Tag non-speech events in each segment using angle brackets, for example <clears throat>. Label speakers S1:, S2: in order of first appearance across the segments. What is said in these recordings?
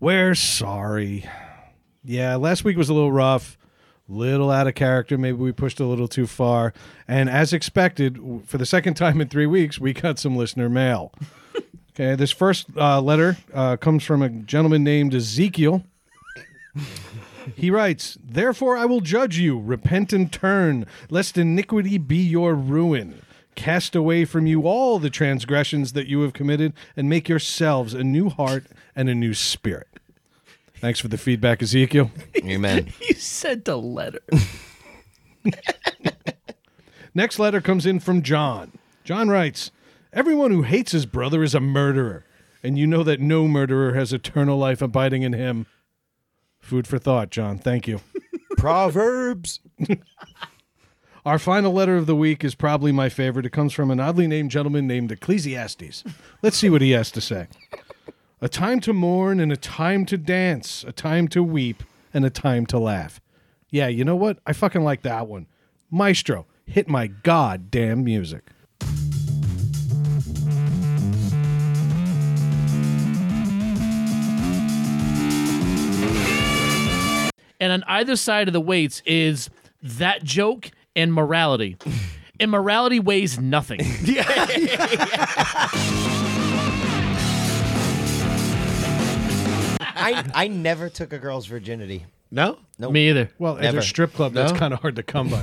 S1: We're sorry. Yeah, last week was a little rough, little out of character. Maybe we pushed a little too far. And as expected, w- for the second <laughs> time in three weeks, we got some listener mail. <laughs> okay, this first uh, letter uh, comes from a gentleman named Ezekiel. He writes, Therefore I will judge you. Repent and turn, lest iniquity be your ruin. Cast away from you all the transgressions that you have committed, and make yourselves a new heart and a new spirit. Thanks for the feedback, Ezekiel.
S2: Amen.
S3: <laughs> You sent a letter.
S1: Next letter comes in from John. John writes, Everyone who hates his brother is a murderer, and you know that no murderer has eternal life abiding in him. Food for thought, John. Thank you.
S2: Proverbs.
S1: Our final letter of the week is probably my favorite. It comes from an oddly named gentleman named Ecclesiastes. Let's see what he has to say. A time to mourn and a time to dance, a time to weep and a time to laugh. Yeah, you know what? I fucking like that one. Maestro, hit my goddamn music.
S3: And on either side of the weights is that joke and morality. And morality weighs nothing.
S2: I I never took a girl's virginity.
S4: No?
S2: No.
S3: Me either.
S1: Well, at
S2: Never.
S1: a strip club, that's
S4: No?
S1: kind of hard to come by.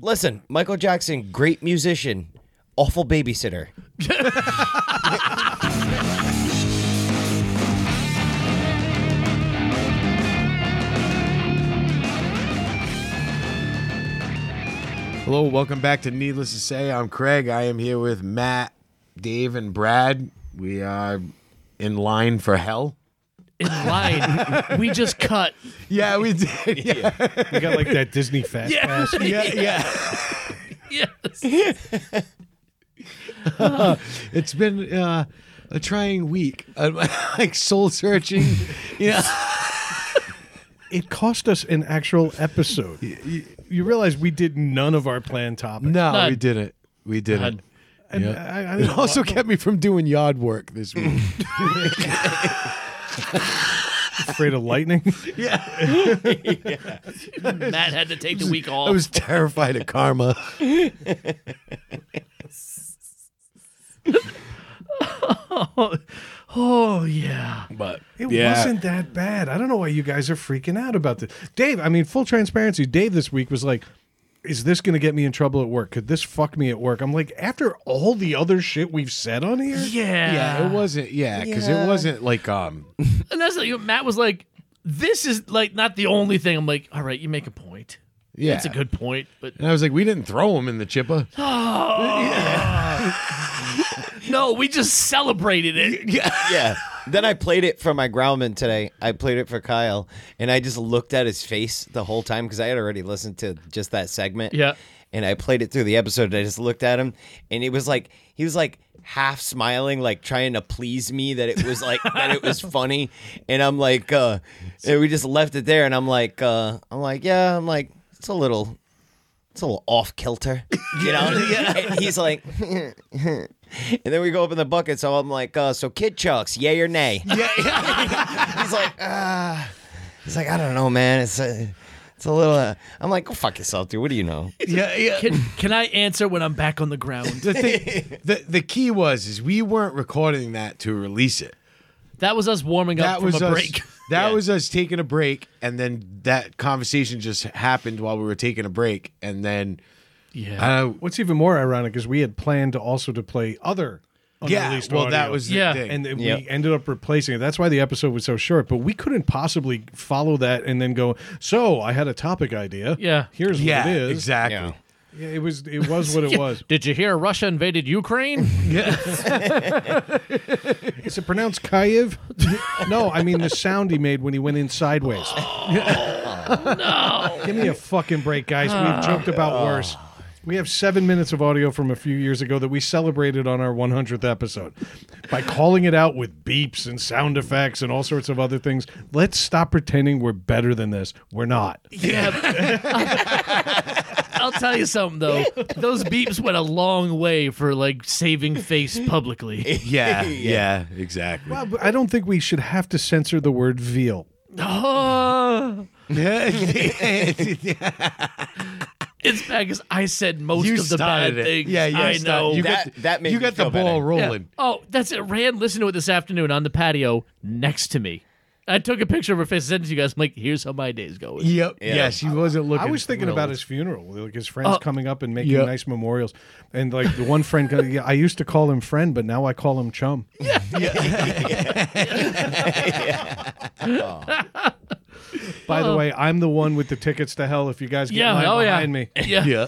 S2: Listen, Michael Jackson, great musician, awful babysitter.
S4: Hello, welcome back to Needless to Say. I'm Craig. I am here with Matt, Dave, and Brad. We are in line for hell.
S3: <laughs> In line, we just cut.
S4: Yeah, we <laughs> did. Yeah.
S1: you got like that
S4: <laughs>
S1: Disney fast pass.
S4: yeah, yeah.
S3: <laughs> Yes.
S4: It's been uh, a trying week. <laughs> I'm, like soul <laughs> searching. Yeah.
S1: It cost us an actual
S4: <laughs>
S1: episode. You, realize we did none of our planned topics.
S4: No,
S3: None.
S4: we didn't. We didn't.
S3: God.
S1: And
S4: Yeah.
S1: I, I
S4: <laughs> It
S1: don't-
S4: also kept me from doing yard work this <laughs> week.
S1: afraid of lightning.
S3: Matt had to take the week off.
S4: I was terrified of karma.
S3: <laughs> oh, yeah.
S4: But
S1: <laughs> It
S4: yeah.
S1: wasn't that bad. I don't know why you guys are freaking out about this. Dave, I mean, full transparency, Dave this week was like, is this going to get me in trouble at work? Could this fuck me at work? I'm like, after all the other shit we've said on here?
S3: Yeah.
S4: Yeah, it wasn't. Yeah, because
S2: Yeah.
S4: it wasn't like um.
S3: And that's like, Matt was like, this is like not the only thing. I'm like, all right, you make a point.
S4: Yeah,
S3: That's a good point. But
S4: And I was like, we didn't throw him in the chipper.
S3: no, we just celebrated it.
S2: Yeah. Then I played it for my Grauman today. I played it for Kyle, and I just looked at his face the whole time because I had already listened to just that segment.
S3: Yeah.
S2: And I played it through the episode. And I just looked at him, and it was like he was like half smiling, like trying to please me that it was like that it was funny. And I'm like, uh, and we just left it there. And I'm like, uh, I'm like, yeah, I'm like, it's a little, it's a little off kilter, you know. And he's like. And then we go up in the bucket, so I'm like, uh, so kid chucks, yay or nay? Yeah. <laughs> he's like, uh, he's like, I don't know, man. It's a, it's a little. Uh, I'm like, go fuck yourself, dude. What do you know?
S4: Yeah, yeah.
S3: Can, can I answer when I'm back on the ground?
S4: The thing, the the key was is we weren't recording that to release it.
S3: That was us warming
S4: That
S3: up
S4: was
S3: from a
S4: us.
S3: break.
S4: <laughs>
S3: <laughs>
S4: That was us taking a break, and then that conversation just happened while we were taking a break, and then
S3: Yeah.
S4: uh,
S1: What's even more ironic is we had planned to also to play other
S4: yeah.
S1: unreleased
S4: Well, that
S1: audio.
S4: was the
S3: Yeah.
S4: thing.
S1: and then
S2: Yep.
S1: we ended up replacing it. That's why the episode was so short. But we couldn't possibly follow that and then go. So I had a topic idea.
S3: Yeah.
S1: here's
S4: yeah,
S1: what it is.
S4: exactly.
S2: Yeah.
S1: Yeah, it was. It was
S4: <laughs>
S1: what it was.
S3: <laughs> Did you hear Russia invaded Ukraine?
S1: Is it pronounced Kyiv? <laughs> no, I mean the sound he made when he went in sideways. no. <laughs> Give me a fucking break, guys. We've joked about worse. We have seven minutes of audio from a few years ago that we celebrated on our 100th episode by calling it out with beeps and sound effects and all sorts of other things. Let's stop pretending we're better than this. We're not.
S3: Yeah. I'll tell you something
S4: <laughs>
S3: though. Those beeps went a long way for like saving face <laughs>
S4: <laughs>
S3: publicly.
S4: Yeah, yeah, exactly. <laughs>
S1: Well, but I don't think we should have to censor the word veal.
S3: Oh,
S4: yeah,
S3: it's bad because I said most
S4: you
S3: of the bad
S4: started it.
S3: things.
S4: Yeah, you
S3: I
S4: started-
S3: know.
S4: You
S2: That-
S4: got, the-
S2: that made
S4: you
S2: me
S4: got the
S2: feel better.
S4: ball
S3: Yeah.
S4: rolling.
S3: Oh, that's it. Rand listened to it this afternoon on the patio next to me. I took a picture of her face and sent it to you guys. I'm like, here's how my day's going.
S4: Yep. Yeah. she
S1: <laughs>
S4: wasn't looking.
S1: I was thinking about
S4: thrilled.
S1: his funeral, like his friends
S3: Oh,
S1: coming up and making
S4: Yeah.
S1: nice memorials, and like the one friend, <laughs> go- yeah, I used to call him friend, but now I call him
S3: <laughs>
S1: chum.
S4: <laughs>
S3: Oh.
S1: By the way, I'm the one with the tickets to hell. If you guys get
S3: Yeah,
S1: mine
S3: oh, yeah.
S1: behind me,
S3: Yeah.
S4: Yeah.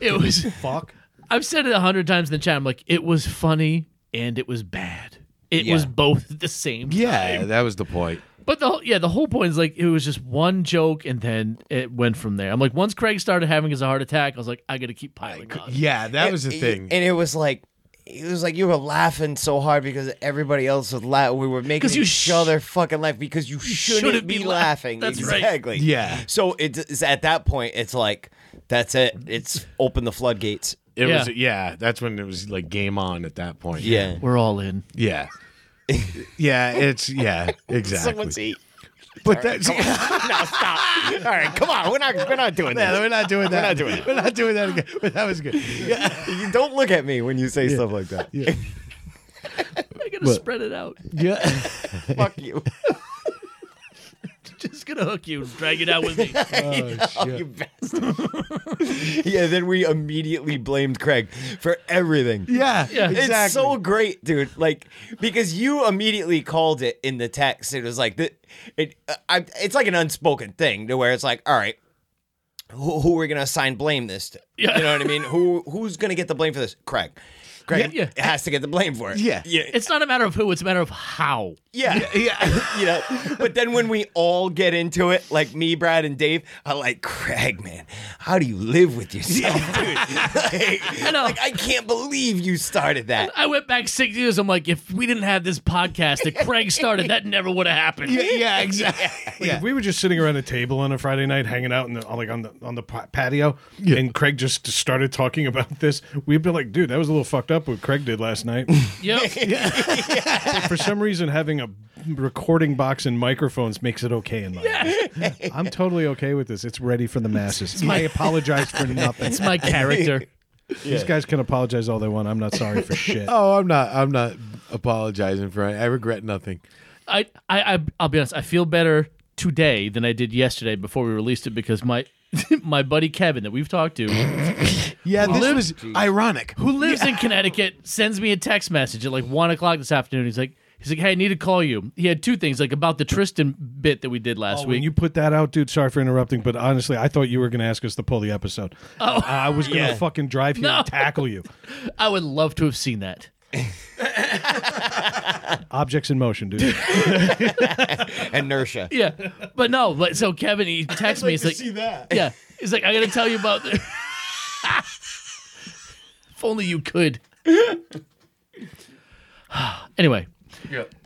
S3: It was
S1: fuck.
S3: I've said it a hundred times in the chat. I'm like, it was funny and it was bad. It was both <laughs> at the same.
S4: Yeah, that was the point.
S3: But the whole, yeah, the whole point is like it was just one joke and then it went from there. I'm like, once Craig started having his heart attack, I was like, I gotta keep piling on.
S4: Yeah, that was the
S2: And-
S4: thing.
S2: And it was like it was like you were laughing so hard because everybody else was laughing. We were making
S3: 'Cause you
S2: each
S3: sh-
S2: other fucking laugh because you shouldn't,
S3: shouldn't
S2: be,
S3: be laugh-
S2: laughing.
S3: That's right.
S2: exactly.
S4: Yeah.
S2: So it's, it's at that point it's like that's it. It's open the floodgates.
S4: it
S3: Yeah.
S4: was yeah, that's when it was like game on at that point.
S2: Yeah.
S3: We're all in.
S4: <laughs> Yeah. yeah, it's yeah, exactly.
S2: eat.
S4: But that's <laughs>
S2: No, stop. All right, come on. We're not we're not doing
S4: yeah,
S2: that.
S4: we're not doing that.
S2: not doing that.
S4: We're not doing that again. But that was good. Yeah.
S2: You don't look at me when you say stuff like that.
S4: Yeah.
S3: I gotta spread it <laughs> out.
S4: yeah.
S2: Fuck you.
S3: Just gonna hook you, and drag it out <laughs> with me.
S2: <laughs> Oh, You bastard. <laughs> yeah, then we immediately blamed Craig for everything.
S4: <laughs> Yeah.
S3: Yeah. It's
S2: It's so great, dude. Like because you immediately called it in the text. It was like the, it. uh, I, it's like an unspoken thing to where it's like, all right, who, who are we gonna assign blame this to?
S3: Yeah.
S2: You know what I mean? Who who's gonna get the blame for this? Craig. Craig
S3: Yeah,
S2: has to get the blame for it.
S4: Yeah.
S2: Yeah.
S3: It's not a matter of who, it's a matter of how.
S2: Yeah.
S4: <laughs> yeah.
S2: <laughs> You know, but then when we all get into it, like me, Brad, and Dave, I'm like, Craig, man, how do you live with yourself, dude? <laughs> Like,
S3: I know.
S2: like, I can't believe you started that.
S3: I went back six years. I'm like, if we didn't have this podcast that Craig started, that never would have happened.
S4: Yeah, yeah, exactly.
S1: Like
S4: Yeah.
S1: if we were just sitting around a table on a Friday night, hanging out in the on, like on the on the pa- patio, and Craig just started talking about this, we'd be like, "Dude, that was a little fucked up what Craig did last
S4: <laughs>
S1: night."
S3: Yep.
S1: But for some reason, having a recording box and microphones makes it okay in my. eyes. I'm totally okay with this. It's ready for the masses. I apologize for nothing.
S3: It's my <laughs> character.
S1: These guys can apologize all they want. I'm not sorry for shit.
S4: <laughs> Oh, I'm not I'm not apologizing for it. I regret nothing.
S3: I, I, I, I'll be honest. I feel better today than I did yesterday before we released it because my, <laughs> my buddy Kevin that we've talked to,
S4: Yeah, this was Oh, ironic.
S3: who lives in Connecticut, sends me a text message at like one o'clock this afternoon. He's like, he's like, hey, I need to call you. He had two things like about the Tristan bit that we did last
S1: Oh, When
S3: week.
S1: you put that out, dude, sorry for interrupting, but honestly, I thought you were going to ask us to pull the episode. Oh, I was going to
S2: yeah.
S1: fucking drive here and tackle you.
S3: I would love to have seen that.
S1: Objects in motion, dude.
S2: Inertia.
S3: Yeah, but no. Like, so Kevin, he texts me. He's like,
S4: that.
S3: yeah, he's like, I gotta tell you about. The- if only you could. <sighs> anyway,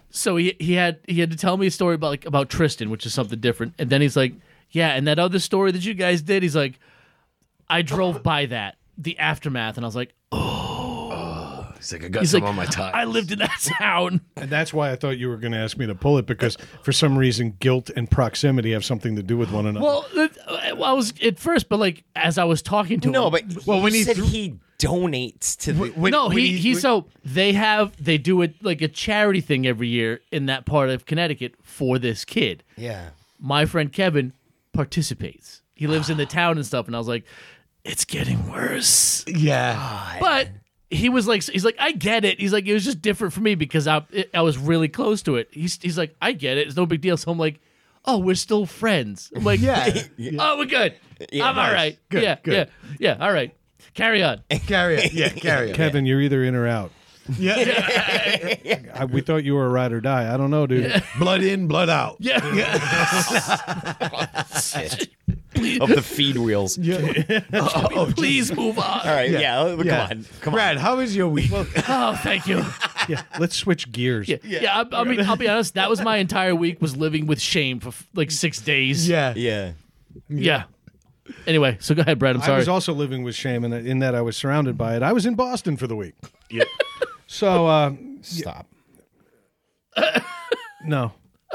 S3: so he he had he had to tell me a story about like about Tristan, which is something different, and then he's like, yeah, and that other story that you guys did, he's like, I drove by that the aftermath, and I was like,
S4: It's like I got
S3: he's
S4: some
S3: like,
S4: on my tie.
S3: I lived in that <laughs> town.
S1: And that's why I thought you were going to ask me to pull it because for some reason, guilt and proximity have something to do with one another.
S3: Well, it- I was at first, but like as I was talking to him,
S2: No, but
S4: Well,
S2: well,
S4: when
S2: when
S4: he
S2: he said
S4: threw-
S2: he donates to the.
S4: When-
S3: no,
S4: when
S3: he, he so they have they do it like a charity thing every year in that part of Connecticut for this kid.
S2: yeah.
S3: My friend Kevin participates. He lives in
S4: <sighs>
S3: the town and stuff, and I was like, it's getting worse.
S4: Yeah.
S3: But he was like, he's like, I get it. He's like, it was just different for me because I it, I was really close to it. He's he's like, I get it. It's no big deal. So I'm like, oh, we're still friends. I'm like, <laughs>
S4: Yeah.
S3: oh, we're good. I'm all right.
S4: Good,
S3: yeah,
S4: good.
S3: yeah, yeah. All right, carry
S4: <laughs>
S3: on.
S4: Carry it. Yeah, carry it.
S1: Kevin, you're either in or out.
S4: Yeah.
S1: <laughs> I, we thought you were a ride or die. I don't know, dude.
S4: blood in, blood out.
S3: Yeah.
S2: Of the feed wheels.
S4: Oh,
S3: <laughs> Please move on.
S2: All right. Yeah. come
S4: Yeah.
S2: on. Come
S4: Brad, how was your week? <laughs>
S3: Oh, thank you.
S1: Yeah, let's switch gears.
S3: Yeah, yeah. I, I mean, I'll be honest. That was my entire week was living with shame for like six days.
S2: on. Yeah.
S3: yeah. Anyway, so go ahead, Brad. I'm
S1: I
S3: sorry.
S1: was also living with shame in, in that I was surrounded by it. I was in Boston for the week.
S4: Yeah.
S1: So, uh,
S2: Stop.
S1: no.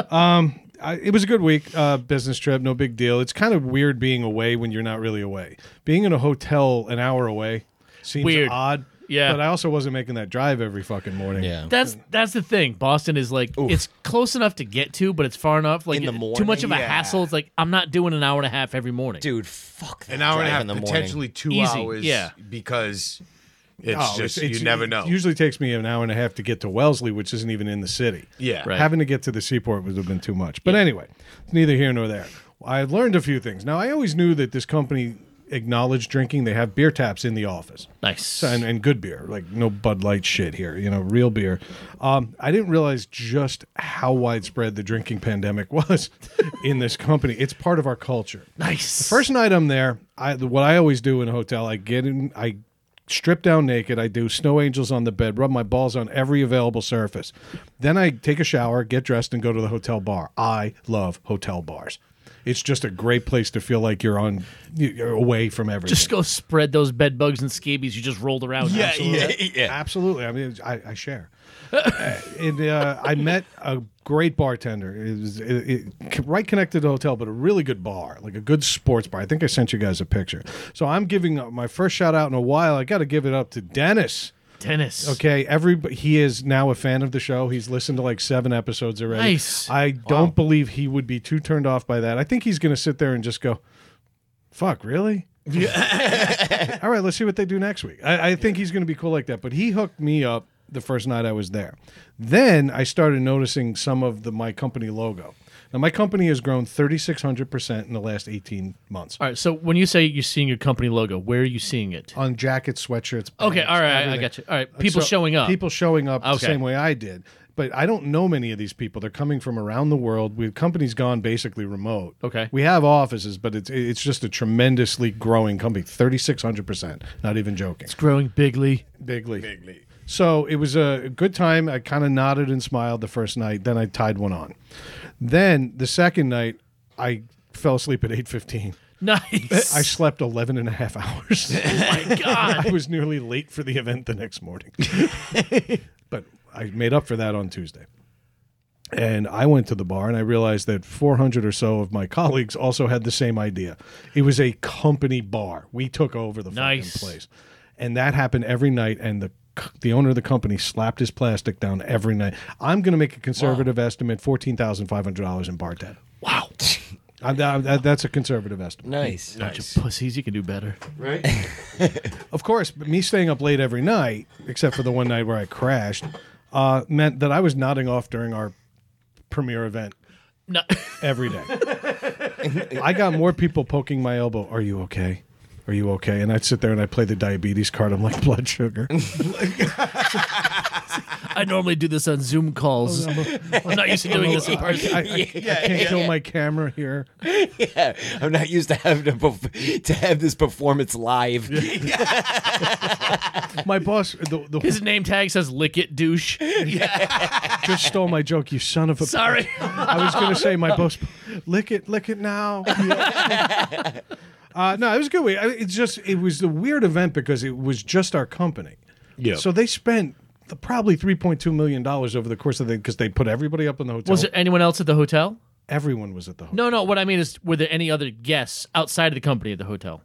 S1: Um, I, it was a good week. Uh, business trip, no big deal. It's kind of weird being away when you're not really away. Being in a hotel an hour away seems
S3: Weird.
S1: odd.
S3: Yeah.
S1: But I also wasn't making that drive every fucking morning.
S2: Yeah.
S3: that's that's the thing. Boston is like it's close enough to get to, but it's far enough. Like
S2: In the
S3: it- too
S2: morning?
S3: much of a
S4: Yeah.
S3: hassle. It's like I'm not doing an hour and a half every morning.
S2: Dude, fuck that
S4: An hour and a
S2: drive
S4: half,
S2: in the morning.
S4: potentially two
S3: Easy,
S4: hours.
S3: yeah.
S4: Because it's
S1: Oh, it's-
S4: just,
S1: it's-
S4: you never know.
S1: It usually takes me an hour and a half to get to Wellesley, which isn't even in the city.
S4: yeah.
S3: Right.
S1: Having to get to the seaport would have been too much. But anyway, it's neither here nor there. I learned a few things. Now, I always knew that this company acknowledged drinking. They have beer taps in the office
S3: Nice.
S1: and, and good beer, like no Bud Light shit here, you know, real beer. Um, I didn't realize just how widespread the drinking pandemic <laughs> was in this company. It's part of our culture.
S3: nice.
S1: First night I'm there, I what I always do in a hotel, I get in, I strip down naked, I do snow angels on the bed, rub my balls on every available surface. Then I take a shower, get dressed, and go to the hotel bar. I love hotel bars. It's just a great place to feel like you're on, you're away from everything.
S3: just go spread those bed bugs and scabies you just rolled around.
S4: Yeah,
S3: Absolutely.
S4: yeah, yeah.
S1: Absolutely. I mean, I, I share. Uh, and uh, I met a great bartender. It was it, it, right connected to the hotel, but a really good bar, like a good sports bar. I think I sent you guys a picture. So I'm giving up my first shout out in a while. I got to give it up to Dennis.
S3: Tennis.
S1: Okay, everybody. He is now a fan of the show. He's listened to like seven episodes already.
S3: Nice.
S1: I don't believe he would be too turned off by that. I think he's going to sit there and just go, "Fuck, really." <laughs> All right, let's see what they do next week. I, I think he's going to be cool like that. But he hooked me up the first night I was there. Then I started noticing some of the my company logo. Now my company has grown thirty six hundred percent in the last eighteen months
S3: All right. So when you say you're seeing your company logo, where are you seeing it?
S1: on jackets, sweatshirts.
S3: Okay.
S1: pants,
S3: All right. I
S1: everything.
S3: got you. All right. People
S1: Oh, So,
S3: showing up.
S1: People showing up the
S3: Okay.
S1: same way I did. But I don't know many of these people. They're coming from around the world. We company's gone basically remote.
S3: Okay.
S1: We have offices, but it's it's just a tremendously growing company. Thirty six hundred percent. Not even joking.
S3: growing bigly.
S1: Bigly.
S4: Bigly.
S1: So it was a good time. I kind of nodded and smiled the first night. Then I tied one on. Then the second night, I fell asleep at eight fifteen.
S3: Nice.
S1: I slept 11 and a half <laughs> hours.
S3: oh my God.
S1: I was nearly late for the event the next morning.
S3: <laughs>
S1: but I made up for that on Tuesday. And I went to the bar and I realized that 400 or so of my colleagues also had the same idea. It was a company bar. We took over the
S3: Nice.
S1: fucking place. And that happened every night and the c- the owner of the company slapped his plastic down every night. I'm going to make a conservative estimate $14,500 in bar debt.
S3: Wow.
S1: I'm, I'm- that's a conservative estimate.
S2: Nice.
S3: Bunch of pussies. You can do better.
S4: Right?
S1: of course, but me staying up late every night, except for the one night where I crashed, uh, meant that I was nodding off during our premiere event
S3: No.
S1: every day. I got more people poking my elbow. Are you okay? Are you okay? And I'd sit there and I'd play the diabetes card. I'm like blood sugar.
S3: I normally do this on
S1: <laughs>
S3: Zoom calls. I'm not used to doing this in person.
S1: I, I, I can't kill my camera here.
S2: <laughs> Yeah, I'm not used to have to, perf- to have this performance live.
S1: My boss the, the,
S3: His name tag says "Lick It Douche."
S1: just stole my joke. You son of a.
S3: Sorry.
S1: I was gonna say
S3: <laughs>
S1: my boss, lick it, lick it now. uh, no, it was a good. week. I- It's just it was the weird event because it was just our company.
S4: Yeah.
S1: So they spent the, probably three point two million dollars over the course of the because they put everybody up in the hotel.
S3: Was there anyone else at the hotel?
S1: Everyone was at the hotel.
S3: No, no. What I mean is, were there any other guests outside of the company at the hotel?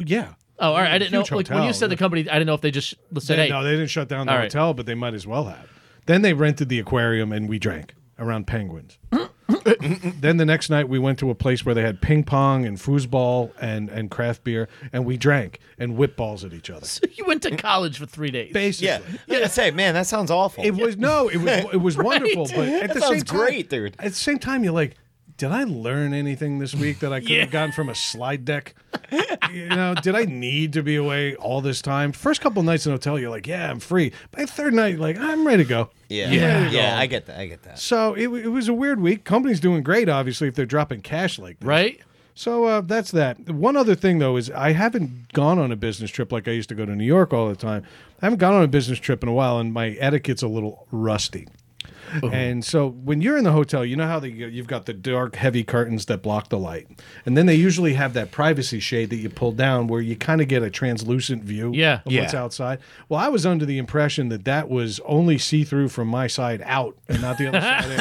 S1: Yeah.
S3: Oh, all right. I didn't know.
S1: Huge
S3: Like when you
S1: hotel.
S3: said the company, I didn't know if they just said,
S1: They-
S3: "Hey,
S1: no, they didn't shut down the
S3: All right.
S1: hotel, but they might as well have. Then they rented the aquarium and we drank around
S3: <laughs>
S1: penguins. then the next night we went to a place where they had ping pong and foosball and, and craft beer and we drank and whipped balls at each
S3: <laughs>
S1: other.
S3: you went to college for three days."
S1: Basically.
S2: <laughs> Yeah, yeah. Say, man, that sounds awful.
S1: It was no, it was it
S2: <laughs>
S1: was wonderful, but at
S2: That
S1: the
S2: sounds
S1: same time,
S2: great, dude.
S1: At the same time, you're like, did I learn anything this week that I could
S3: Yeah.
S1: have gotten from a slide deck? you know, did I need to be away all this time? First couple nights in a hotel, you're like, yeah, I'm free. By the third night, you're like, I'm ready to go.
S2: yeah,
S3: Yeah.
S2: yeah, I get that. I get that.
S1: So it, w- it was a weird week. Company's doing great, obviously, if they're dropping cash like this.
S3: Right?
S1: So uh, that's that. One other thing, though, is I haven't gone on a business trip like I used to go to New York all the time. I haven't gone on a business trip in a while, and my etiquette's a little rusty. And so when you're in the hotel, you know how they, you've got the dark, heavy curtains that block the light. And then they usually have that privacy shade that you pull down where you kind of get a translucent view
S3: Yeah.
S1: of what's
S4: Yeah.
S1: outside. Well, I was under the impression that that was only see through from my side out and not the other side in.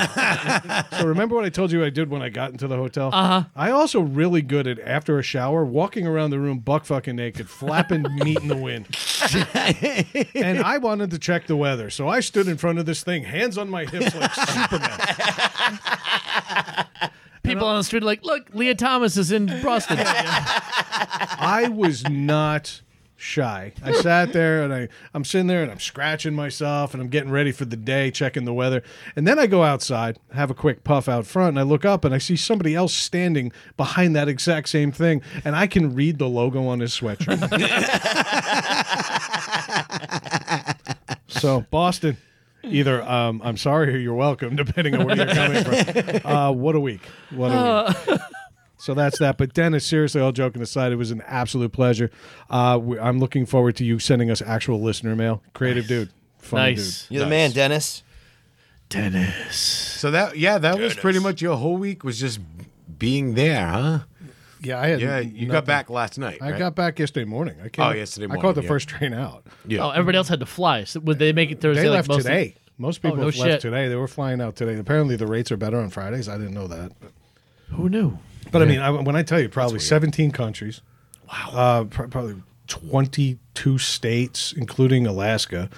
S1: So remember what I told you I did when I got into the hotel? Uh-huh. I also really good at after a shower, walking around the room buck fucking naked, flapping meat in the wind and I wanted to check the weather, so I stood in front of this thing, hands on my hips like Superman.
S3: People on the street are like, look, Leah Thomas is in <laughs> Boston.
S1: I was not shy. I sat there and I, I'm sitting there and I'm scratching myself and I'm getting ready for the day, checking the weather. And then I go outside, have a quick puff out front, and I look up and I see somebody else standing behind that exact same thing, and I can read the logo on his sweatshirt. so, Boston. Either um, I'm sorry or you're welcome, depending on where you're coming from. Uh, what a week! What a week! So that's that. But Dennis, seriously, all joking aside, it was an absolute pleasure. Uh, we, I'm looking forward to you sending us actual listener mail. Creative dude, funny
S3: nice.
S2: You're the man, Dennis.
S3: Dennis.
S4: So that yeah, that was pretty much your whole week was just being there, huh?
S1: dude. Yeah, I had
S4: Yeah, you
S1: nothing.
S4: got back last night.
S1: I
S4: right?
S1: got back yesterday morning. I came,
S4: Oh, yesterday
S1: I caught
S4: morning,
S1: the
S4: yeah.
S1: first train out.
S4: Yeah.
S3: Oh, everybody else had to fly. So would they make it Thursday?
S1: They
S3: like
S1: left
S3: most of-
S1: today. Most people
S3: no
S1: have
S3: shit.
S1: left today. They were flying out today. Apparently, the rates are better on Fridays. I didn't know that. But,
S3: Who knew?
S1: I mean, I, when I tell you, probably 17 countries. Wow. Uh, pr- probably 22 states, including Alaska.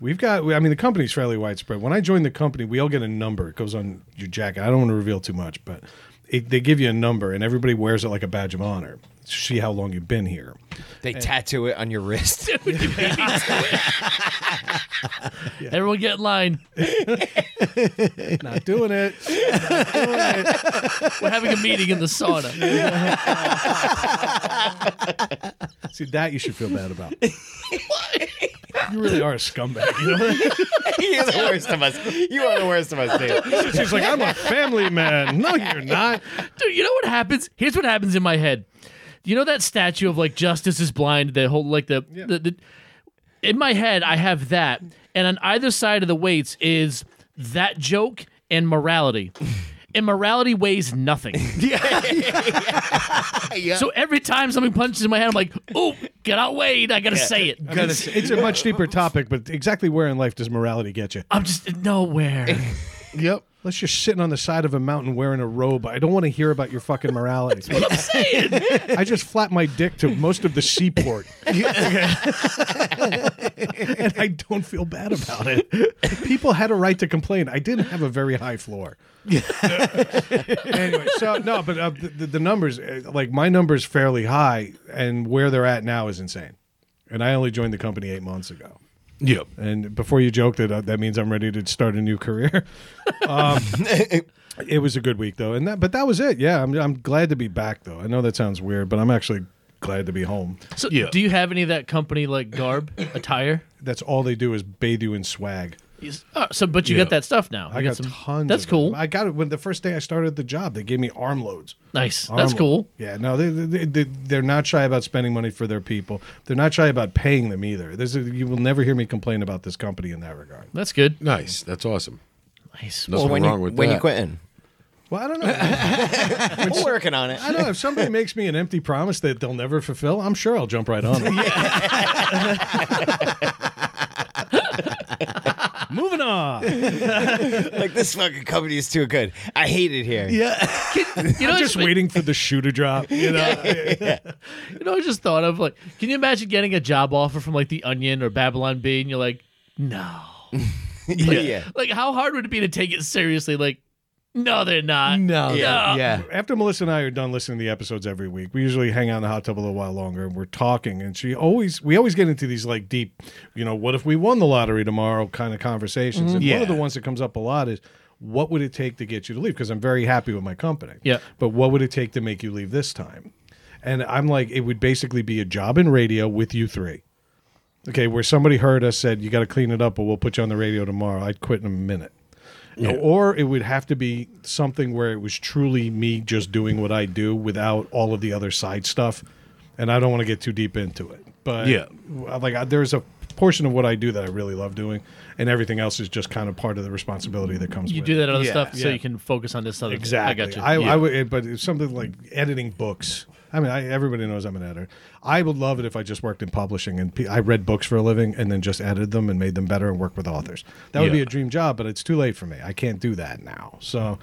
S1: We've got, I mean, the company's fairly widespread. When I joined the company, we all get a number. It goes on your jacket. I don't want to reveal too much, but it, they give you a number and everybody wears it like a badge of honor to see how long you've been here.
S2: They tattoo it on your wrist. <laughs>
S3: Everyone get in line.
S1: Not doing it.
S3: We're having a meeting in the sauna.
S1: See, that you should feel bad about. You really are a scumbag. You know? <laughs>
S2: You're the worst of us. You are the worst of us, Dave.
S1: She's like, I'm a family man. No, you're not.
S3: Dude, you know what happens? Here's what happens in my head. You know that statue of like justice is blind, the whole like the, the, the in my head I have that, and on either side of the weights is that joke and morality. And morality weighs nothing. So every time something punches in my head, I'm like, "Ooh, get out, weighed. I gotta say it."
S1: It's, it's a much deeper topic, but exactly where in life does morality get you?
S3: I'm just nowhere.
S1: Yep. Let's just sitting on the side of a mountain wearing a robe. I don't want to hear about your fucking morality.
S3: I'm saying.
S1: I just flap my dick to most of the
S3: <laughs>
S1: seaport. and I don't feel bad about it. People had a right to complain. I didn't have a very high
S3: <laughs>
S1: floor. anyway, so no, but uh, the, the- the numbers, uh, like my number's fairly high, and where they're at now is insane. And I only joined the company eight months ago.
S4: Yep.
S1: And before you joke that uh, that means I'm ready to start a new career. <laughs> Um, it was a good week though, and that but that was it. Yeah, I'm I'm glad to be back though. I know that sounds weird, but I'm actually glad to be home.
S3: So,
S4: Yeah.
S3: do you have any of that company like garb attire?
S1: That's all they do is bathe you in swag.
S3: Yes. Oh, so, but you
S4: Yeah.
S3: got that stuff now. You
S1: I got
S3: some,
S1: tons.
S3: That's
S1: of
S3: cool.
S1: them. I got it when the first day I started the job. They gave me armloads.
S3: nice. That's
S1: Armload.
S3: cool.
S1: Yeah, no, they, they, they, they're not shy about spending money for their people. They're not shy about paying them either. There's a, you will never hear me complain about this company in that regard.
S3: That's good.
S4: Nice. That's awesome.
S3: Nice.
S4: No-
S2: Well, when
S4: wrong
S2: you
S4: with
S2: when you
S4: that?
S2: quitting?
S1: Well, I don't
S3: <laughs>
S1: know.
S2: We're working on it.
S1: <laughs> I know if somebody makes me an empty promise that they'll never fulfill, I'm sure I'll jump right on it. Moving on.
S2: Like this fucking company is too good. I hate it
S1: <laughs>
S2: here.
S3: you know, I
S1: Just
S3: just-
S1: waiting for the shoe to drop. You know,
S3: You know, I just thought of like, can you imagine getting a job offer from like The Onion or Babylon B, and you're like, no.
S2: Yeah.
S3: Like, how hard would it be to take it seriously? Like, no, they're not.
S4: No.
S3: Yeah.
S4: Yeah.
S1: after Melissa and I are done listening to the episodes every week, we usually hang out in the hot tub a little while longer and we're talking. And she always, we always get into these like deep, you know, what if we won the lottery tomorrow kind of conversations. And one
S4: Mm-hmm. Yeah.
S1: of the ones that comes up a lot is, what would it take to get you to leave? Because I'm very happy with my company.
S3: Yeah.
S1: But what would it take to make you leave this time? And I'm like, it would basically be a job in radio with you three. Okay, where somebody heard us said, you got to clean it up, but we'll put you on the radio tomorrow. I'd quit in a minute. Or it would have to be something where it was truly me just doing what I do without all of the other side stuff. And I don't want to get too deep into it. But
S4: Yeah.
S1: like I- there's a portion of what I do that I really love doing, and everything else is just kind of part of the responsibility that comes.
S3: You
S1: with
S3: do
S1: it.
S3: that other
S4: Yeah.
S3: stuff so
S1: Yeah.
S3: you can focus on this other.
S1: Exactly.
S3: I got you.
S1: I,
S3: Yeah.
S1: would, eh, but it's something like editing books. I mean, I, everybody knows I'm an editor. I would love it if I just worked in publishing and pe- I read books for a living and then just edited them and made them better and worked with authors. That would be
S3: Yeah.
S1: a dream job, but it's too late for me. I can't do that now. So,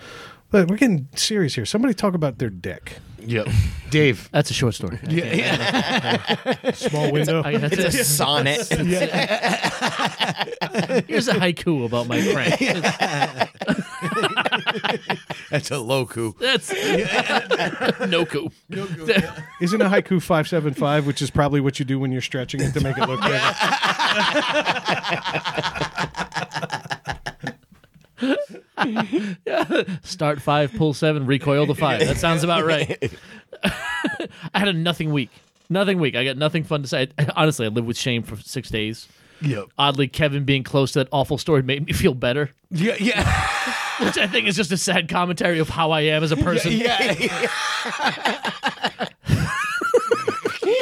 S1: but we're getting serious here. Somebody talk about their dick.
S4: Yep. Dave.
S3: That's a short story. Yeah. <laughs>
S1: Small window.
S3: I, that's
S2: It's a
S3: it.
S2: sonnet.
S3: Here's a haiku about my
S1: <laughs>
S3: crank.
S4: <laughs> That's a low coup.
S3: That's <laughs> no coup.
S1: <laughs> Isn't a haiku 575, which is probably what you do when you're stretching it to make
S3: <laughs>
S1: it look bigger?
S3: Start five, pull seven, recoil to five. That sounds about right. <laughs> I had a nothing week. Nothing week. I got nothing fun to say. honestly, I lived with shame for six days.
S4: Yep.
S3: Oddly, Kevin being close to that awful story made me <laughs> feel better,
S4: Yeah.
S3: <laughs>
S4: Yeah.
S3: which I think is just a sad commentary of how I am as a person.
S4: yeah.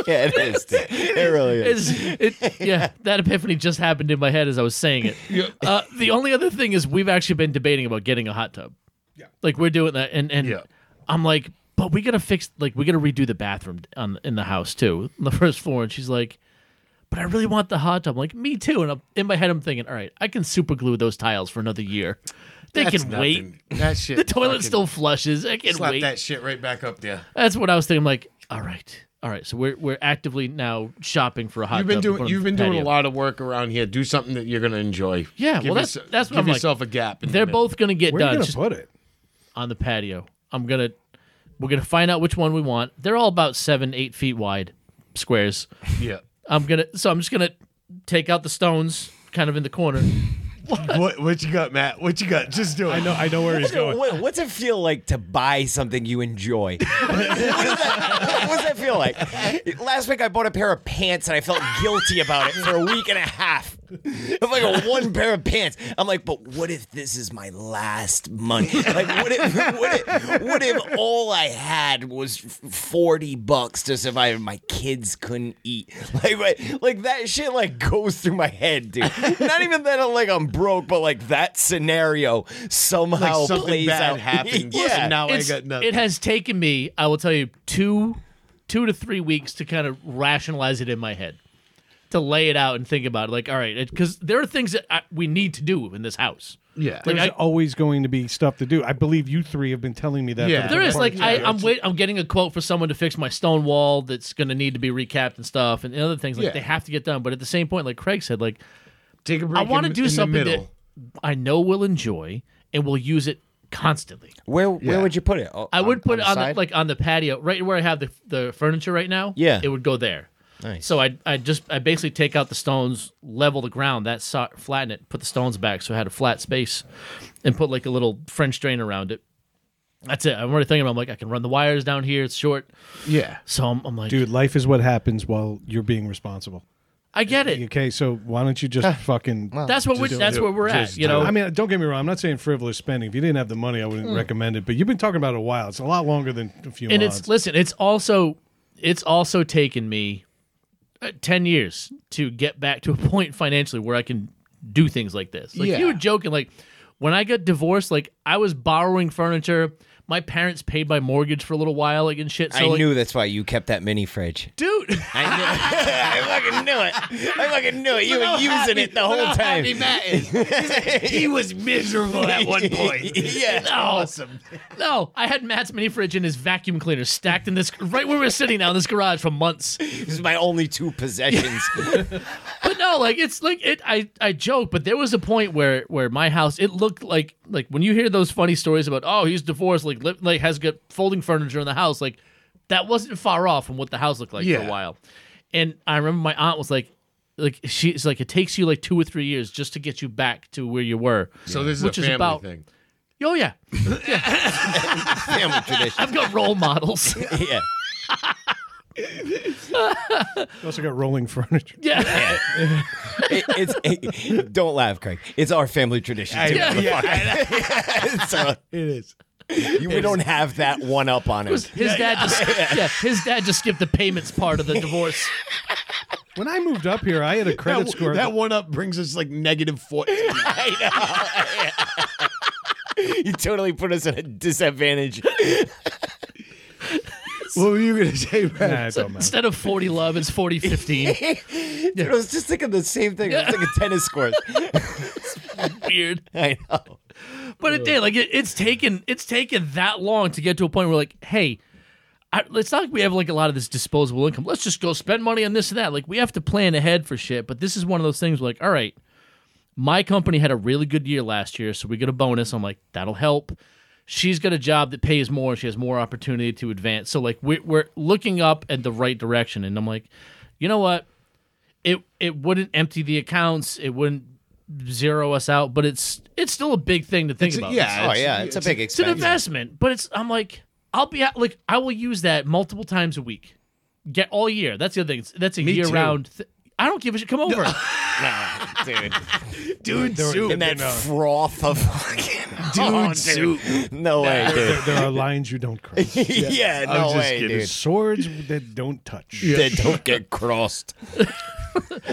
S2: yeah, it is. dude. It really is.
S3: It's- it- yeah, that epiphany just happened in my head as I was saying it. Uh, the only other thing is we've actually been debating about getting a hot tub. Yeah. Like we're doing that, and and
S4: Yeah.
S3: I'm like, but we gotta fix, like we gotta redo the bathroom on in the house too, on the <laughs> first floor. And she's like, but I really want the hot tub. I'm like, me too. And I'm, in my head, I'm thinking, all right, I can super glue those tiles for another year. They
S4: That's
S3: can wait.
S4: nothing. That shit.
S3: <laughs> The toilet
S4: fucking-
S3: still flushes. I can
S4: Slap
S3: wait.
S4: that shit right back up there.
S3: That's what I was thinking. I'm like, all right, all right. So we're we're actively now shopping for a hot
S4: You've been
S3: tub to put
S4: doing.
S3: on
S4: You've
S3: the
S4: been doing
S3: patio.
S4: a lot of work around here. Do something that you're gonna enjoy.
S3: Yeah,
S4: Give
S3: well, that's-
S4: yourse-
S3: that's what
S4: give
S3: I'm like.
S4: yourself a gap. in the
S3: They're
S4: middle.
S3: both gonna get
S1: Where are
S3: done
S1: you
S3: It's
S1: going to
S3: just
S1: put it?
S3: on the patio. I'm gonna we're gonna find out which one we want. They're all about seven, eight feet wide squares.
S4: Yeah.
S3: I'm gonna so I'm just gonna take out the stones kind of in the corner.
S4: What What you got, Matt? What you got? Just do it.
S1: I know, I know where he's going.
S2: What, what's it feel like to buy something you enjoy? what, does that, what does that feel like? Last week I bought a pair of pants and I felt guilty about it for a week and a half. I'm like a one pair of pants. I'm like, but what if this is my last month? Like, what if what if, what if all I had was forty bucks to survive and my kids couldn't eat? Like, what- like that shit like goes through my head, dude. Not even that I'm like I'm broke, but like that scenario somehow
S4: Like something
S2: plays
S4: bad
S2: out.
S3: <laughs>
S4: happens.
S2: <laughs> yeah.
S4: And now Oh, I
S3: It's-
S4: got nothing.
S3: It has taken me, I will tell you, two two to three weeks to kind of rationalize it in my head. To lay it out and think about it, like, all right, because there are things that I, we need to do in this house.
S4: Yeah.
S3: like
S1: There's
S3: I,
S1: always going to be stuff to do. I believe you three have been telling me that.
S4: Yeah.
S1: for the
S3: There is
S1: better
S3: like
S1: part of
S3: I,
S1: the
S3: I'm
S1: year.
S3: wait. I'm getting a quote for someone to fix my stone wall that's going to need to be recapped and stuff, and other things like
S4: Yeah.
S3: they have to get done. But at the same point, like Craig said, like
S4: Take a break.
S3: I want to
S4: in-
S3: do
S4: in the
S3: something that
S4: middle.
S3: I know we'll enjoy and we'll use it constantly.
S2: Where where
S4: Yeah.
S2: would you put it? Oh,
S3: I would put it on the,
S2: side?
S3: like on the patio, right where I have the, the furniture right now.
S2: Yeah.
S3: it would go there.
S2: Nice.
S3: So I I just I basically take out the stones, level the ground, that so- flatten it, put the stones back, so I had a flat space, and put like a little French drain around it. That's it. I'm already thinking. I'm like, I can run the wires down here. It's short.
S4: Yeah.
S3: So I'm, I'm like,
S1: dude. Life is what happens while you're being responsible.
S3: I get it.
S1: Okay, so why don't you just fucking?
S3: That's what we're, that's
S4: do
S3: where
S4: it.
S3: we're at.
S4: Just
S3: You
S4: do
S3: know,
S1: I mean, don't get me wrong. I'm not saying frivolous spending. If you didn't have the money, I wouldn't
S4: Hmm.
S1: recommend it. But you've been talking about it a while. It's a lot longer than a few
S3: and
S1: months.
S3: it's listen. It's also it's also taken me uh, ten years to get back to a <laughs> point financially where I can do things like this. Like
S4: Yeah.
S3: you were joking. Like when I got divorced, like I was borrowing furniture. My parents paid my mortgage for a little while, like and shit. So
S2: I
S3: like,
S2: knew that's why you kept that mini
S4: <laughs>
S2: fridge.
S3: dude. <laughs>
S2: I, knew, <laughs> I fucking knew it. I fucking knew it. You were using it the whole time.
S4: he was miserable at one point.
S2: <laughs> Yeah.
S4: awesome.
S3: No, I had Matt's mini fridge and his vacuum cleaner stacked in this right where we were sitting now in this garage for months.
S2: This is my only two
S4: <laughs>
S2: possessions.
S3: But no, like it's like it. I I joke, but there was a point where where my house it looked like like when you hear those funny stories about oh he's divorced like li- like has got folding furniture in the house like that wasn't far off from what the house looked like for
S4: Yeah.
S3: a while, and I remember my aunt was like like she's like it takes you like two or three years just to get you back to where you were.
S4: So this is
S3: Which
S4: a
S3: is
S4: family
S3: about-
S4: thing.
S3: Oh yeah,
S2: Family tradition.
S4: <laughs>
S3: I've got role models.
S2: Yeah.
S1: You also got rolling furniture.
S3: yeah.
S2: It- it's it- don't laugh, Craig. It's our family tradition too.
S4: <laughs>
S2: <laughs>
S4: Yeah.
S2: so
S4: It is.
S2: you- we don't have that one up on it.
S4: <laughs>
S3: His dad just yeah, his dad just skipped the payments part of the divorce.
S1: <laughs> When I moved up here, I had a credit
S4: that,
S1: score.
S4: that one up brings us like negative <laughs> 14.
S2: <laughs> you totally put us at a disadvantage.
S4: what were you going to say, Brad?
S1: Nah, it don't matter.
S3: Instead of 40 love, it's 40 15.
S2: Dude, I was just thinking the same thing. It's like a tennis
S4: <laughs>
S2: court.
S3: Weird.
S2: I know.
S3: But it did. Like it, it's taken it's taken that long to get to a point where like, hey, I, it's not like we have like a lot of this disposable income. Let's just go spend money on this and that. Like we have to plan ahead for shit. But this is one of those things. Where, like, all right, my company had a really good year last year, so we get a bonus. I'm like, that'll help. She's got a job that pays more. She has more opportunity to advance. So like we're, we're looking up at the right direction. And I'm like, you know what? It it wouldn't empty the accounts. It wouldn't zero us out. But it's it's still a big thing to think
S4: It's a-
S3: about.
S4: yeah,
S2: Oh yeah, it's a big
S3: It's an
S2: expense.
S3: investment, but it's I'm like I'll be at, like I will use that multiple times a week, get all year. That's the other thing. It's- That's a
S4: Me
S3: year
S4: too.
S3: round. Th- I don't give a shit. Come over.
S2: Nah, dude.
S4: Dude, soup.
S2: In that froth of fucking <laughs>
S4: Dude,
S2: Oh,
S4: soup.
S2: No way,
S1: there,
S2: dude.
S1: there are lines you don't cross.
S2: <laughs>
S4: <laughs>
S2: yeah, no
S4: just
S2: way,
S4: kidding.
S2: dude.
S1: Swords that don't touch.
S2: That don't get
S4: <laughs>
S2: crossed.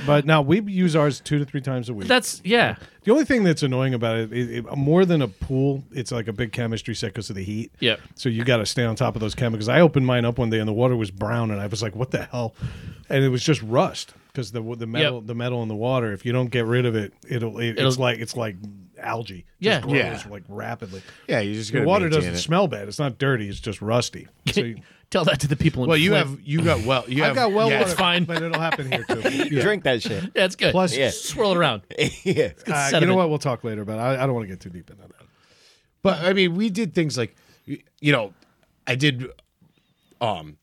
S1: But now we use ours two to three times a week.
S3: That's yeah.
S1: the only thing that's annoying about it, it, it- more than a pool, it's like a big chemistry set because of the heat.
S3: Yep.
S1: So you got to stay on top of those chemicals. I opened mine up one day and the water was brown, and I was like, "What the hell?" And it was just rust because the the metal
S3: Yep.
S1: the metal in the water. If you don't get rid of it, it'll it,
S3: It'll-
S1: it's like it's like algae.
S3: Yeah.
S1: Just grows
S4: Yeah.
S1: like rapidly.
S4: Yeah, you just got
S1: The
S4: to
S1: water doesn't smell bad. It's not dirty. It's just rusty. So you,
S3: <laughs> Tell that to the people. In
S4: Well, you
S3: Flint.
S4: have you got well. You
S1: I've
S4: have,
S1: got well
S4: yeah,
S1: water,
S3: it's fine.
S1: but it'll happen here
S2: <laughs>
S1: too. Yeah.
S2: Drink that shit.
S3: <laughs> yeah, it's good.
S1: Plus-
S3: Plus,
S1: Yeah.
S3: swirl it around.
S2: yeah.
S1: Uh, you know
S3: sediment.
S1: what? We'll talk later, but I, I don't want to get too deep into that.
S4: But I mean, we did things like, y- you know, I did, um,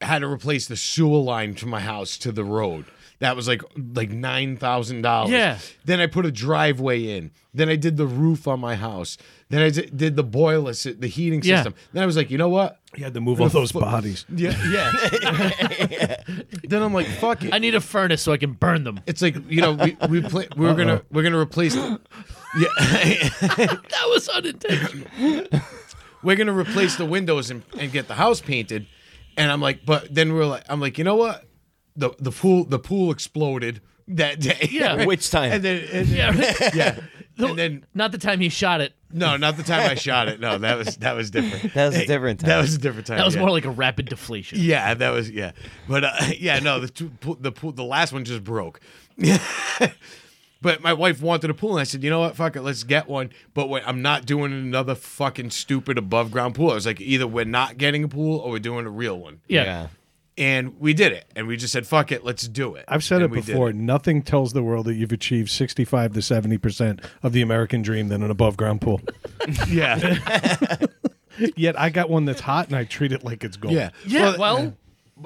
S4: had to replace the sewer line from my house to the road. That was like like nine thousand dollars.
S3: Yeah.
S4: Then I put a driveway in. Then I did the roof on my house. Then I d- did the boiler, si- the heating
S3: Yeah.
S4: system. Then I was like, you know what?
S1: You had to move all those bodies.
S4: Yeah, yeah.
S3: <laughs>
S4: then I'm like, fuck it.
S3: I need a furnace so I can burn them.
S4: It's like you know we we play, we're gonna we're gonna replace the, yeah
S3: That was unintentional.
S4: we're gonna replace the windows and, and get the house painted. And I'm like, but then we're like, I'm like, you know what? The the pool the pool exploded that day. <laughs>
S3: Yeah.
S2: Which time?
S4: And then, and then-
S3: Yeah, right.
S4: yeah. And then
S3: not the time he shot it.
S4: no, not the time I shot it. No, that was that was different.
S2: That was a different time.
S4: That was a different time.
S3: That was
S4: Oh, yeah.
S3: more like a rapid deflation.
S4: Yeah, that was yeah. But uh, <laughs> yeah, no, the two, pool- the pool, the last one just broke. <laughs> but my wife wanted a pool, and I said, you know what, fuck it, let's get one. But wait, I'm not doing another fucking stupid above ground pool. I was like, either we're not getting a pool or we're doing a real one.
S3: Yeah.
S4: And we did it, and we just said, fuck it, let's do it. <laughs>
S1: I've said
S4: And
S1: it
S4: we did
S1: before. Nothing tells the world that you've achieved 65 to 70 percent of the American dream than an above ground
S4: <laughs>
S1: pool.
S4: Yeah,
S1: Yet I got one that's hot and I treat it like it's gold.
S4: yeah,
S3: Yeah. Well,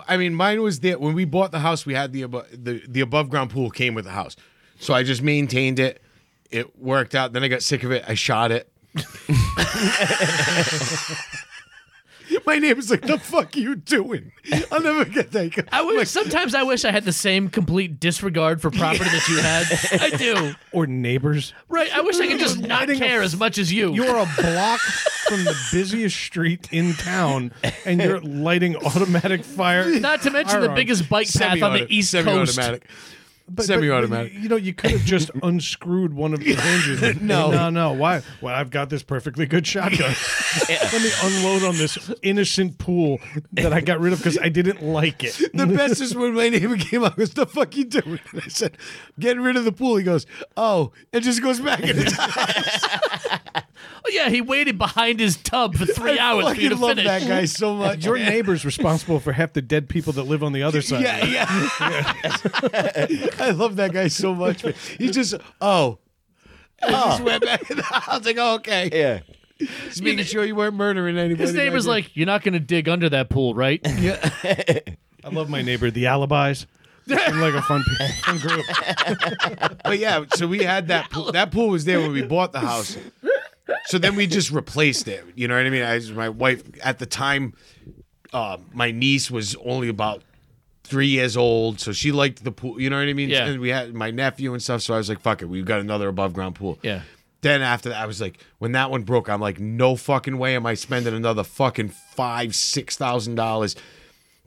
S4: I mean, mine was there when we bought the house. We had the above the, the above ground pool came with the house, so I just maintained it. It worked out. Then I got sick of it. I shot it. <laughs> My neighbor's like, "The fuck are you doing?" I'll never get that.
S3: I wish, sometimes I wish I had the same complete disregard for property that you had. I do.
S1: Or neighbors.
S3: Right. I wish I could just not
S1: lighting a-
S3: care as much as you.
S1: You're a
S4: <laughs>
S1: block from the busiest street in town and you're lighting automatic fire.
S4: <laughs>
S3: Not to mention the
S1: firearms.
S3: biggest bike path on the
S4: Semi-auto-
S3: East Coast.
S4: semi-automatic.
S1: But- but- but
S4: Semi-automatic.
S1: you know, you could have
S4: <laughs>
S1: just unscrewed one of the hinges.
S4: No.
S1: no, no. Why? Well, I've got this perfectly good
S4: <laughs>
S1: shotgun. Let me unload on this innocent pool that I got rid of because I didn't like it.
S4: The best is when my neighbor came out. Goes, the fuck you doing? And I said, getting rid of the pool. He goes, oh, and just goes back in the
S3: <laughs>
S4: house.
S3: Oh yeah, he waited behind his tub for
S4: <laughs>
S3: three hours for you to
S4: fucking love
S3: finish.
S4: that guy so much.
S1: Your neighbor's responsible for half the dead people that live on the other side.
S4: Yeah, yeah. <laughs> I love that guy so much. man. He just oh. I just went back in the house like, oh, okay.
S2: Yeah.
S4: Just making sure you weren't murdering anybody.
S3: His neighbor's
S4: back
S3: like, "You're not going to dig under that pool, right?"
S4: there." <laughs> yeah.
S1: I love my neighbor. The alibis. I'm like a fun, fun group.
S4: But yeah, so we
S3: <laughs>
S4: had that pool. That pool was there when we bought the house. So then we just replaced it. You know what I mean? I, my wife at the time, uh, my niece was only about three years old, so she liked the pool. You know what I mean?
S3: Yeah.
S4: And we had my nephew and stuff. So I was like, "Fuck it, we've got another above ground pool."
S3: Yeah.
S4: Then after that, I was like, when that one broke, I'm like, no fucking way am I spending another fucking five, six thousand dollars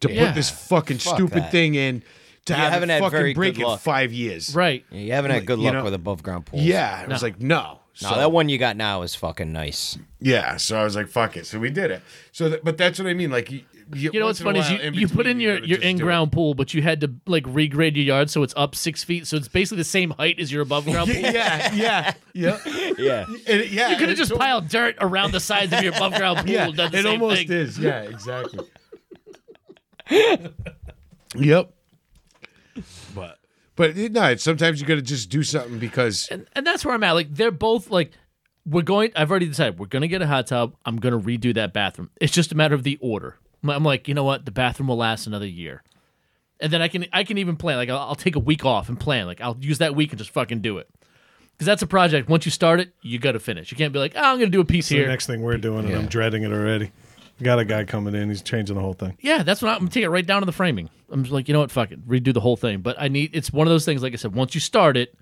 S4: to
S3: Yeah.
S4: put this fucking stupid
S2: that.
S4: thing in to
S2: You
S4: have
S2: haven't
S4: it
S2: had
S4: fucking
S2: very
S4: break
S2: good
S4: in
S2: luck.
S4: five years.
S3: Right.
S2: Yeah, you haven't had good
S4: you
S2: luck
S4: know-
S2: with above ground pools.
S4: Yeah. It was like, no.
S2: No,
S4: So-
S2: that one you got now is fucking nice.
S4: Yeah, so I was like, "Fuck it." So we did it. So, that, but that's what I mean. Like, you, you,
S3: You know
S4: once
S3: what's
S4: in a
S3: funny is you,
S4: while,
S3: you put
S4: between,
S3: in your,
S4: gotta
S3: your
S4: just do it.
S3: in ground pool, but you had to like regrade your yard so it's up six feet, so it's basically the same height as your above ground pool.
S4: <laughs> <laughs> Yeah, yeah, yeah, <laughs>
S2: Yeah.
S4: And it- yeah.
S3: You could have just
S4: it's al-
S3: piled dirt around the sides of your above ground pool.
S4: <laughs> Yeah,
S3: and done the
S4: it
S3: same
S4: almost
S3: thing.
S4: is.
S3: <laughs>
S4: Yeah, exactly. yep. But but it- no, it's- sometimes you got to just do something because
S3: and that's where I'm at. Like they're both like we're going. I've already decided we're gonna get a hot tub. I'm gonna redo that bathroom. It's just a matter of the order. I'm- I'm like, you know what? The bathroom will last another year, and then I can I can even plan. Like I'll, I'll take a week off and plan. Like I'll use that week and just fucking do it. Because that's a project. Once you start it, you got to finish. You can't be like, oh, I'm gonna do a piece
S1: The
S3: here.
S1: next thing we're doing, and I'm dreading it already. Got a guy coming in. He's changing the whole thing.
S3: Yeah, that's what I'm, I'm gonna take it right down to the framing. I'm just like, you know what, fuck it, redo the whole thing. But I need it's one of those things. Like I said, once you start it,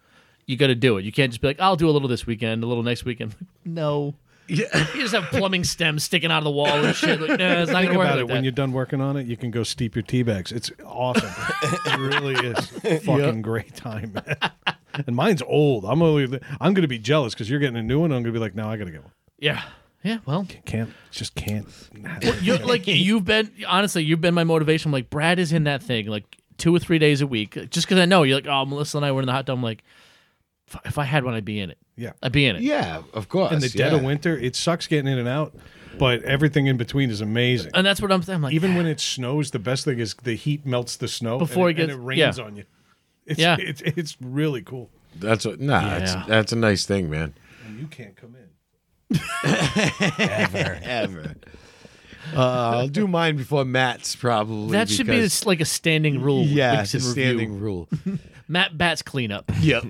S3: you got to do it. You can't just be like, I'll do a little this weekend, a little next weekend. <laughs> no,
S4: yeah,
S3: you just have plumbing stems sticking out of the wall and shit. Like, nah, it's not
S1: Think
S3: gonna work
S1: about
S3: like
S1: it. When
S3: that.
S1: you're done working on it, you can go steep your tea bags. It's awesome. it really is. Fucking great time, man. And mine's old. I'm only. I'm gonna be jealous because you're getting a new one. I'm gonna be like, no, I gotta get one.
S3: yeah, yeah. Well,
S1: Can't. Just can't.
S3: you like you've been honestly, you've been my motivation. I'm like Brad is in that thing like two or three days a week, just because I know you're like, oh, Melissa and I were in the hot tub. I'm like, "F- if I had one, I'd be in it.
S1: Yeah.
S3: I'd be in it.
S4: yeah, of course.
S1: In the dead
S4: yeah.
S1: of winter, it sucks getting in and out, but everything in between is amazing.
S3: And that's what I'm. I'm like,
S1: Even when it snows, the best thing is the heat melts the snow
S3: Before
S1: and
S3: it
S1: and
S3: gets-
S1: rains
S3: yeah.
S1: on you. It's,
S3: Yeah.
S1: it's, it's really cool.
S4: That's a, nah. That's,
S3: Yeah.
S4: that's a nice thing, man.
S1: And you can't come in.
S4: Ever. Uh, I'll do mine before Matt's probably.
S3: that should be
S4: because-
S3: s- like a standing rule. with
S4: yeah,
S3: Weeks
S4: it's
S3: in
S4: a
S3: Review. <laughs>
S4: standing rule.
S3: Matt Bats
S4: <laughs>
S3: cleanup.
S4: Yep.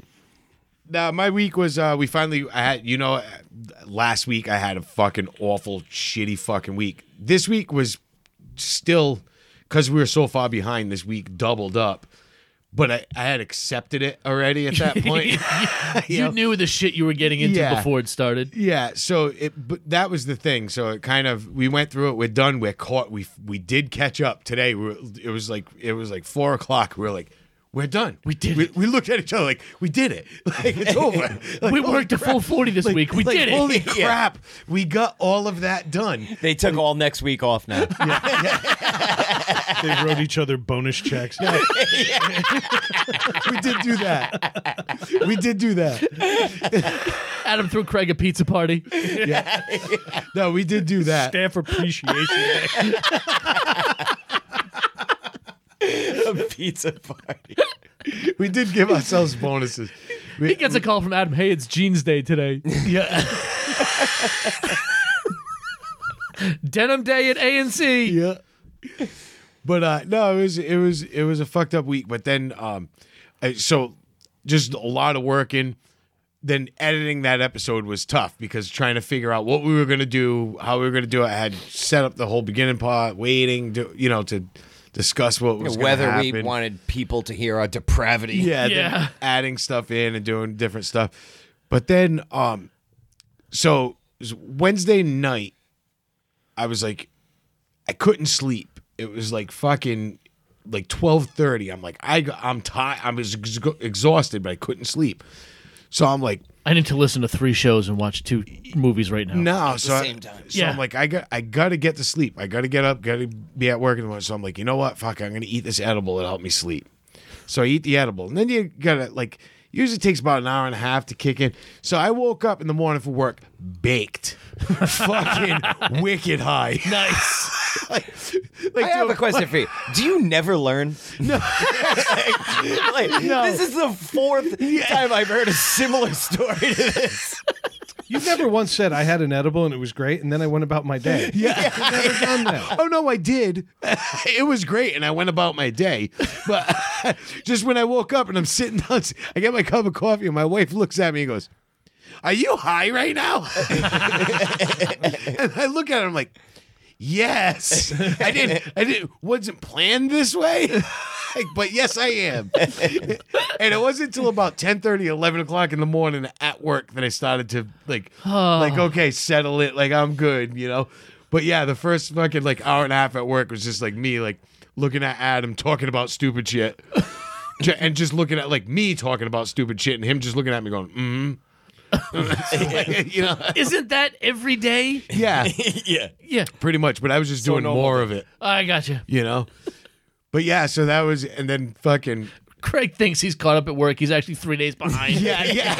S4: Now my week was uh we finally I had you know last week I had a fucking awful shitty fucking week. This week was still because we were so far behind this week doubled up. But I, I had accepted it already
S3: <laughs>
S4: at that point. <laughs>
S3: you knew the shit you were getting into
S4: Yeah.
S3: before it started.
S4: Yeah, so it but that was the thing. So it kind of we went through it. We're done. We're caught. We we did catch up today. We were, it was like it was like four o'clock. We were like, we're done.
S3: We did
S4: We,
S3: it.
S4: we looked at each other like we did it. <laughs> Like
S3: <laughs>
S4: it's over. <laughs> Like,
S3: we
S4: holy
S3: worked a
S4: crap.
S3: full forty this week. We
S4: Like,
S3: did it. <laughs>
S4: Holy
S2: Yeah.
S4: crap! We got all of that done.
S2: They took all next week off now.
S1: They wrote each other bonus checks. <laughs> Yeah,
S4: We did do that.
S3: <laughs>
S4: we did do that.
S3: Adam threw Craig a pizza party. <laughs>
S4: No, we did do that.
S1: Staff appreciation. Day.
S2: a <laughs> pizza party.
S4: We did give ourselves bonuses.
S3: <laughs> He gets a call from Adam. Hey, it's Jeans Day today.
S4: <laughs> Yeah.
S3: <laughs> Denim Day at ANC.
S4: yeah. But uh no, it was it was it was a fucked up week. But then um I- so just a lot of working. Then editing that episode was tough because trying to figure out what we were gonna do, how we were gonna do it. I had set up the whole beginning part, waiting to you know, to discuss what was gonna
S2: Whether we
S4: happen.
S2: wanted people to hear our depravity.
S4: Yeah, then
S3: Yeah.
S4: adding stuff in and doing different stuff. But then um so it was Wednesday night I was like I couldn't sleep. It was like fucking like 12:30. I'm like I I'm tired. I'm ex- exhausted, but I couldn't sleep. So I'm like
S3: I need to listen to three shows and watch two movies right now.
S4: no, so I-
S2: same time.
S4: So
S3: Yeah.
S4: I'm like, I got, I got to get to sleep. I got to get up, got to be at work in the morning. So I'm like, you know what? Fuck, I'm gonna eat this edible. It'll help me sleep. So I eat the edible, and then you gotta like. Usually takes about an hour and a half to kick in. So I woke up in the morning for work, baked, <laughs>
S2: <laughs>
S4: fucking wicked high. <laughs>
S3: Nice.
S4: like,
S2: I
S4: like
S2: have
S4: dude,
S2: a question for you. Do you never learn? No. <laughs> This is the fourth time I've heard a similar story to this.
S1: You've never once said I had an edible and it was great, and then I went about my day. <laughs> Yeah, You've never done <laughs> that.
S4: Oh no, I did. <laughs> it was great, and I went about my day. But <laughs> just when I woke up and I'm sitting down, <laughs> I get my cup of coffee, and my wife looks at me and goes, "Are you high right now?" <laughs> and I look at her, I'm like, "Yes, I didn't. I didn't. Wasn't planned this way." <laughs> Like, but yes, I am. and it wasn't until about 10 11 o'clock in the morning at work that I started to like, like, okay, settle it. Like, I'm good, you know? But yeah, the first fucking like hour and a half at work was just like me, like looking at Adam talking about stupid shit. Ju- and just looking at like me talking about stupid shit and him just looking at me going, mm. <laughs> you know,
S3: Isn't that every day?
S4: yeah,
S2: <laughs> yeah.
S3: Yeah,
S4: pretty much. But I was just doing
S1: normal.
S4: more of it,
S3: I got you.
S4: you know. But yeah, so that was, and then fucking
S3: Craig thinks he's caught up at work. He's actually three days behind.
S4: yeah, yeah.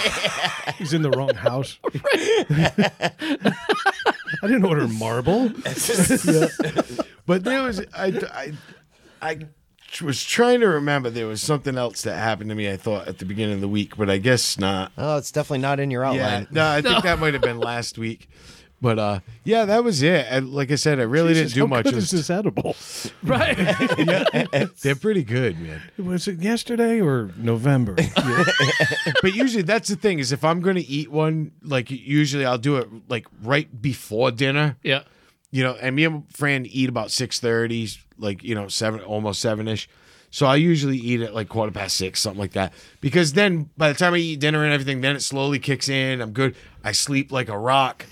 S1: He's in the wrong house. <laughs> I didn't order marble.
S4: But there was I, I, I was trying to remember there was something else that happened to me. I thought at the beginning of the week, but I guess not.
S2: Oh, it's definitely not in your
S4: Yeah,
S2: outline.
S4: no, I think that might
S1: <laughs>
S4: have been last week. But uh, yeah, that was it. And like I said, I really
S1: Jesus,
S4: didn't
S1: how
S4: do much.
S1: good
S4: this-
S1: is this edible?
S3: <laughs> right.
S4: They're pretty good, man.
S1: <laughs> Was it yesterday or November? Yeah.
S4: but usually that's the thing is if I'm gonna eat one, like usually I'll do it like right before dinner.
S3: Yeah.
S4: you know, and me and Fran eat about six thirty, like you know, seven, almost seven ish. So I usually eat at like quarter past six, something like that, because then by the time I eat dinner and everything, then it slowly kicks in. I'm good. I sleep like a rock.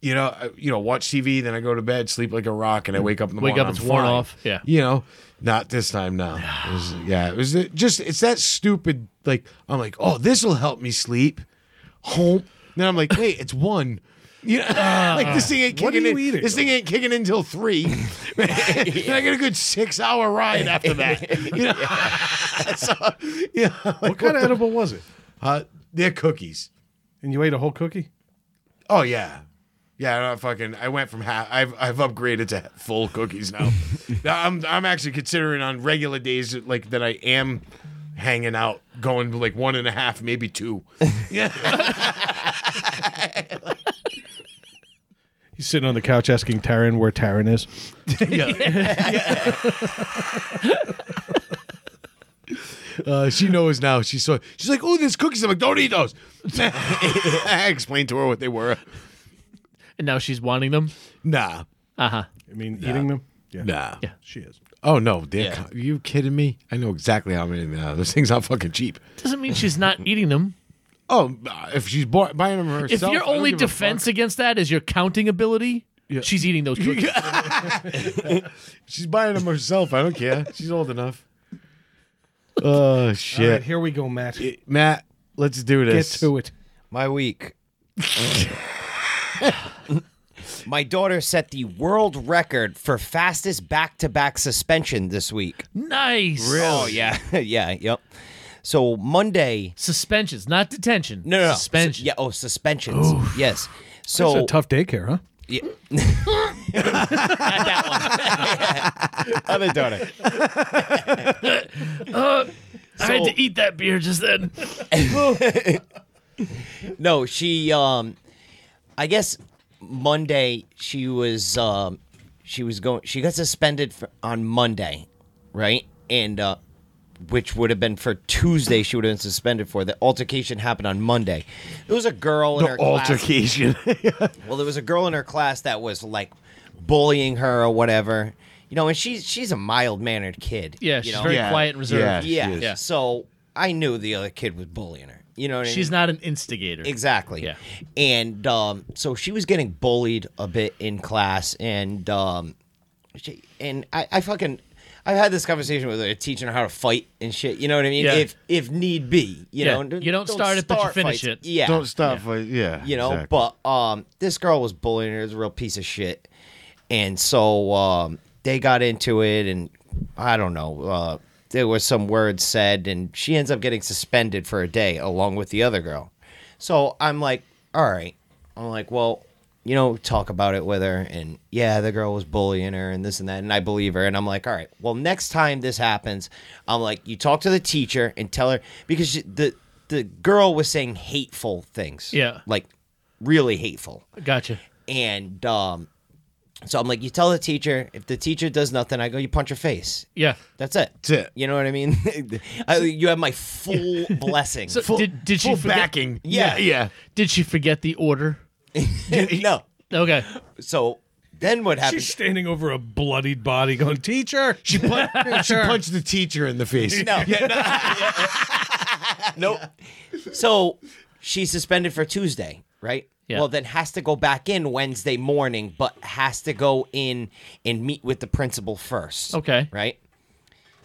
S4: You know, I, you know, watch TV, then I go to bed, sleep like a rock, and I wake up in the
S3: Wake
S4: morning.
S3: up, it's
S4: I'm
S3: worn
S4: fine.
S3: off. Yeah.
S4: You know, not this time now. It was- yeah, it was it just it's that stupid. Like I'm like, oh, this will help me sleep. Home. Then I'm like, wait, it's one. You know, <laughs> like this thing ain't
S1: Uh, what are
S4: kicking
S1: you
S4: in.
S1: eating?
S4: This thing ain't kicking in
S1: <laughs>
S4: until three. <laughs> and I get a good six hour
S1: <laughs>
S4: ride <laughs> after that. You know, so, yeah,
S1: <laughs>
S4: like,
S1: what kind of edible was it?
S4: <laughs> uh, they're cookies.
S1: And you ate a whole cookie?
S4: Oh yeah. Yeah, I don't fucking. I went from half. I've I've upgraded to full
S1: <laughs>
S4: cookies now. now I'm I'm actually considering on regular days like that I am hanging out, going to, like one and a half,
S1: <laughs>
S4: maybe two.
S1: He's sitting on the couch asking Taryn where Taryn is.
S4: Uh, she knows now. She saw. She's like, "Oh, there's cookies." I'm like, "Don't
S1: <laughs>
S4: eat those." <laughs> I explained to her what they were.
S3: And now she's wanting them.
S4: Nah,
S3: Uh huh.
S1: I mean, eating them? Yeah.
S4: nah.
S3: Yeah.
S1: She is.
S4: Oh no, they're co- are you kidding me? I know exactly how many. Nah, those things aren't fucking cheap.
S3: Doesn't mean she's not eating
S4: <laughs>
S3: them.
S4: Oh, uh, if she's bu- buying them herself.
S3: If
S4: I
S3: your
S4: don't
S3: only
S4: give a fuck.
S3: defense against that is your counting ability, she's eating those
S4: <laughs>
S3: cookies.
S4: She's buying them herself. I don't care. She's old enough. Oh
S1: All
S4: shit,
S1: right, here we go, Matt. Get
S4: Matt. Let's do this.
S1: to it.
S2: My week. My daughter set the world record for fastest back-to-back suspension this week.
S3: Nice.
S2: <laughs> Oh yeah, yeah, yep. So Monday,
S3: Suspensions, not detention.
S2: no, no, no.
S3: Suspension.
S2: yeah, oh, suspensions, yes. So
S1: It's a tough daycare, huh?
S2: Yeah. Not that one. Other daughter.
S3: I had to eat that beer just
S4: <laughs>
S3: then.
S2: No, she um I guess Monday she was um she was going she got suspended for, on Monday, right? And uh which would have been for Tuesday she would have been suspended for. The altercation happened on Monday. There was a girl in her class.
S4: Altercation.
S2: Well, there was a girl in her class that was like bullying her or whatever. You know, and she's she's a mild mannered kid.
S3: Yeah,
S2: you
S3: she's
S2: know?
S3: very
S4: Yeah.
S3: quiet and reserved.
S4: Yeah. she
S2: Yeah.
S4: is.
S3: Yeah.
S2: So I knew the other kid was bullying her. You know what I mean?
S3: She's not an instigator.
S2: Exactly.
S3: Yeah.
S2: And um, so she was getting bullied a bit in class, and um, she, and I, I fucking I've had this conversation with her, teaching her how to fight and shit. You know what I mean?
S3: Yeah.
S2: If if need be, you
S3: Yeah.
S2: know.
S3: You don't start it, but you finish
S2: fights.
S3: it.
S2: Yeah.
S4: Don't stop. Yeah. yeah
S2: you know,
S4: exactly.
S2: but um, this girl was bullying her. It was a real piece of shit, and so um, they got into it, and I don't know. Uh, there was some words said, and she ends up getting suspended for a day along with the other girl. So I'm like, all right. I'm like, well, you know, talk about it with her, and yeah, the girl was bullying her, and this and that, and I believe her, and I'm like, all right. Well, next time this happens, I'm like, you talk to the teacher and tell her because she, the the girl was saying hateful things
S3: Yeah.
S2: like really hateful.
S3: Gotcha.
S2: And um, so I'm like, you tell the teacher. If the teacher does nothing, I go, you punch her face.
S3: Yeah.
S2: That's it. That's
S4: it.
S2: You know what I mean? <laughs> I, you have my full blessing.
S3: So did, did she
S4: full
S3: forget,
S4: backing.
S2: Yeah.
S4: yeah.
S3: Did she forget the order?
S2: <laughs> no.
S3: Okay.
S2: So then what
S1: She's
S2: happens?
S1: standing over a bloodied
S3: <laughs>
S1: body going, Teacher!
S4: She, pun- she punched the teacher in the face.
S2: No. nope. So she's suspended for Tuesday, right?
S3: Yeah.
S2: Well, then has to go back in Wednesday morning, but has to go in and meet with the principal first.
S3: Okay.
S2: Right?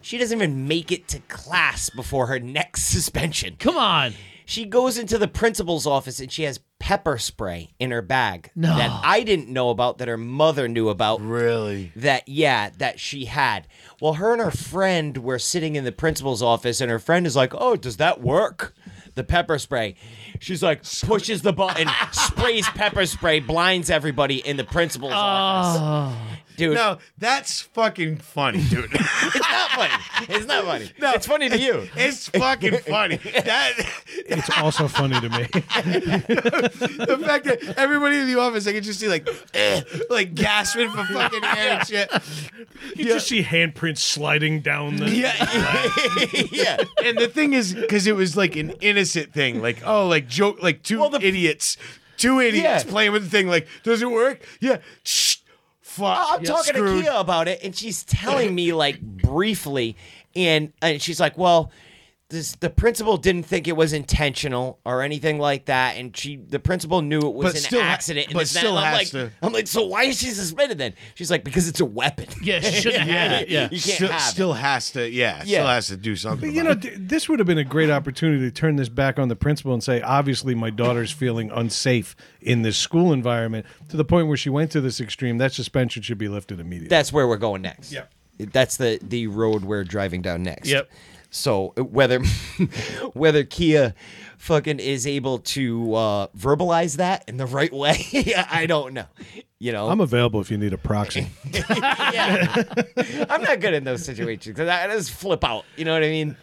S2: She doesn't even make it to class before her next <laughs> suspension.
S3: Come on.
S2: She goes into the principal's office and she has pepper spray in her bag
S3: No.
S2: that I didn't know about, that her mother knew about.
S4: <laughs> Really?
S2: That, yeah, that she had. Well, her and her friend were sitting in the principal's office, and her friend is like, Oh, does that work? The pepper spray. She's like, pushes the button, sprays pepper spray, blinds everybody in the principal's office.
S3: Oh.
S2: Dude,
S4: No, that's fucking funny, dude.
S2: it's not funny. It's not funny.
S4: No,
S2: it's funny to you.
S4: it's fucking funny. That
S1: It's also funny to me.
S4: <laughs> the fact that everybody in the office, I could just see like, eh, like gasping for fucking air and shit.
S1: <laughs> You just see handprints sliding down the.
S4: Yeah. <laughs>
S2: yeah.
S4: and the thing is, because it was like an innocent thing, like oh, like joke, like two
S2: Well, the-
S4: idiots, two idiots
S2: Yeah.
S4: playing with the thing. Like, does it work? Yeah. Shh. Fuck.
S2: Oh, I'm
S4: Yeah,
S2: talking
S4: screwed.
S2: to Kia about it, and she's telling me like briefly, and and she's like, "Well, this the principal didn't think it was intentional or anything like that, and she the principal knew it was
S4: But
S2: an
S4: still ha-
S2: accident." and
S4: but
S2: this and that."
S4: still
S2: And I'm
S4: has
S2: like,
S4: to-
S2: I'm like, so why is she suspended then? She's like, because it's a weapon.
S3: Yeah, she shouldn't
S2: <laughs>
S3: have had it. Yeah.
S2: you can't
S4: still,
S2: have it.
S4: still has to. Yeah,
S2: Yeah.
S4: Still has to do something.
S1: But you know, th- this would have been a great opportunity to turn this back on the principal and say, obviously, my daughter's feeling unsafe in this school environment to the point where she went to this extreme. That suspension should be lifted immediately.
S2: That's where we're going next.
S1: Yeah.
S2: That's the the road we're driving down next.
S3: Yep.
S2: So uh, whether <laughs> whether Kia fucking is able to uh, verbalize that in the right way, <laughs> I don't know. You know,
S1: I'm available if you need a proxy.
S2: yeah. <laughs> I'm not good in those situations because I, I just flip out. You know what I mean?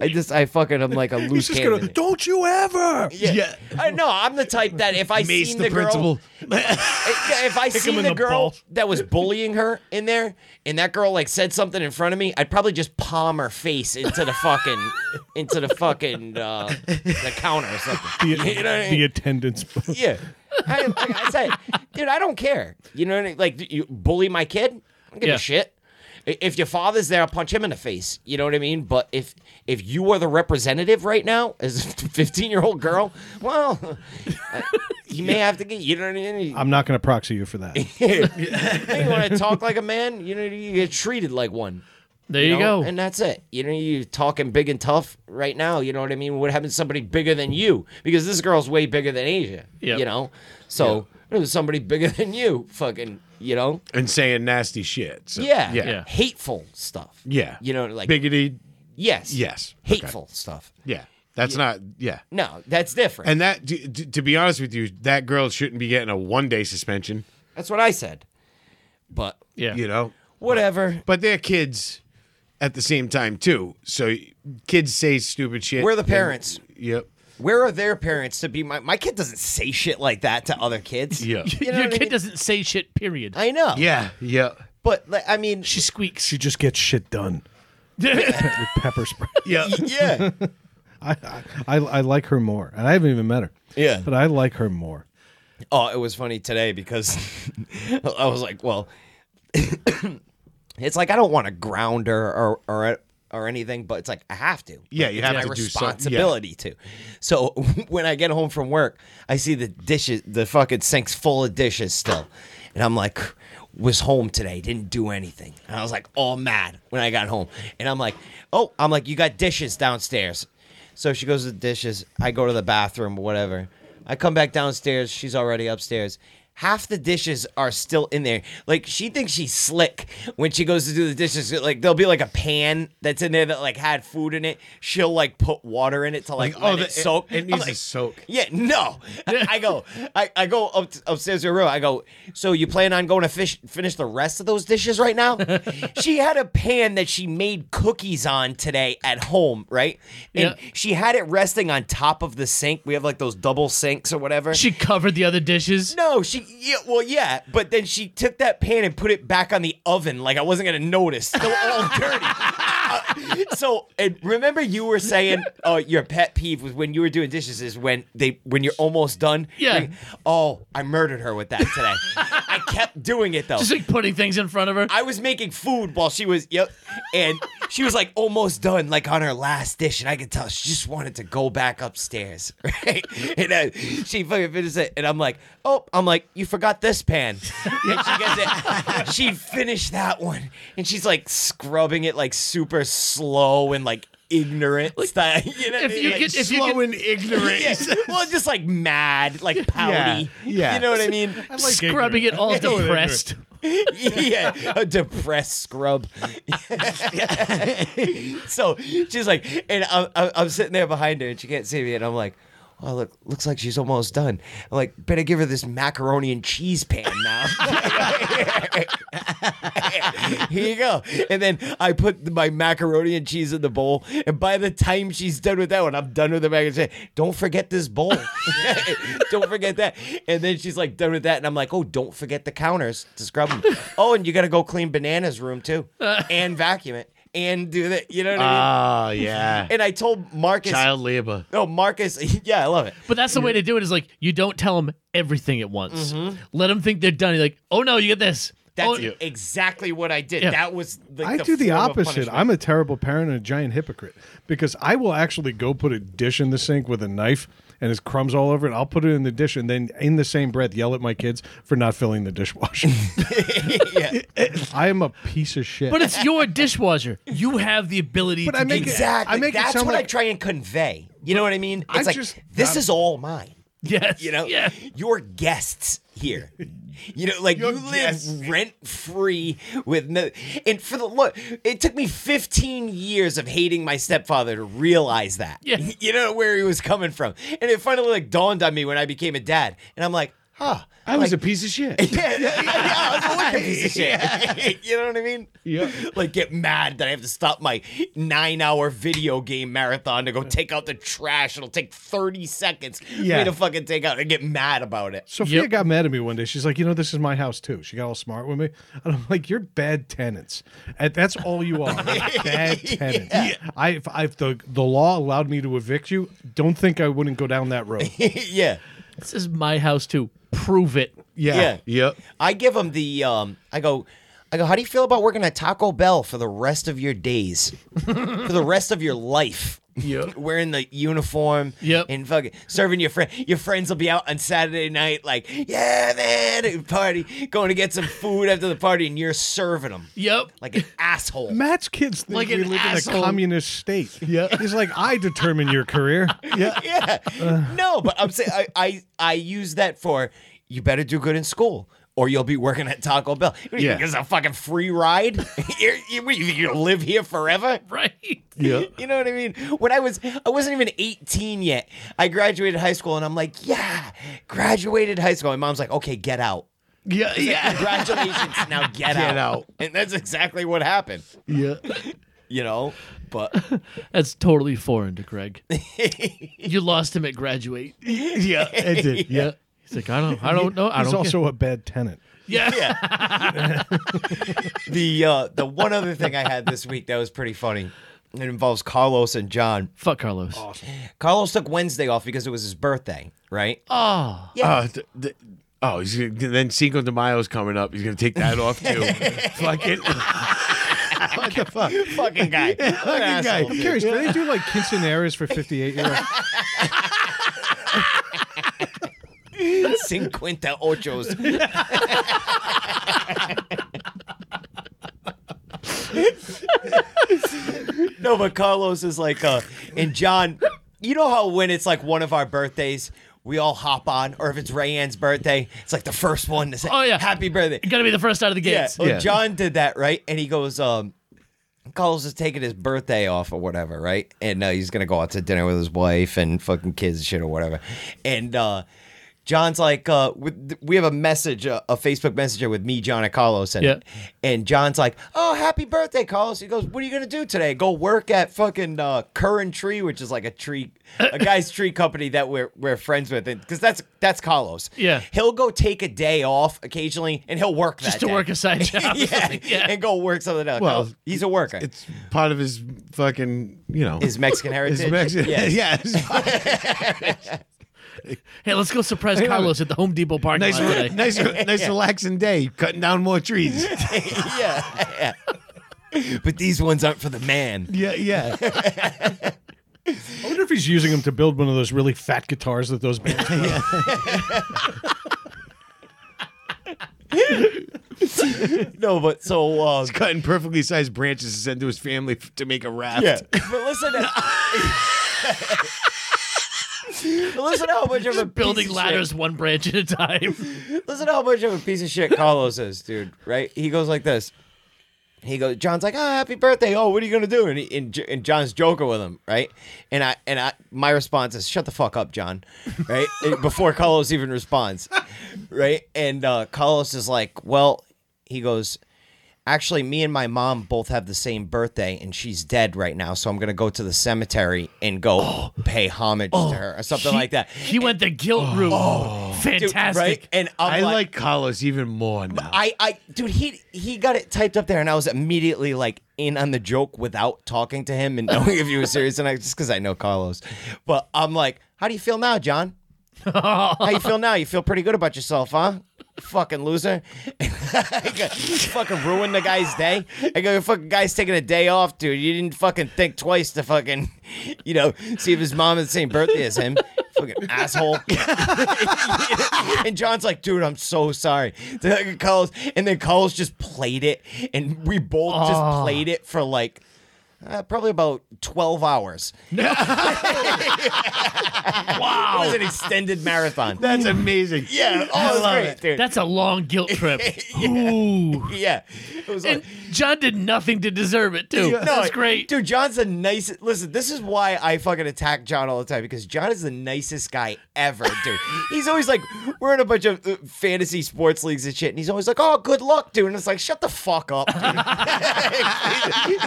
S2: I just I fucking I'm like a loose cannon.
S1: Don't you ever?
S2: yeah. I know. I'm the type that if I
S4: Mace
S2: seen
S4: the,
S2: the, girl,
S4: principal.
S2: yeah, if I seen
S1: him
S2: the,
S1: in the
S2: girl
S1: balls.
S2: that was bullying her in there, and that girl like said something in front of me, I'd probably just palm her face into the fucking <laughs> into the fucking uh, the counter or something.
S1: The,
S2: <laughs> You know what I
S1: the
S2: mean?
S1: attendance. <laughs>
S2: Yeah, I, like I said, dude, I don't care. You know what I mean? Like you bully my kid, I don't give
S3: Yeah.
S2: a shit. I- If your father's there, I'll punch him in the face. You know what I mean? But if if you are the representative right now as a <laughs> 15 year old girl, well, <laughs> uh, you may have to get. You know what I mean?
S1: I'm not going to proxy you for that.
S2: <laughs> Hey, you want to talk like a man? You know, you get treated like one.
S3: There you,
S2: know?
S3: go.
S2: And that's it. You know, you talking big and tough right now. You know what I mean? What happens to somebody bigger than you? Because this girl's way bigger than Asia.
S3: Yep.
S2: You know? So it was somebody bigger than you, fucking, you know?
S4: and saying nasty shit. So,
S2: Yeah.
S4: Yeah.
S3: Yeah.
S2: Hateful stuff.
S4: Yeah.
S2: You know, like,
S4: Biggity.
S2: yes.
S4: Yes. Okay.
S2: Hateful stuff.
S4: Yeah. That's not. Yeah.
S2: No, that's different.
S4: And that, d- d- to be honest with you, that girl shouldn't be getting a one day suspension,
S2: that's what I said. But
S3: yeah. <laughs>
S4: you know?
S2: whatever.
S4: But they're kids at the same time, too. So kids say stupid shit.
S2: We're the
S4: and-
S2: parents.
S4: yep.
S2: Where are their parents to be? My, my kid doesn't say shit like that to other kids.
S4: Yeah.
S2: You know
S3: Your
S2: what I
S3: kid
S2: mean?
S3: doesn't say shit, period.
S2: I know.
S4: Yeah. Yeah.
S2: But like, I mean,
S3: she squeaks. <laughs>
S1: She just gets shit done
S3: yeah.
S1: with pepper spray. <laughs>
S4: Yeah.
S2: yeah,
S1: I, I, I, I like her more. And I haven't even met her.
S2: yeah.
S1: But I like her more.
S2: Oh, it was funny today because <laughs> I was like, well, <coughs> it's like I don't want to ground her or or or anything, but it's like I have to.
S4: Yeah, you
S2: It's
S4: have
S2: my
S4: to do some- yeah.
S2: responsibility to. So <laughs> when I get home from work, I see the dishes, the fucking sink's full of dishes still, and I'm like. Was home today, didn't do anything. And I was like all mad when I got home. And I'm like, oh, I'm like, you got dishes downstairs. So she goes to the dishes. I go to the bathroom, whatever. I come back downstairs. She's already upstairs. Half the dishes are still in there. Like she thinks she's slick when she goes to do the dishes. Like there'll be like a pan that's in there that like had food in it. She'll like put water in it to like,
S4: Like,
S2: let
S4: oh,
S2: it
S4: the- it-
S2: soak.
S4: it
S2: I'm
S4: needs to
S2: like,
S4: soak.
S2: Yeah, no. I, <laughs> I go, I, I go up upstairs to her room. I go. So you plan on going to fish, finish the rest of those dishes right now? she had a pan that she made cookies on today at home, right? And
S3: Yeah.
S2: she had it resting on top of the sink. We have like those double sinks or whatever.
S3: She covered the other dishes.
S2: no, she yeah, well yeah, but then she took that pan and put it back on the oven like I wasn't gonna notice. Still
S3: <laughs>
S2: all dirty. Uh, so and remember you were saying uh, your pet peeve was when you were doing dishes is when they when you're almost done.
S3: Yeah.
S2: Like, oh, I murdered her with that today. I I kept doing it though.
S3: Just like putting things in front of her.
S2: I was making food while she was yep, and she was like almost done, like on her last dish, and I could tell she just wanted to go back upstairs, <laughs> right? And uh, she fucking finished it, and I'm like, oh, I'm like, you forgot this pan. And she gets it. <laughs> She'd finished that one, and she's like scrubbing it like super slow and like ignorant style. You know what I
S3: if
S2: mean?
S3: you
S2: Like,
S3: get- if you
S4: slow
S3: could-
S4: and ignorant.
S2: yeah.
S3: <laughs>
S2: well, just <laughs> like mad, like pouty.
S4: yeah.
S2: You know what I mean?
S3: scrubbing it
S2: <laughs>
S3: all depressed.
S2: yeah, a depressed scrub. <laughs> so she's like, and I'm, I'm, I'm sitting there behind her, and she can't see me, and I'm like, oh look, looks like she's almost done. I'm like, better give her this macaroni and cheese pan now. <laughs> <laughs> Here you go. And then I put my macaroni and cheese in the bowl, and by the time she's done with that one, I'm done with the macaroni and cheese. Don't forget this bowl. <laughs> don't forget that. And then she's like done with that, and I'm like, oh, don't forget the counters to scrub them. oh, and you got to go clean Banana's room too, and vacuum it, and do that. You know what I mean?
S4: Oh yeah.
S2: And I told Marcus.
S4: Child labor.
S2: Oh, Marcus. <laughs> Yeah, I love it.
S3: But that's the way to do it is like you don't tell them everything at once. Let them think they're done. You're like, oh no, you get this.
S2: That's
S3: oh,
S2: exactly what I did.
S3: Yeah.
S2: That was. The,
S1: I do the
S2: form of
S1: opposite.
S2: punishment.
S1: I'm a terrible parent and a giant hypocrite because I will actually go put a dish in the sink with a knife and there's crumbs all over it. I'll put it in the dish and then in the same breath yell at my kids for not filling the
S4: <laughs>
S1: dishwasher.
S2: yeah.
S1: <laughs> I am a piece of shit.
S3: But it's your dishwasher. You have the ability
S1: But
S3: to
S1: I
S3: do
S1: make it-
S3: that.
S2: Exactly.
S1: I make it
S2: That's
S1: sound
S2: what I
S1: like-
S2: try and convey. You know what I mean? It's like
S1: just-
S2: this
S1: I'm-
S2: is all mine.
S3: <laughs> Yes.
S2: You know,
S3: Yeah.
S2: you're guests here. You know, like you live
S4: guests.
S2: rent free with no. And for the look, it took me 15 years of hating my stepfather to realize that.
S3: Yeah.
S2: <laughs> You know where he was coming from, and it finally like dawned on me when I became a dad, and I'm like, huh.
S4: I was
S2: Like-
S4: a piece of shit.
S2: yeah, yeah, yeah, I was <laughs> like a piece of shit. <laughs> you know what I mean? Yeah. Like get mad that I have to stop my nine-hour video game marathon to go take out the trash. It'll take thirty seconds for me
S1: Yeah.
S2: to fucking take out and get mad about it. <laughs>
S1: Sophia
S3: Yep.
S1: got mad at me one day. She's like, you know, this is my house too. She got all smart with me. And I'm like, you're bad tenants. And that's all you are. bad tenants. I, if, I, if the, the law allowed me to evict you, don't think I wouldn't go down that road.
S2: yeah.
S3: This is my house too. Prove it.
S2: Yeah.
S4: Yep.
S2: I give him the um. I go. I go. How do you feel about working at Taco Bell for the rest of your
S3: <laughs>
S2: days, for the rest of your life? <laughs>
S3: Yep.
S2: Wearing the uniform.
S3: Yep.
S2: And fucking serving your friend. Your friends will be out on Saturday night, like, yeah, man, and party, going to get some food after the party, and you're serving them
S3: Yep.
S2: like an asshole.
S1: Matt's kids think
S3: Like
S1: we
S3: an
S1: live in
S3: asshole.
S1: a communist state. Yeah. He's like, I determine your career. Yeah.
S2: <laughs> yeah. no, but I'm saying I, I I use that for you better do good in school. Or you'll be working at Taco Bell. What do you
S4: Yeah.
S2: think, It's a fucking free ride. <laughs> You're, you, what, you think you'll live here forever? <laughs>
S3: Right.
S4: Yeah.
S2: You know what I mean? When I was, I wasn't even 18 yet. I graduated high school, and I'm like, yeah, graduated high school. My mom's like, okay, get out.
S4: Yeah.
S2: <laughs>
S4: Yeah.
S2: Congratulations, now get,
S4: <laughs> Get out.
S2: And that's exactly what happened.
S4: Yeah.
S2: You know, but
S3: That's totally foreign
S2: <laughs>
S3: to Greg. you lost him at graduate.
S4: Yeah.
S1: <laughs>
S4: It did. Yeah.
S3: He's like,
S2: <laughs>
S3: I don't, I don't know. I
S1: He's
S3: don't.
S1: also a bad tenant.
S3: yeah. <laughs> yeah.
S2: the uh, the one other thing I had this week that was pretty funny. It involves Carlos and John.
S3: Fuck Carlos.
S2: Carlos took Wednesday off because it was his birthday, right?
S3: Oh.
S4: Oh, th- th- oh, he's gonna, then Cinco de Mayo's coming up. He's gonna take that
S2: <laughs>
S4: off too. Fucking. what the fuck?
S2: <laughs> fucking guy. What an
S4: guy.
S2: asshole,
S1: <laughs> I'm
S2: dude.
S1: curious, do they do like quinceaneras for 58 year olds?
S2: Cinquenta ochos. no, but Carlos is like, uh, and John, you know how when it's like one of our birthdays, we all hop on, or if it's Rayanne's birthday, it's like the first one to say,
S3: Oh, yeah.
S2: happy birthday."
S3: You gotta be the first out of the
S2: Yeah,
S3: gates.
S2: well,
S4: Yeah.
S2: John did that right, and he goes, um, Carlos is taking his birthday off or whatever, right? And uh, he's gonna go out to dinner with his wife and fucking kids and shit or whatever. And uh, John's like, uh, with, we have a message, uh, a, a Facebook messenger with me, John, and Carlos in it.
S3: Yeah.
S2: And John's like, "Oh, happy birthday, Carlos!" He goes, "What are you gonna do today? Go work at fucking uh, Curran Tree, which is like a tree,
S3: <laughs>
S2: a guy's tree company that we're we're friends with, because that's that's Carlos.
S3: Yeah.
S2: he'll go take a day off occasionally, and he'll work that
S3: Just to
S2: day.
S3: work a side job. <laughs>
S2: <laughs>
S3: or
S2: yeah,
S3: something. yeah.
S2: and go work something else.
S4: Well,
S2: No, he's a worker.
S4: It's part of his fucking. You know.
S2: <laughs>
S4: <laughs>
S2: his Mexican heritage.
S4: His Mexican.
S2: Yeah.
S4: Yeah. his-
S3: Hey, let's go surprise Carlos at the Home Depot parking
S4: Nice,
S3: lot today.
S4: nice,
S2: <laughs>
S4: nice, relaxing day. Cutting down more trees.
S2: <laughs> yeah. But these ones aren't for the man.
S4: Yeah, yeah.
S1: I wonder if he's using them to build one of those really fat guitars that those bands. play.
S2: No, but so uh,
S4: Cutting perfectly sized branches to send to his family f- to make a raft.
S2: Yeah. But listen <laughs> to But listen to how much of a piece
S3: Building
S2: of
S3: ladders one branch at
S2: <laughs>
S3: a time.
S2: Shit, listen to how much of a piece of shit Carlos is, dude. Right? He goes like this. He goes. John's like, "Oh, happy birthday! Oh, what are you gonna do?" And, he, and J- and John's joking with him, right? And I and I my response is, "Shut the fuck up, John!" Right? <laughs> And Before Carlos even responds, right? And uh, Carlos is like, "Well," he goes, actually me and my mom both have the same birthday and she's dead right now so i'm gonna go to the cemetery and go <gasps> pay homage
S4: Oh,
S2: to her or something
S3: He-
S2: like that Oh.
S3: He went the guilt route.
S2: Dude,
S3: Fantastic.
S2: right and I'm
S4: I like Carlos even more now.
S2: I, I dude he he got it typed up there and i was immediately like in on the joke without talking to him and knowing if he was serious and i just because i know carlos but i'm like how do you feel now john how you feel now you feel pretty good about yourself huh fucking loser <laughs> I go, you fucking ruined the guy's day i go your fucking guy's taking a day off dude you didn't fucking think twice to fucking you know see if his mom has the same birthday as him fucking asshole and John's like, dude, I'm so sorry. So, like, Carlos, and then Carlos just played it, and we both just played it for like uh, probably about 12 hours. <laughs> wow. It was an extended
S4: <laughs>
S2: marathon.
S4: That's amazing.
S2: yeah. Oh, it was great, dude.
S3: That's a long
S2: <laughs>
S3: guilt trip. Ooh.
S2: yeah. It was
S3: And
S2: like.
S3: John did nothing to deserve
S2: <laughs>
S3: it, too. That's great.
S2: Dude, John's the nicest. Listen, this is why I fucking attack John all the time because John is the nicest guy ever,
S3: <laughs>
S2: dude. he's always like, we're in a bunch of uh, fantasy sports leagues and shit, and he's always like, oh, good luck, dude. And it's like, shut the fuck up,
S3: <laughs>
S2: dude. <laughs> he's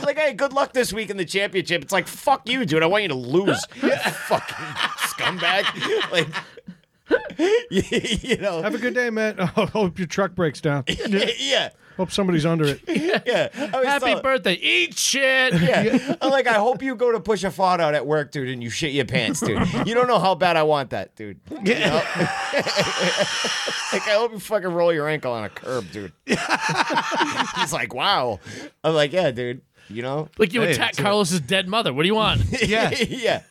S2: like, hey, good luck this week in the championship. It's like, fuck you, dude. I want you to lose, you
S3: <laughs>
S2: fucking scumbag. Like, <laughs> you know.
S1: Have a good day, Matt. <laughs> I hope your truck breaks down.
S2: <laughs> yeah,
S1: Hope somebody's under it.
S2: yeah. I always
S3: Happy
S2: tell-
S3: birthday. Eat shit.
S2: Yeah. <laughs> I'm like, I hope you go to push a fart out at work, dude, and you shit your pants, dude. You don't know how bad I want that, dude. You know? <laughs> like, I hope you fucking roll your ankle on a curb, dude. He's like, wow. I'm like, yeah, dude. You know? <laughs>
S3: Like you
S4: Hey,
S3: attack
S4: it's a-
S3: Carlos's dead mother. What do you want?
S4: Yeah. <laughs>
S2: yeah.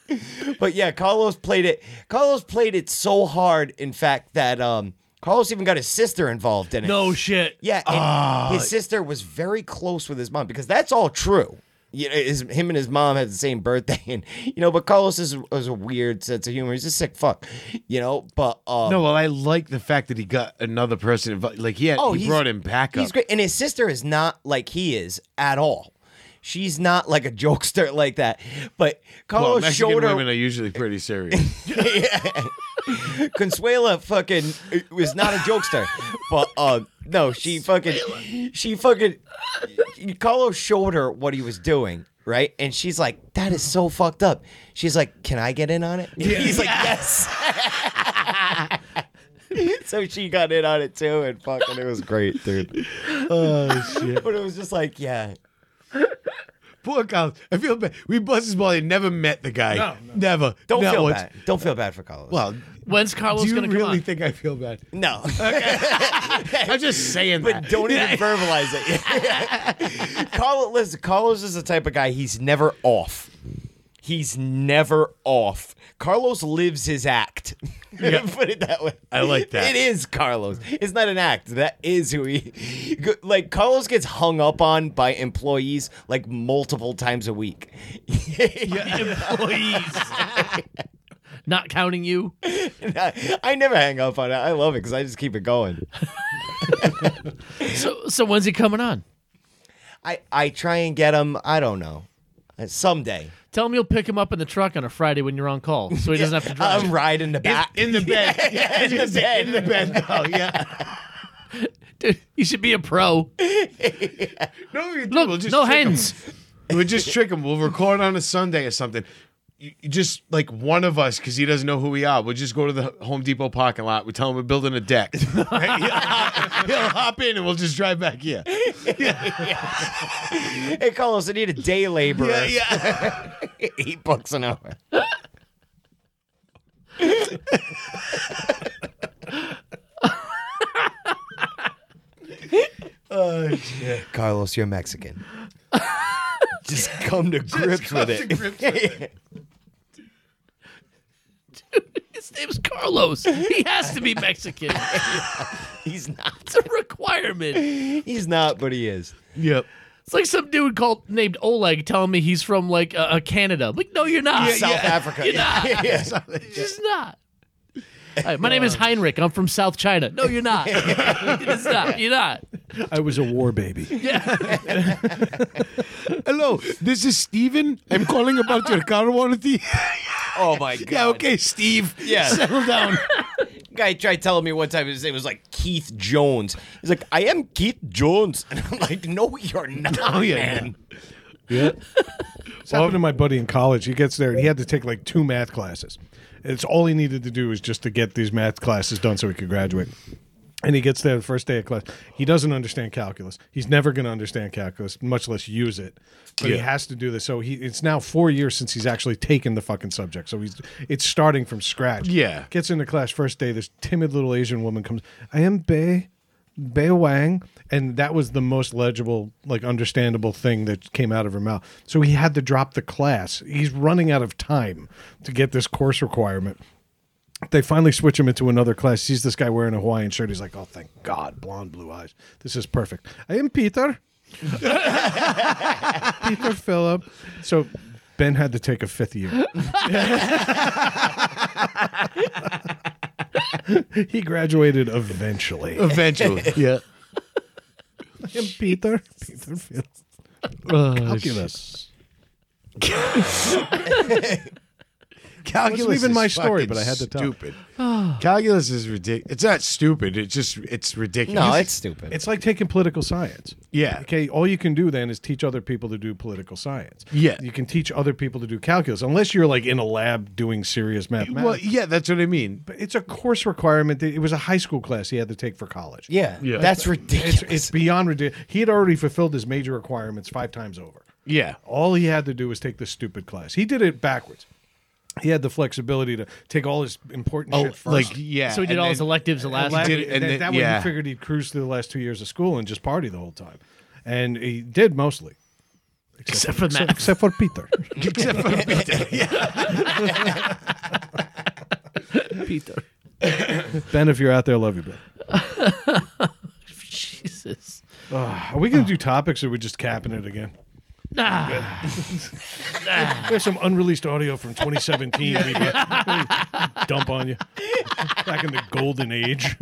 S2: But yeah, Carlos played it. Carlos played it so hard, in fact, that um Carlos even got his sister involved in it.
S3: no shit.
S2: Yeah, and
S4: Ah.
S2: his sister was very close with his mom because that's all true. You know, his, him and his mom had the same birthday, <laughs> and you know, but Carlos is, is a weird sense of humor. He's a sick fuck, you know. But um,
S4: No, well, I like the fact that he got another person involved. Like he had,
S2: Oh,
S4: he
S2: he's-
S4: brought him back up.
S2: he's great, and his sister is not like he is at all. She's not like a <laughs> jokester like that. But
S4: Well,
S2: Carlos
S4: Mexican
S2: showed her
S4: women are usually pretty serious.
S2: Consuela fucking was not a jokester, but um, no, she fucking, she fucking, Carlos showed her what he was doing, right? And she's like, "That is so fucked up." She's like, "Can I get in on it?" He's like, "Yes." <laughs> so she got in on it too, and fucking, it was great, dude. Oh shit! <laughs> But it was just like, yeah,
S4: <laughs> Poor Carlos. I feel bad. We bust his ball. He never met the guy.
S1: No, no.
S4: Never.
S2: don't
S4: Not
S2: feel
S4: once.
S2: bad. Don't feel bad for Carlos.
S4: Well,
S3: When's
S4: do
S3: Carlos
S4: you
S3: going to come
S4: really
S3: on?
S4: think I feel bad?
S2: no. <laughs>
S4: I'm just saying
S2: But
S4: that.
S2: don't even verbalize it. <laughs> Carlos, listen, Carlos is the type of guy he's never off. He's never off. Carlos lives his act. <laughs> Put it that way.
S4: I like
S2: It
S4: that.
S2: is Carlos. It's not an act. That is who he. Like Carlos gets hung up on by employees like multiple times a week. <laughs>
S3: Employees. <laughs> Not counting you.
S2: I never hang up on it. I love it because I just keep it going.
S3: So, so when's he coming on?
S2: I I try and get him. I don't know. Someday.
S3: Tell him you'll pick him up in the truck on a Friday when you're on call, so he doesn't
S4: <laughs>
S3: have to drive.
S2: I'm riding Uh, the back.
S4: in the bed. <laughs> Yeah,
S2: in the bed.
S4: In the bed. <laughs> Oh, yeah.
S3: Dude, he should be a pro.
S4: No, you
S3: Look,
S4: we'll just
S3: no
S4: trick 'em.
S3: hands.
S4: We'll just trick him. We'll record on a Sunday or something. You- you Just like one of us, because he doesn't know who we are. We'll just go to the Home Depot parking lot. We tell him we're building a
S1: <laughs>
S4: deck. Right? He'll- He'll hop in and we'll just drive back here.
S2: Hey, Carlos, I need a day <laughs> laborer.
S4: yeah.
S2: <laughs> Eight bucks an hour. Oh, Carlos, you're <laughs> Mexican. Just come to grips
S4: come
S2: with it.
S1: <laughs>
S4: to grips with
S3: His name's Carlos. He has to be Mexican.
S2: <laughs> he's not.
S3: It's a requirement.
S2: He's not, but he is.
S4: Yep.
S3: It's like some dude called named Oleg telling me he's from like uh, uh, Canada. I'm like, no, you're not.
S2: South Africa.
S3: You're not.
S2: <laughs> Yeah.
S3: She's not. All right, my name
S4: <laughs>
S3: is Heinrich. I'm from South China. No, you're not. it's not. You're not.
S1: I was a war baby. <laughs>
S4: Hello, this is Steven. I'm calling about your
S2: <laughs>
S4: car warranty.
S2: Oh my god.
S4: yeah, okay, Steve.
S2: Yeah.
S4: Settle down.
S2: Guy tried telling me one time his name was like Keith Jones. He's like, I am Keith Jones. <laughs> And I'm like, no,
S4: <laughs>
S2: you're not,
S4: you're <laughs>
S2: man.
S1: Yeah. This happened to my buddy in college. He gets there and he had to take like two math classes. It's all he needed to do was just to get these math classes done so he could graduate. And he gets there the first day of class. He doesn't understand calculus. He's never going to understand calculus, much less use it. But he has to do this. So he it's now four years since he's actually taken the fucking subject. So he's it's starting from scratch.
S4: Yeah.
S1: Gets into class first day. This timid little Asian woman comes. I am Bei, Bei Wang, and that was the most legible, like understandable thing that came out of her mouth. So he had to drop the class. He's running out of time to get this course requirement they finally switch him into another class. Sees this guy wearing a Hawaiian shirt. He's like, "Oh, thank God, blonde, blue eyes. This is perfect." I am Peter. Peter Phillip. So Ben had to take a fifth year. he graduated eventually.
S4: Oh,
S1: I
S4: Eventually. yeah.
S1: am Peter. Peter Phillip.
S3: Oh,
S1: Calculus.
S4: Calculus
S1: leaving
S4: is
S1: my story,
S4: fucking
S1: but I had to tell.
S4: Stupid. <sighs> Calculus is ridiculous. It's not stupid. It's just it's ridiculous.
S2: No, it's stupid.
S1: It's like taking political science.
S4: Yeah.
S1: Okay. All you can do then is teach other people to do political science.
S4: Yeah.
S1: You can teach other people to do calculus, unless you're like in a lab doing serious mathematics.
S4: well, yeah, that's what I mean.
S1: but it's a course requirement. that- It was a high school class he had to take for college.
S2: yeah,
S4: Yeah.
S2: that's ridiculous.
S1: It's beyond ridiculous. He had already fulfilled his major requirements five times over.
S4: Yeah.
S1: All he had to do was take this stupid class. He did it backwards. He had the flexibility to take all his important shit first.
S4: Oh, Like yeah.
S3: So he did
S4: and
S3: all
S4: then-
S3: his electives the last
S1: Last-
S4: did
S3: week.
S4: it, and
S1: that,
S4: then-
S1: that way
S4: yeah.
S1: he figured he'd cruise through the last two years of school and just party the whole time, and he did mostly,
S3: except for
S1: except,
S3: Matt.
S1: except for Peter.
S4: Except for Peter. Yeah.
S3: Peter.
S1: <laughs> ben, if you're out there, love you, Ben.
S3: <laughs> Jesus.
S1: Are we going to do topics, or are we just capping it again?
S3: Nah.
S1: There's some unreleased audio from 2017 we can dump on you back in the golden age.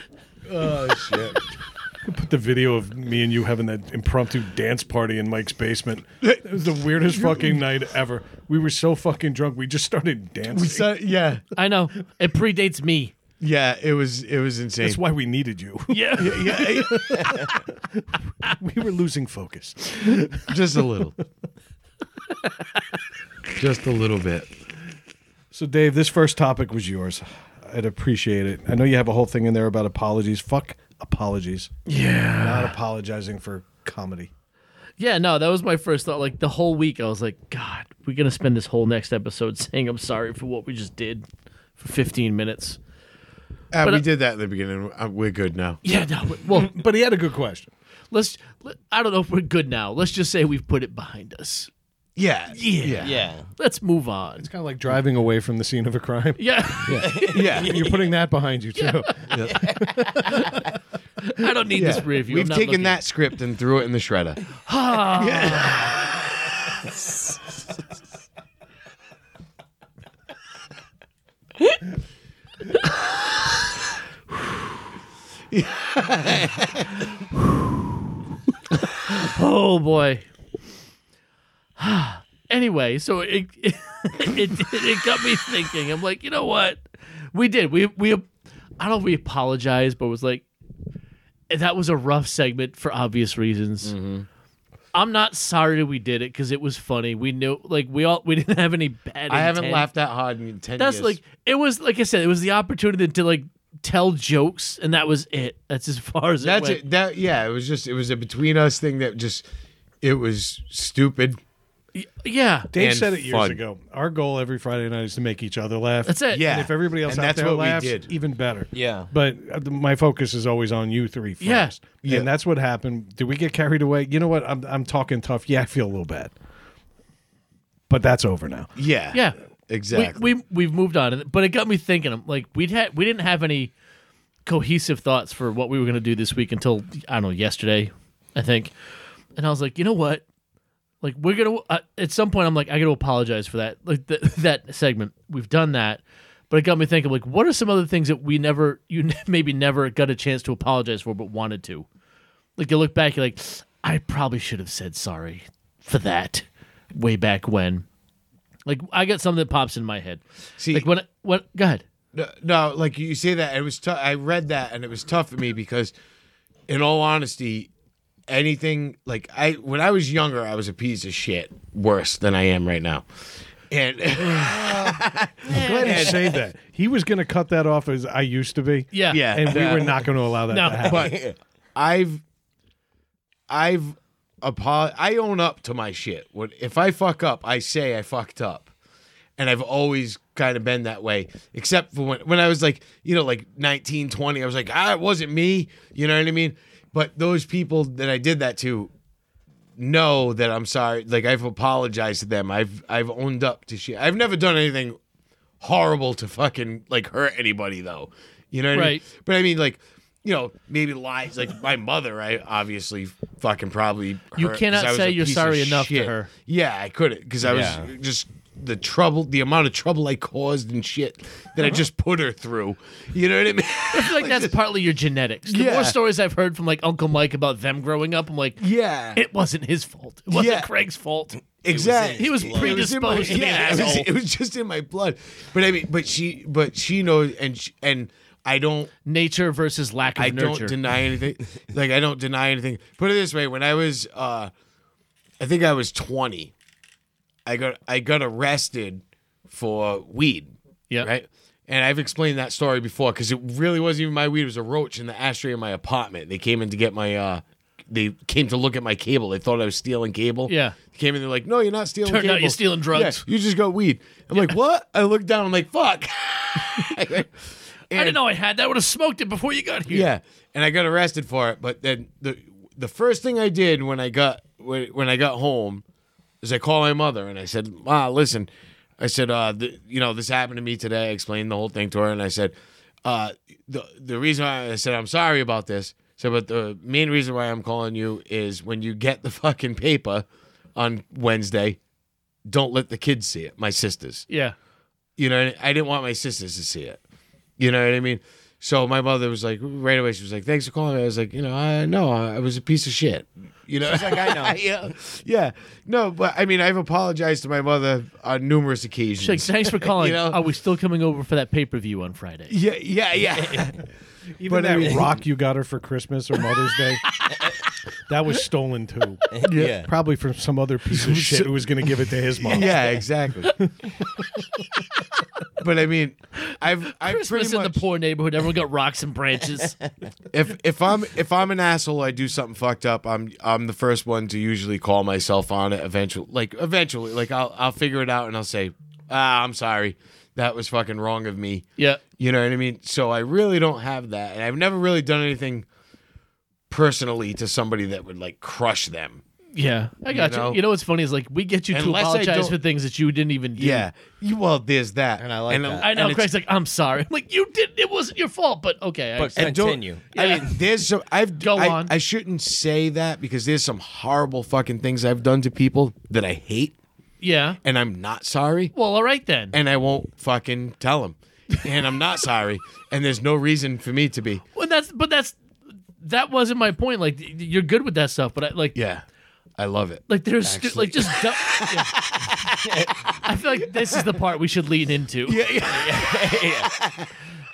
S4: <laughs> Oh shit.
S1: Put the video of me and you having that impromptu dance party in Mike's basement. It was the weirdest fucking night ever. We were so fucking drunk, we just started dancing.
S4: We saw, <laughs> yeah.
S3: I know. It predates me.
S4: Yeah, it was it was insane.
S1: That's why we needed you. <laughs>
S3: Yeah.
S4: yeah,
S1: we were losing focus.
S4: just a little. just a little bit.
S1: So, Dave, this first topic was yours. I'd appreciate it. I know you have a whole thing in there about apologies. Fuck apologies.
S4: Yeah.
S1: Not apologizing for comedy.
S3: Yeah, no, that was my first thought. Like the whole week, I was like, God, we're gonna spend this whole next episode saying I'm sorry for what we just did for 15 minutes.
S4: Uh,
S3: But,
S4: we
S3: uh,
S4: did that in the beginning. Uh, We're good now.
S3: Yeah, no, but- well,
S1: But he had a good question.
S3: <laughs> let's. Let, I don't know if we're good now. Let's just say we've put it behind us.
S4: Yeah.
S3: Yeah.
S2: yeah.
S3: Let's move on.
S1: It's kind of like driving away from the scene of a <laughs> crime.
S3: <laughs> Yeah,
S4: Yeah.
S1: You're putting that behind you, too.
S3: I don't need this
S4: Yeah.
S3: review. I'm
S4: We've
S3: not
S4: taken
S3: looking.
S4: that script and threw it in the shredder.
S3: Oh boy. <sighs> anyway, so it <laughs> it, it it got me thinking. I'm like, you know what? We did. We we I don't know if we apologized, but it was like that was a rough segment for obvious reasons.
S4: Mm-hmm.
S3: I'm not sorry we did it because it was funny. We knew like we all we didn't have any bad.
S4: I haven't
S3: intent.
S4: laughed that hard in ten
S3: That's
S4: years.
S3: like it was like I said, it was the opportunity to like tell jokes and that was it. That's as far as
S4: that's
S3: it went.
S4: it. That yeah, it was just it was a between us thing that just it was stupid.
S3: yeah.
S1: Dave
S4: and
S1: said it years
S4: fun.
S1: ago. Our goal every Friday night is to make each other laugh.
S3: That's it.
S4: Yeah.
S1: And if everybody else
S4: And
S1: out
S4: that's
S1: there
S4: what we
S1: laughs,
S4: did.
S1: even better.
S2: Yeah.
S1: But uh, th- my focus is always on you three first.
S3: Yeah.
S4: Yeah.
S1: And that's what happened. Did we get carried away? You know what? I'm I'm talking tough. Yeah, I feel a little bad. But that's over now.
S4: Yeah.
S3: Yeah.
S4: Exactly.
S3: We, we we've moved on, but it got me thinking. I'm Like we'd had we didn't have any cohesive thoughts for what we were going to do this week until I don't know yesterday, I think. And I was like, you know what? Like we're gonna uh, at some point, I'm like, I got to apologize for that. Like th- <laughs> that segment, we've done that, but it got me thinking. Like, what are some other things that we never, you <laughs> n- maybe never got a chance to apologize for, but wanted to? Like you look back, you're like, I probably should have said sorry for that way back when. Like I got something that pops in my head.
S4: See-
S3: like when when go ahead.
S4: No, no, like you say that it was tough. I read that and it was tough for me because, in all honesty, anything like I when I was younger, I was a piece of shit worse than I am right now, and <laughs>
S1: I'm glad he saved that. He was going to cut that off as I used to be.
S3: Yeah.
S4: Yeah.
S1: And we
S4: Yeah.
S1: were not going to allow that
S3: No.
S1: to happen.
S4: but I've I've apo- I own up to my shit. When if I fuck up, I say I fucked up. And I've always kind of been that way, except for when, when I was like, you know, like 19, 20, I was like, ah, it wasn't me. You know what I mean? But those people that I did that to know that I'm sorry. Like I've apologized to them. I've I've owned up to shit. I've never done anything horrible to fucking like hurt anybody though. You know what I mean?
S3: Right.
S4: But I mean like you know, maybe lies like my mother. I obviously fucking probably. Hurt
S3: You
S4: 'cause
S3: cannot
S4: I was
S3: say
S4: a
S3: you're
S4: piece of
S3: sorry enough to
S4: shit.
S3: her.
S4: Yeah, I couldn't because I was just the trouble, the amount of trouble I caused and shit that I just put her through. You know what I mean? <laughs>
S3: I feel like that's partly your genetics. The
S4: Yeah.
S3: more stories I've heard from like Uncle Mike about them growing up, I'm like,
S4: yeah,
S3: it wasn't his fault. It wasn't
S4: Yeah.
S3: Craig's fault.
S4: exactly.
S3: He was predisposed to be an
S4: yeah, it was,
S3: asshole.
S4: it was just in my blood. But I mean, but she, but she knows, and she, and I don't,
S3: Nature versus lack of
S4: I
S3: nurture.
S4: don't deny
S3: <laughs>
S4: anything. like I don't deny anything. Put it this way: when I was, uh I think I was twenty, I got I got arrested for weed.
S3: Yeah.
S4: Right. And I've explained that story before because it really wasn't even my weed. It was a roach in the ashtray in my apartment. They came in to get my. uh they came to look at my cable. They thought I was stealing cable.
S3: Yeah.
S4: They came in. They're like, "No, you're not stealing."
S3: Turned out
S4: cable.
S3: you're stealing drugs.
S4: Yeah, you just got weed. I'm like, "What?" I look down. I'm like, "Fuck."
S3: <laughs>
S4: <laughs>
S3: I didn't know I had that. I would have smoked it before you got here.
S4: Yeah, and I got arrested for it. But then the the first thing I did when I got when, when I got home is I called my mother and I said, "Ma, listen," I said, uh, th- "You know, this happened to me today." I explained the whole thing to her, and I said, uh, "the the reason why I said I'm sorry about this." So, but the main reason why I'm calling you is when you get the <laughs> fucking paper on Wednesday, don't let the kids see it. My sisters
S3: Yeah.
S4: you know, and I didn't want my sisters to see it. You know what I mean? So my mother was like, right away, she was like, "Thanks for calling." me. I was like, you know, I know I was a piece of shit. You know,
S2: like,
S4: <laughs>
S2: I know.
S4: yeah, yeah, no, but I mean, I've apologized to my mother on numerous occasions.
S3: She's like, thanks for calling.
S4: You know?
S3: Are we still coming over for that pay per view on Friday?
S4: <laughs> yeah,
S3: <laughs>
S4: yeah, yeah.
S1: Even
S4: But I
S1: that
S4: mean-
S1: rock you got her for Christmas or Mother's Day, that was stolen too.
S2: Yeah.
S1: Probably from some other piece of shit who was going to give it to his mom.
S4: yeah,
S3: <laughs>
S4: exactly. but I mean, I've I've
S3: Christmas
S4: pretty
S3: in
S4: much
S3: the poor neighborhood. Everyone got rocks and
S4: <laughs>
S3: branches.
S4: if if I'm if I'm an asshole, I do something fucked up. I'm I'm the first one to usually call myself on it. Eventually, like eventually, like I'll I'll figure it out and I'll say, ah, I'm sorry, that was fucking wrong of me.
S3: yeah.
S4: You know what I mean? So I really don't have that, and I've never really done anything personally to somebody that would like crush them.
S3: Yeah. I got you.
S4: know?
S3: You know what's funny is like we get you to
S4: Unless I
S3: apologize
S4: don't-
S3: for things that you didn't even do.
S4: Yeah. You, well, there's that,
S2: And I like that.
S3: I know.
S4: and it's-
S3: Craig's like, I'm sorry. I'm like, you did. It wasn't your fault, but okay. I
S2: But
S3: accept-
S4: And don't-
S2: continue.
S4: I mean, there's some. I've
S3: Go
S4: I,
S3: on.
S4: I shouldn't say that because there's some horrible fucking things I've done to people that I hate,
S3: yeah.
S4: and I'm not sorry.
S3: Well, all right then.
S4: and I won't fucking tell him. And I'm not sorry. And there's no reason for me to be.
S3: Well, that's but that's that wasn't my point. Like y- you're good with that stuff, but I like
S4: Yeah, I love it.
S3: like there's stu- like just du- Yeah. I feel like this is the part we should lean into.
S4: Yeah, yeah.
S3: <laughs>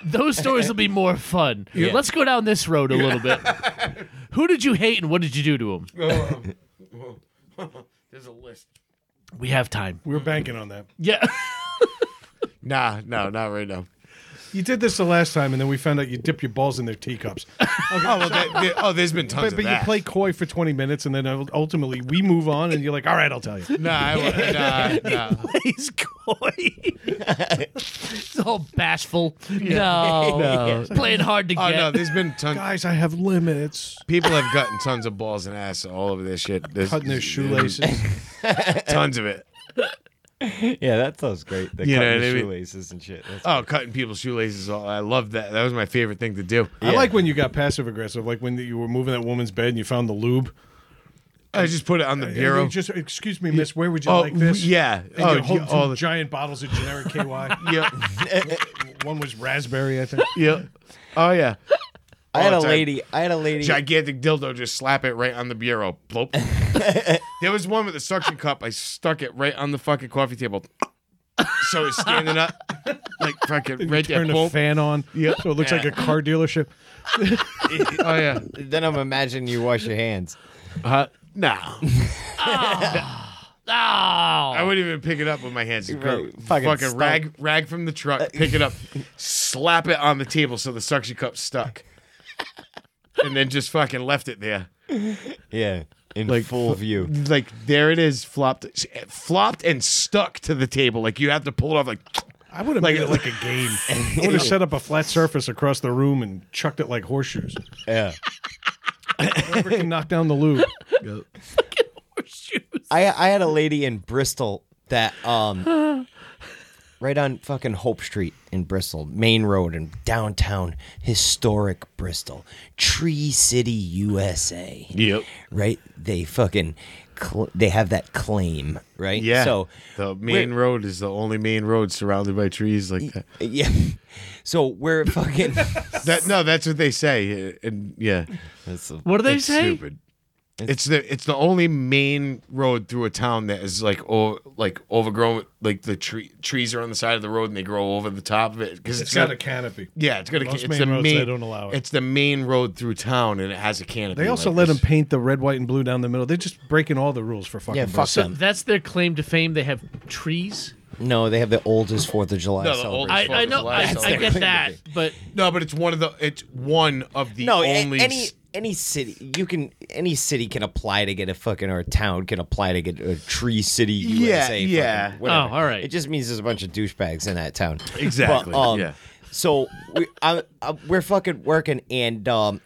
S3: Those stories will be more fun. Let's go down this road a little
S4: <laughs>
S3: bit. Who did you hate and what did you do to him?
S4: There's a list.
S3: We have time.
S4: <laughs>
S1: We were banking on that.
S3: Yeah.
S4: Nah, no, not right now.
S1: you did this the last time, and then we found out you dip your balls in their teacups.
S4: Oh, well, there- there- oh, there's been tons
S1: But,
S4: of
S1: but you
S4: that.
S1: play coy for 20 minutes, and then ultimately we move on, and you're like, all right, I'll tell you.
S4: Nah,
S1: <laughs>
S4: I, won't. nah, nah.
S3: He's coy. <laughs> He's all bashful.
S4: <laughs>
S3: No, playing hard to
S4: Oh
S3: get.
S4: no, there's been tons.
S1: Guys, I have limits.
S4: People have gotten tons of balls and ass all over this shit. There's,
S1: Cutting their shoelaces.
S4: <laughs> Tons of it.
S2: Yeah, that sounds great. The
S4: You know
S2: cutting
S4: what I mean?
S2: shoelaces and shit. That's-
S4: Oh, cutting people's shoelaces. All I love that. That was my favorite thing to do.
S1: I like when you got passive aggressive, like when you were moving that woman's bed and you found the lube.
S4: I just put it on the
S1: And you
S4: bureau.
S1: Just excuse me, miss. Where would you
S4: Oh,
S1: like this?
S4: yeah.
S1: And
S4: oh,
S1: you hold
S4: yeah,
S1: two
S4: all the-
S1: giant bottles of generic KY.
S4: <laughs> yeah,
S1: One was raspberry, I think.
S4: <laughs> yeah. Oh yeah.
S2: I had a
S4: all the time.
S2: lady. I had a lady.
S4: <laughs> Gigantic dildo. Just slap it right on the bureau.
S2: <laughs>
S4: Bloop. there was one with a suction cup. I stuck it right on the fucking coffee table. So it's standing up, like fucking right there.
S1: Turn a
S4: Boom.
S1: fan on, yeah. so it looks like a car dealership.
S4: Oh yeah.
S2: then I'm imagining you wash your hands.
S4: Uh, <laughs> nah.
S3: Oh.
S4: I wouldn't even pick it up with my hands.
S2: Right.
S4: Fucking,
S2: Fucking
S4: fucking
S2: stuck.
S4: rag, rag from the truck, pick it up, slap it on the table so the suction cup stuck, and then just fucking left it there.
S2: Yeah, in
S4: Like,
S2: full view.
S4: <laughs> Like there it is, flopped, flopped and stuck to the table. Like you have to pull it off. Like
S1: I would have
S4: Like-
S1: made it like a
S4: <laughs>
S1: game. I would have set up a flat surface across the room and chucked it like horseshoes.
S2: Yeah.
S1: Whoever can knock down the loop.
S3: Shoes.
S2: I I had a lady in Bristol that um
S4: <gasps>
S2: right on fucking Hope Street in Bristol, Main Road in downtown historic Bristol, Tree City, USA.
S4: yep,
S2: Right? They fucking cl- they have that claim, right?
S4: yeah.
S2: So
S4: the main
S2: we're-
S4: road is the only main road surrounded by trees like that.
S2: yeah. <laughs> So we're fucking
S4: <laughs>
S2: <laughs>
S4: that no, that's what they say. uh, And yeah,
S2: That's a-
S3: What do they
S4: It's
S3: say?
S4: Stupid. It's the it's the only main road through a town that is like oh like overgrown with- like the tree trees are on the side of the road and they grow over the top of it because
S1: It's got a canopy.
S4: yeah it's got a
S1: Most
S4: it's
S1: main
S4: the
S1: roads,
S4: main
S1: they don't allow it.
S4: it's the main road through town and it has a canopy.
S1: They also let
S4: like
S1: them paint the red, white, and blue down the middle. They're just breaking all the rules for fucking.
S2: yeah, fuck
S1: Bristol.
S2: them.
S3: That's their claim to fame. They have trees.
S2: No, they have the oldest 4th of July
S4: No, the
S2: celebration.
S4: oldest
S3: I, I know. I,
S4: That's
S3: I
S4: their
S3: get
S4: claim to
S3: that, but
S4: No, but it's one of the it's one of the
S2: No, a-
S4: only
S2: any
S4: s-
S2: any city you can any city can apply to get a fucking or a town can apply to get a tree city
S4: Yeah,
S2: USA.
S4: yeah.
S2: fucking whatever.
S3: Oh, all right.
S2: It just means there's a bunch of douchebags in that town.
S4: Exactly,
S2: But, um,
S4: yeah.
S2: So we I, I, we're fucking working and um,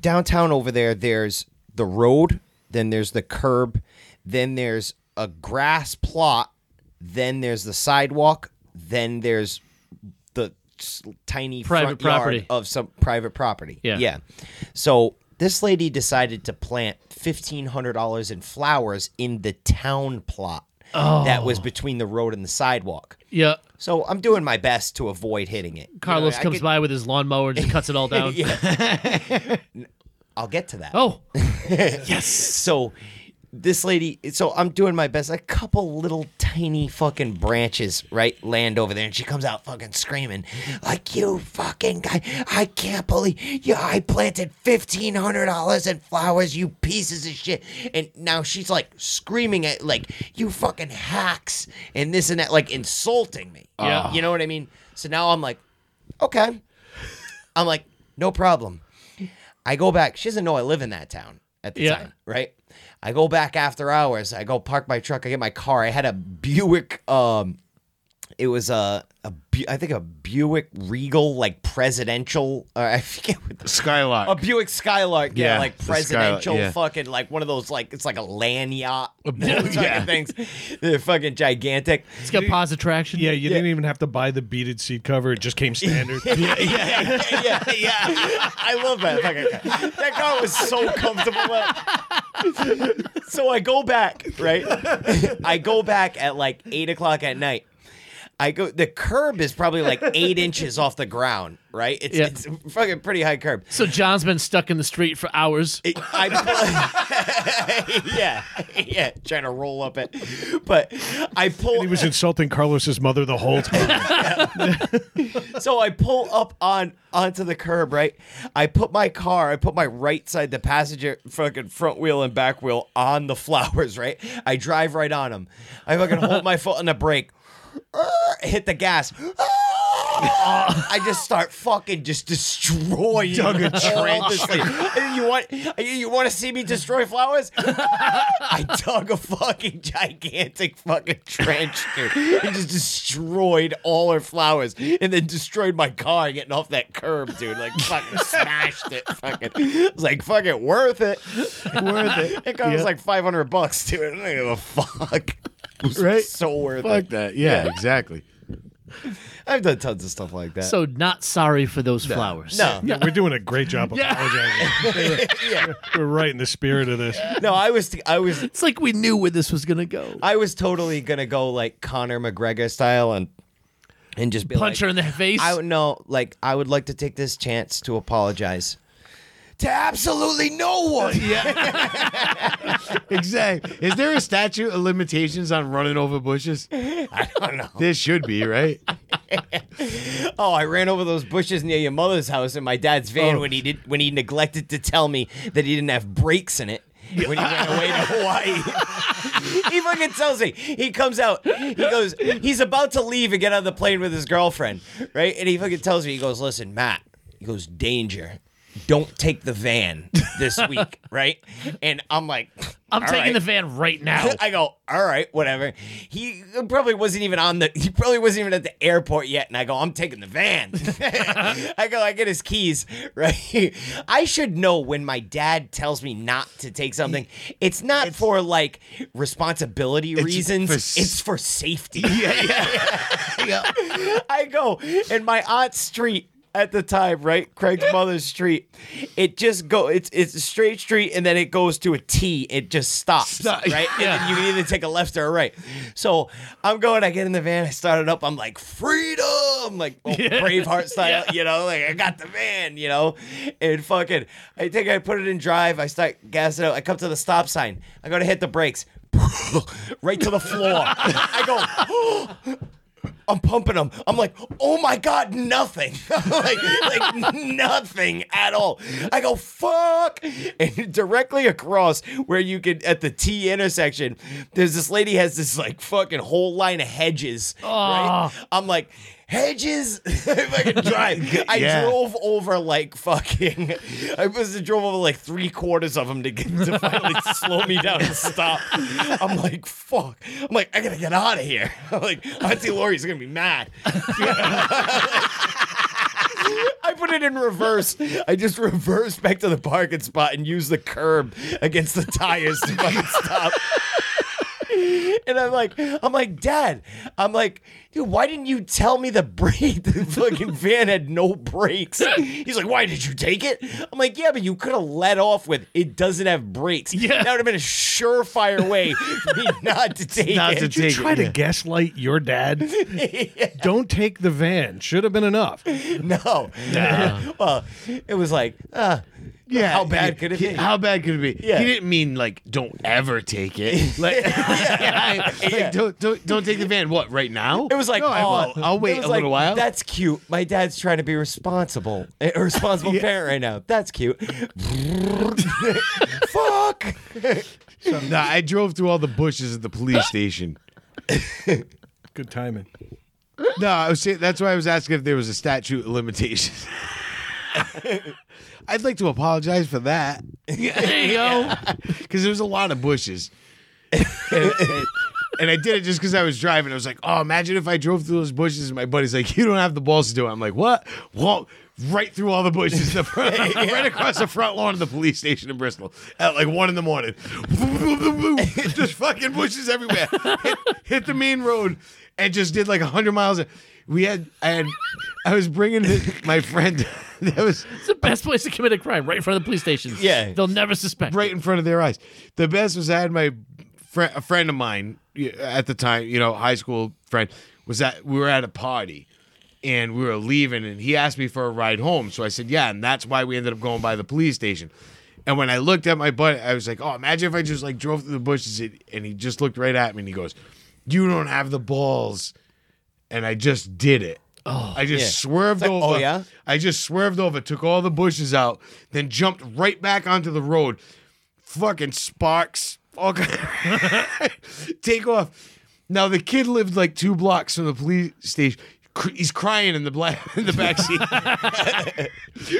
S2: downtown over there. There's the road, then there's the curb, then there's a grass plot, then there's the sidewalk, then there's the s- tiny
S3: Private
S2: front yard
S3: property.
S2: of some private property.
S3: Yeah.
S2: Yeah. So this lady decided to plant fifteen hundred dollars in flowers in the town plot that
S3: Oh.
S2: was between the road and the sidewalk.
S3: yeah.
S2: So I'm doing my best to avoid hitting it. You
S3: Carlos
S2: know, I
S3: comes
S2: could-
S3: by with his lawnmower and just cuts it
S2: <laughs>
S3: all down.
S2: I'll get to that.
S3: Oh,
S2: so this lady so i'm doing my best a couple little tiny fucking branches right land over there and she comes out fucking screaming like you fucking guy i can't believe you i planted $1500 in flowers you pieces of shit and now she's like screaming at like you fucking hacks and this and that like insulting me
S3: Yeah.
S2: you know what i mean so now i'm like okay i'm like no problem I go back. She doesn't know I live in that town at the
S3: Yeah.
S2: time, right? I go back after hours. I go park my truck. I get my car. I had a Buick. Um, it was a, a Bu- I think a Buick Regal, like presidential. Uh, I forget what the.
S4: skylark.
S2: A Buick Skylark, yeah,
S4: Yeah,
S2: like
S4: the Skylark,
S2: presidential
S4: yeah.
S2: fucking like one of those like it's like a land yacht, <laughs> those
S4: yeah.
S2: fucking things. They're fucking gigantic. <laughs>
S3: it's got positive traction.
S1: Yeah, you didn't even have to buy the beaded seat cover. It just came standard.
S2: yeah, yeah, yeah. I love that fucking car. That car was so comfortable. so I go back, right? I go back at like eight o'clock at night. I go. The curb is probably like eight inches off the ground, right? It's,
S3: Yeah.
S2: it's a fucking pretty high curb.
S3: So John's been stuck in the street for hours.
S2: It- I pull- <laughs> yeah, yeah, trying to roll up it, but I
S1: <laughs>
S2: pull.
S1: he was insulting Carlos's mother the whole time.
S2: so I pull up on onto the curb, right? I put my car, I put my right side, the passenger fucking front wheel and back wheel on the <laughs> flowers, right? I drive <laughs> right on them. I fucking hold my foot on the brake, hit the gas. I just start fucking just destroying dug a <laughs> trench. you want you want to see me destroy <laughs> flowers? I dug a fucking gigantic fucking trench, dude, and just destroyed all her flowers, and then destroyed my car getting off that curb, dude. Like fucking smashed it. Fucking, I was like fucking worth it, worth it. It cost like five hundred bucks, dude. I don't give a fuck. <laughs> It was
S4: Right?
S2: So worth it.
S4: Fuck that. Yeah, exactly.
S2: I've done tons of stuff like that.
S3: So not sorry for those flowers. <laughs>
S2: no,
S1: Yeah, we're doing a great job apologizing.
S2: yeah.
S1: we're right in the spirit of this.
S2: no, I was, I was,
S3: It's like we knew where this was gonna go.
S2: I was totally gonna go like Conor McGregor style and and just be
S3: Punch
S2: like,
S3: her in the face.
S2: I would no, like I would like to take this chance to apologize to absolutely no
S3: <laughs>
S2: one.
S4: Exactly. Is there a statute of limitations on running over bushes?
S2: I don't know.
S4: There should be, <laughs> right?
S2: Oh, I ran over those bushes near your mother's house in my dad's van
S3: Oh.
S2: when he did when he neglected to tell me that he didn't have brakes in it. When he went away
S3: <laughs>
S2: to Hawaii, <laughs> he fucking tells me. He comes out. He goes. He's about to leave and get on the plane with his girlfriend, right? And he fucking tells me. He goes, "Listen, Matt. He goes, danger. Don't take the van this
S3: <laughs>
S2: week, right?" And I'm like,
S3: I'm
S2: "All
S3: taking
S2: right."
S3: the van right
S2: <laughs>
S3: now.
S2: I go, all right, whatever. He probably wasn't even on the. <laughs> He probably wasn't even at the airport yet. And I go, I'm taking the van. <laughs> I go, I get his keys. <laughs> Right. I should know when my dad tells me not to take something. It's not for like responsibility reasons.
S4: for s-
S2: it's for safety.
S4: Yeah.
S2: <laughs> I go in my aunt's street at the time, right? Craig's mother's street. It just go it's it's a straight street and then it goes to a T. It just stops.
S4: Stop- <laughs>
S2: Right?
S4: yeah.
S2: And then you can either take a left or a right. So I'm going, I get in the van, I start it up, I'm like, freedom, like oh,
S4: <laughs>
S2: Braveheart style, you know, like I got the van, you know. And fucking I think I put it in drive, I start gassing out, I come to the stop sign, I go to hit the brakes. <laughs> Right to the floor. <laughs> I go, I'm pumping them. I'm like, oh my god, nothing, <laughs> like, like nothing at all. I go fuck, and directly across where you could at the T intersection, there's this lady has this like fucking whole line of hedges. Right? I'm like. Hedges, <laughs> if I could drive. I
S4: Yeah.
S2: drove over like fucking. I must have drove over like three quarters of them to get to finally slow me down and stop. I'm like, fuck. I'm like, I gotta get out of here. <laughs> I'm like, Auntie Lori's gonna be mad. I put it in reverse. I just reversed back to the parking spot and used the curb against the tires to fucking stop. And I'm like, I'm like, Dad, I'm like, dude, why didn't you tell me the brake? The fucking van had no brakes. He's like, why did you take it? I'm like, yeah, but you could have let off with it doesn't have brakes.
S3: Yeah.
S2: That would have been a surefire way for
S4: <laughs>
S2: me not to take
S4: Not
S2: it.
S4: to
S1: You
S4: take
S1: try
S4: it,
S1: to
S4: yeah.
S1: gaslight your dad. Don't take the van. Should have been enough.
S2: no. <laughs> well, it was like, uh,
S4: Yeah.
S2: how bad could it
S4: he-
S2: be?
S4: How bad could it be?
S2: Yeah.
S4: He didn't mean like don't ever take <laughs> it. Like, <laughs> like,
S2: Yeah.
S4: don't, don't don't take the van. What right now?
S2: It was like,
S4: no, I
S2: oh,
S4: will. I'll
S2: it
S4: wait
S2: was
S4: a
S2: like,
S4: little while.
S2: That's cute. My dad's trying to be responsible, a
S4: <laughs>
S2: responsible parent right now. That's cute. <laughs> Fuck.
S4: no, I drove through all the bushes at the <laughs> police station.
S1: Good timing.
S4: <laughs> No, I was saying, that's why I was asking if there was a statute of limitations. <laughs> I'd like to apologize for that
S3: there you go.
S4: because there was a lot of bushes, and, and- and I did it just because I was driving. I was like, "Oh, imagine if I drove through those bushes." And my buddy's like, "You don't have the balls to do it." I'm like, "What? Well, right through all the bushes, the front, right across the front lawn of the police station in Bristol at like one in the morning. <laughs> just fucking bushes everywhere. Hit, hit the main road and just did like hundred miles. We had, I had, I was bringing my friend. <laughs> That was
S3: It's the best place to commit a crime, right in front of the police station.
S2: Yeah.
S3: They'll never suspect.
S4: right in front of their eyes. The best was I had my fr- a friend of mine y- at the time, you know, high school friend, was that we were at a party and we were leaving and he asked me for a ride home. So I said, yeah, and that's why we ended up going by the police station. And when I looked at my buddy, I was like, oh, imagine if I just like drove through the bushes and and he just looked right at me and he goes, you don't have the balls. And I just did it. Oh, I just
S2: yeah.
S4: swerved
S2: It's like,
S4: over.
S2: oh, yeah?
S4: I just swerved over, took all the bushes out, then jumped right back onto the road. Fucking sparks. <laughs> All kind- Take off. Now the kid lived like two blocks from the police station. cr- he's crying in the black <laughs> in the back seat.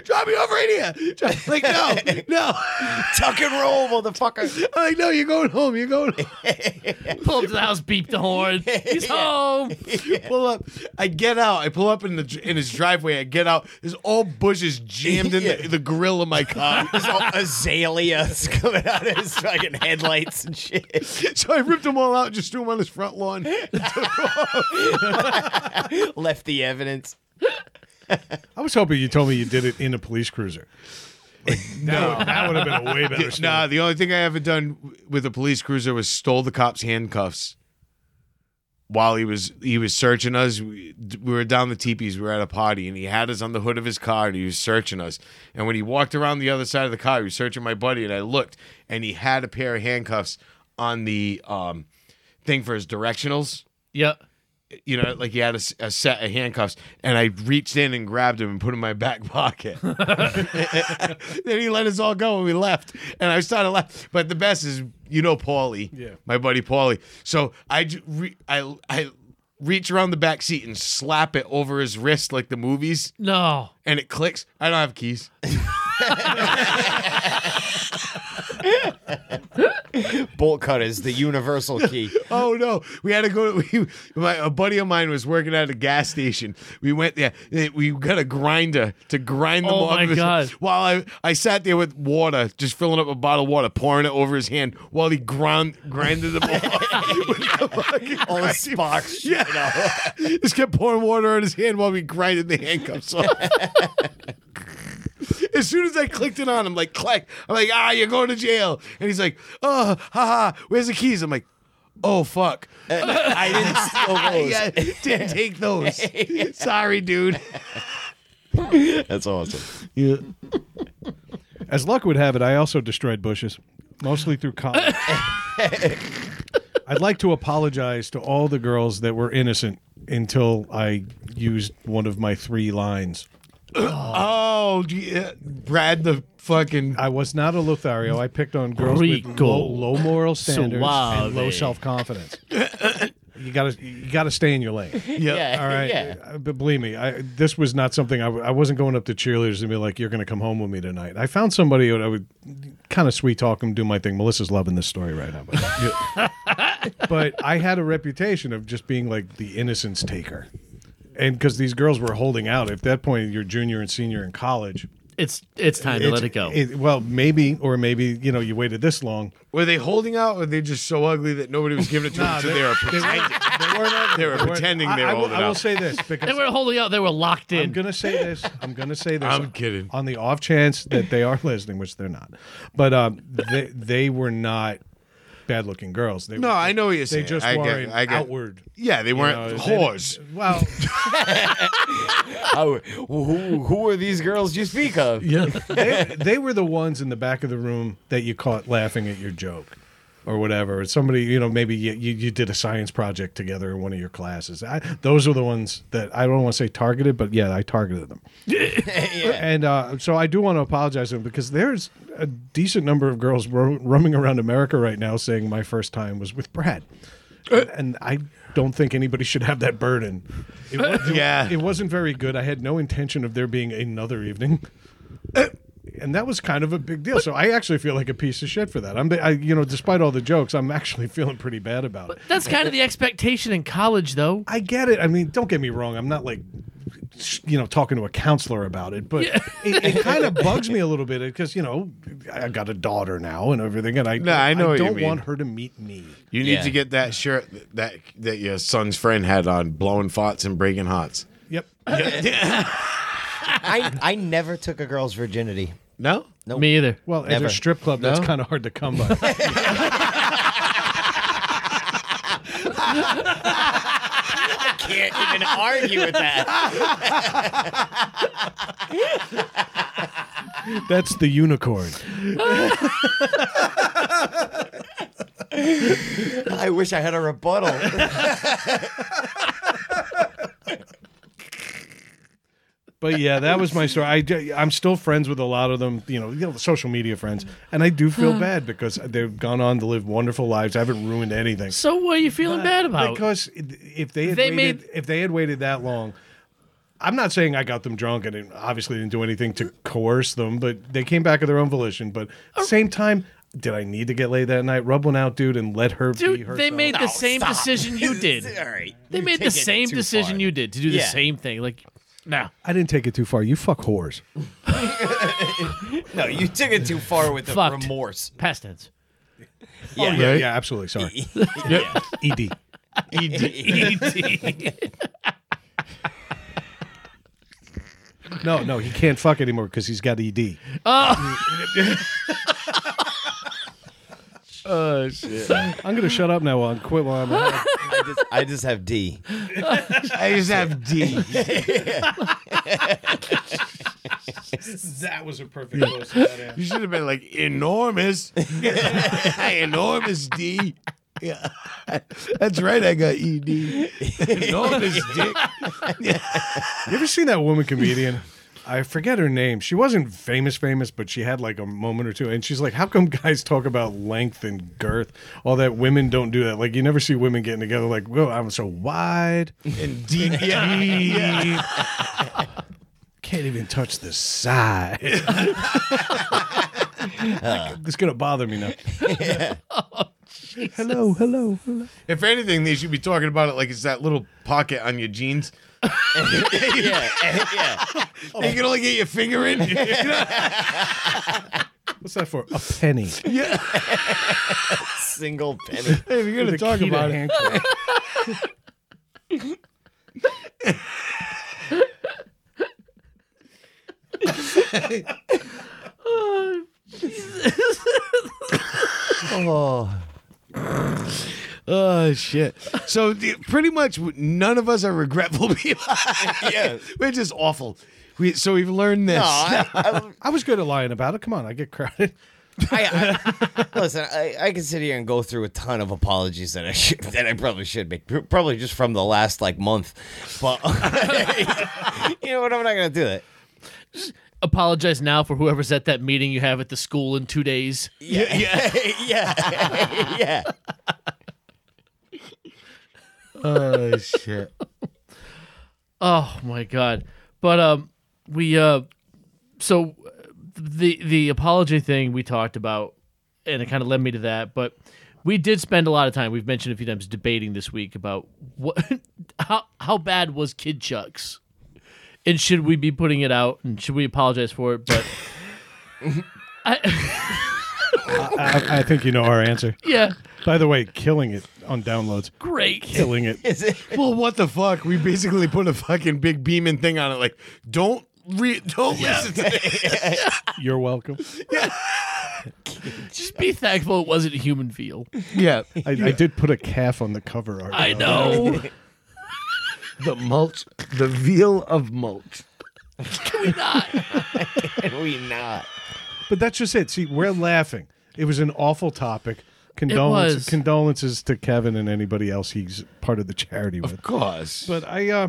S4: Drop me off right here. Dro- Like no, no. <laughs>
S2: Tuck and roll, motherfucker.
S4: I'm like no, you're going home. You're going. Home.
S3: Pull up to the house, beep
S2: <laughs>
S3: the horn. He's home.
S4: <laughs> pull up. I get out. I pull up in the dr- in his driveway. I get out. There's all bushes jammed in the, the grill of my car.
S2: <laughs> There's all azaleas coming out of his fucking headlights and shit.
S4: So I ripped them all out and just threw them on his front lawn.
S2: Left the evidence.
S1: I was hoping you told me you did it in a police cruiser. no, that would have been a way better.
S4: <laughs>
S1: story.
S4: nah, the only thing I ever done w- with a police cruiser was stole the cop's handcuffs while he was he was searching us. We, d- we were down the teepees. We were at a party, and he had us on the hood of his car, and he was searching us. And when he walked around the other side of the car, he was searching my buddy, and I looked, and he had a pair of handcuffs on the um, thing for his directionals.
S3: Yeah.
S4: You know, like he had a, s- a set of handcuffs, and I reached in and grabbed him and put him in my back <laughs> pocket. then he let us all go and we left. And I started laughing. But the best is, you know, Paulie,
S1: Yeah.
S4: my buddy Paulie. So I, j- re- I, I reach around the back seat and slap it over his wrist like the movies,
S3: No.
S4: and it clicks. I don't have keys.
S2: Bolt cutters, the universal
S4: <laughs>
S2: key.
S4: Oh no, we had to go. To, <laughs> we, my a buddy of mine was working at a gas station. We went there. eh, We got a grinder to grind them.
S3: Oh,
S4: off
S3: my
S4: of his-
S3: God.
S4: While I I sat there with water, just filling up a bottle of water, pouring it over his hand while he ground grinded them all. <laughs> With the fucking
S2: All the
S4: grind.
S2: sparks.
S4: Yeah. Just kept pouring water on his hand while we grinded the handcuffs off. <laughs> as soon as I clicked it on, I'm like, clack. I'm like, ah, you're going to jail. And he's like, oh, haha, where's the keys? I'm like, oh, fuck. <laughs>
S2: I
S4: I
S2: <laughs>
S4: <laughs>
S2: didn't
S4: uh, didn't take <laughs> those. Sorry, dude.
S2: steal those. That's awesome.
S1: As luck would have it, I also destroyed bushes, mostly through
S3: <laughs>
S1: college. I'd like to apologize to all the girls that were innocent until I used one of my three lines.
S4: Oh, gee, uh, Brad, the fucking.
S1: I was not a Lothario. I picked on girls with
S3: Rico.
S1: low, low moral standards and low
S3: Suave.
S1: self confidence. you gotta you gotta stay in your
S3: <laughs>
S1: lane.
S2: Yeah.
S1: All right,
S2: Yeah.
S1: Uh, but believe me, I, this was not something I, w- I wasn't going up to cheerleaders and be like, "You're going to come home with me tonight." I found somebody that I would kind of sweet talk him, do my thing. Melissa's loving this story right now, but,
S3: <laughs>
S1: but I had a reputation of just being like the innocence taker, and because these girls were holding out at that point, you're junior and senior in college.
S3: It's it's time to
S1: It's-
S3: let it go.
S1: it- well, maybe or maybe you know you waited this long.
S4: Were they holding out or were they just so ugly that nobody was giving it
S1: <laughs>
S4: to them? So Ah, they were pretending. They, were pretending they
S1: I,
S4: were
S1: I will,
S4: holding
S1: I will
S4: out.
S1: say this because
S3: they were holding out. They were locked in.
S1: I'm gonna say this. I'm gonna
S4: <laughs>
S1: say this.
S4: I'm kidding.
S1: On the off chance that they are listening, which they're not, but um, they they were not bad looking girls. They
S4: No,
S1: were,
S4: I know what you're
S1: They
S4: saying.
S1: just
S4: I get-
S1: were
S4: I get-
S1: outward.
S4: Yeah, they
S1: you
S4: weren't
S1: know, they didn't-
S4: whores.
S1: well,
S2: Oh, who, who are these girls you speak of?
S3: yeah.
S1: they, they were the ones in the back of the room that you caught laughing at your joke. Or whatever. Or Somebody, you know, maybe you, you, you did a science project together in one of your classes. I, those are the ones that I don't want to say targeted, but yeah, I targeted them. And uh, so I do want to apologize to them because there's a decent number of girls ro- roaming around America right now saying my first time was with Brad. And I don't think anybody should have that burden. It was,
S4: Yeah.
S1: It wasn't very good. I had no intention of there being another evening. And that was kind of a big deal. So I actually feel like a piece of shit for that. I'm, I, you know, despite all the jokes, I'm actually <laughs> feeling pretty bad about it.
S3: That's kind of the expectation in college, though.
S1: I get it. I mean, don't get me wrong. I'm not like, you know, talking to a counselor about it, but it, it kind
S4: <laughs>
S1: of bugs me a little bit because you know I got a daughter now and everything, and I
S4: No, I know what you
S1: don't
S4: mean.
S1: want her to meet me.
S4: You need
S2: Yeah.
S4: to get that shirt th- that that your son's friend had on, blowing farts and breaking hearts.
S1: Yep.
S2: I, I never took a girl's virginity.
S4: No,
S3: Me either.
S1: Well, at
S2: Never.
S1: a strip club, that's
S4: No?
S1: kind of hard to come by.
S2: Can't even argue with that.
S1: that's the unicorn.
S2: <laughs> I wish I had a rebuttal.
S1: But yeah, that was my story. I, ju- I'm still friends with a lot of them, you know, you know, the social media friends. And I do feel bad because they've gone on to live wonderful lives. I haven't ruined anything.
S3: So what are you feeling bad about?
S1: Because if they had
S3: They
S1: waited,
S3: made-
S1: if they had waited that long, I'm not saying I got them drunk and it obviously didn't do anything to coerce them, but they came back of their own volition. But at
S3: Oh.
S1: the same time, did I need to get laid that night? Rub one out, dude, and let her be
S3: Dude,
S1: herself.
S3: they made the same
S2: stop.
S3: decision
S2: <laughs>
S3: you did.
S2: All right.
S3: They
S2: You're
S3: made the
S2: taking it
S3: same
S2: too
S3: decision
S2: far.
S3: you did to do the
S2: Yeah.
S3: same thing. Like, now
S1: I didn't take it too far. You fuck whores.
S2: No, you took it too far with the
S3: Fucked.
S2: remorse.
S3: past tense.
S2: Yeah.
S1: Yeah,
S4: Right.
S1: yeah, absolutely. <laughs> Sorry.
S4: Yeah.
S1: ED.
S2: <laughs>
S1: No, no, he can't fuck anymore because he's got E ED.
S4: Oh shit.
S1: I'm gonna shut up now and quit while I'm ahead.
S2: I just, I just have D.
S4: I just have D.
S1: <laughs> That was a perfect close to that
S4: You should have been like enormous, <laughs> enormous D. Yeah, <laughs> that's right. I got E ED. enormous dick.
S1: You ever seen that woman comedian? I forget her name. She wasn't famous, famous, but she had like a moment or two. And she's like, How come guys talk about length and girth? All that women don't do that. Like, you never see women getting together, like, Whoa, I'm so wide.
S4: and D. Yeah, yeah.
S1: Can't even touch the side. <laughs> it's going to bother me now. hello, hello, hello.
S4: If anything, they should be talking about it like it's that little pocket on your <laughs> jeans.
S2: yeah.
S4: eh,
S2: Yeah.
S4: <laughs> You can only get your finger in. <laughs>
S1: What's that for? A penny.
S2: Single penny.
S3: <laughs>
S4: Hey, if you're gonna talk about it, oh shit! So the- pretty much, none of us are regretful <laughs> people.
S2: Yeah.
S4: We're just awful. We so we've learned this.
S2: No,
S3: <laughs>
S2: I, I,
S1: I was good at lying about it. Come on, I get credit.
S2: I, I- listen. I, I can sit here and go through a ton of apologies that I should, <laughs> that I probably should make, pr- probably just from the last like month. But <laughs> you know what? I'm not gonna do that.
S3: Apologize now for whoever's at that meeting you have at the school in two days.
S2: Yeah, <laughs> yeah, yeah, <laughs> yeah.
S4: <laughs> Oh shit!
S3: Oh my god! But um, we uh, so uh, the the apology thing we talked about, and it kind of led me to that. But we did spend a lot of time. We've mentioned a few times debating this week about what <laughs> how how bad was Kid Chucks, and should we be putting it out, and should we apologize for it? But <laughs> I,
S1: I, I think you know our answer.
S3: yeah,
S1: By the way, killing it on downloads. <laughs>
S3: great.
S1: Killing it.
S2: Is it-
S4: Well, what the fuck? We basically put a fucking big beaming thing on it. Like, don't re- don't listen to it.
S1: You're welcome.
S3: Just be thankful it wasn't human veal.
S4: <laughs> Yeah,
S1: I, I did put a calf on the cover art.
S3: I
S1: though.
S3: know.
S4: the mulch, the veal of mulch.
S2: Can we not?
S1: But that's just it. See, we're laughing. It was an awful topic. Condolences,
S3: was.
S1: condolences to Kevin and anybody else he's part of the charity with.
S4: Of course.
S1: But I, uh,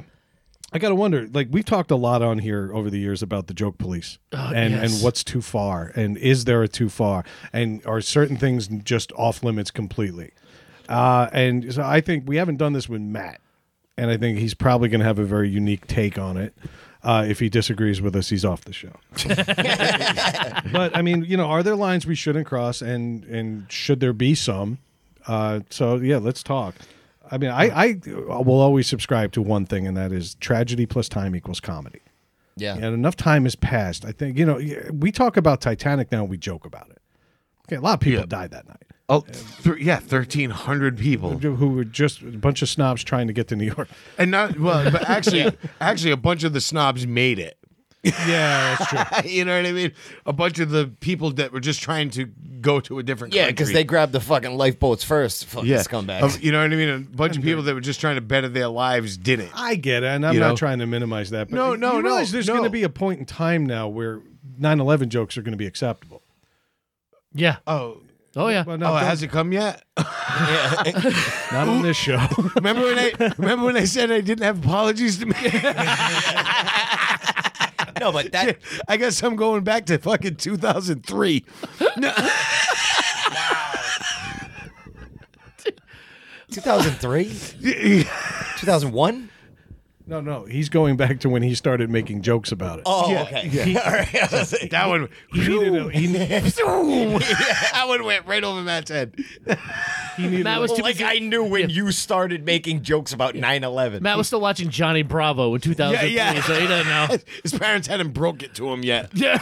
S1: I gotta wonder. Like we talked a lot on here over the years about the joke police and
S3: yes.
S1: and what's too far and is there a too far and are certain things just off limits completely. Uh, and so I think we haven't done this with Matt, and I think he's probably gonna have a very unique take on it. Uh, if he disagrees with us, he's off the show. but I mean, you know, are there lines we shouldn't cross, and and should there be some? Uh, so yeah, let's talk. I mean, I, I will always subscribe to one thing, and that is tragedy plus time equals comedy.
S2: Yeah.
S1: And enough time has passed. I think you know we talk about Titanic now, we joke about it. Okay, a lot of people died that night
S4: oh, th- yeah, thirteen hundred people,
S1: who were just a bunch of snobs trying to get to New York.
S4: and not well,
S2: <laughs>
S4: but actually, actually, a bunch of the snobs made it.
S1: Yeah, that's true.
S4: <laughs> you know what I mean? A bunch of the people that were just trying to go to a different
S2: Yeah,
S4: country.
S2: because they grabbed the fucking lifeboats first. Fucking scumbags.
S4: Of- you know what I mean? A bunch of people that were just trying to better their lives didn't.
S1: I get it, and I'm
S4: You
S1: not
S4: know?
S1: trying to minimize that. But
S4: No,
S1: you-
S4: no,
S1: you
S4: no,
S1: realize There's
S4: no.
S1: going to be a point in time now where 9/11 jokes are going to be acceptable.
S3: <laughs> Yeah.
S4: Oh,
S3: Oh yeah.
S1: Well,
S4: oh,
S1: no,
S4: has it come yet?
S2: <laughs> <laughs> yeah.
S1: not on this show. <laughs>
S3: <laughs>
S4: remember when I remember when I said I didn't have apologies to make?
S2: No, but that
S4: I guess I'm going back to fucking 2003. No,
S2: <laughs> 2003, 2001.
S1: No, no, he's going back to when he started making jokes about it.
S2: Oh,
S4: Yeah,
S2: okay. <laughs> All right. I was like,
S3: <laughs>
S4: that one. <laughs>
S1: He needed
S2: <laughs>
S1: a- he ne-
S4: that one went right over Matt's head.
S1: he needed
S3: Matt was
S1: a-
S3: too
S2: like
S3: busy-
S2: I knew when you started making jokes about 9/11.
S3: Matt was still watching Johnny Bravo in 2003,
S4: Yeah, yeah.
S3: so he doesn't know.
S4: <laughs> His parents hadn't broke it to
S3: <laughs>
S4: him yet.
S2: and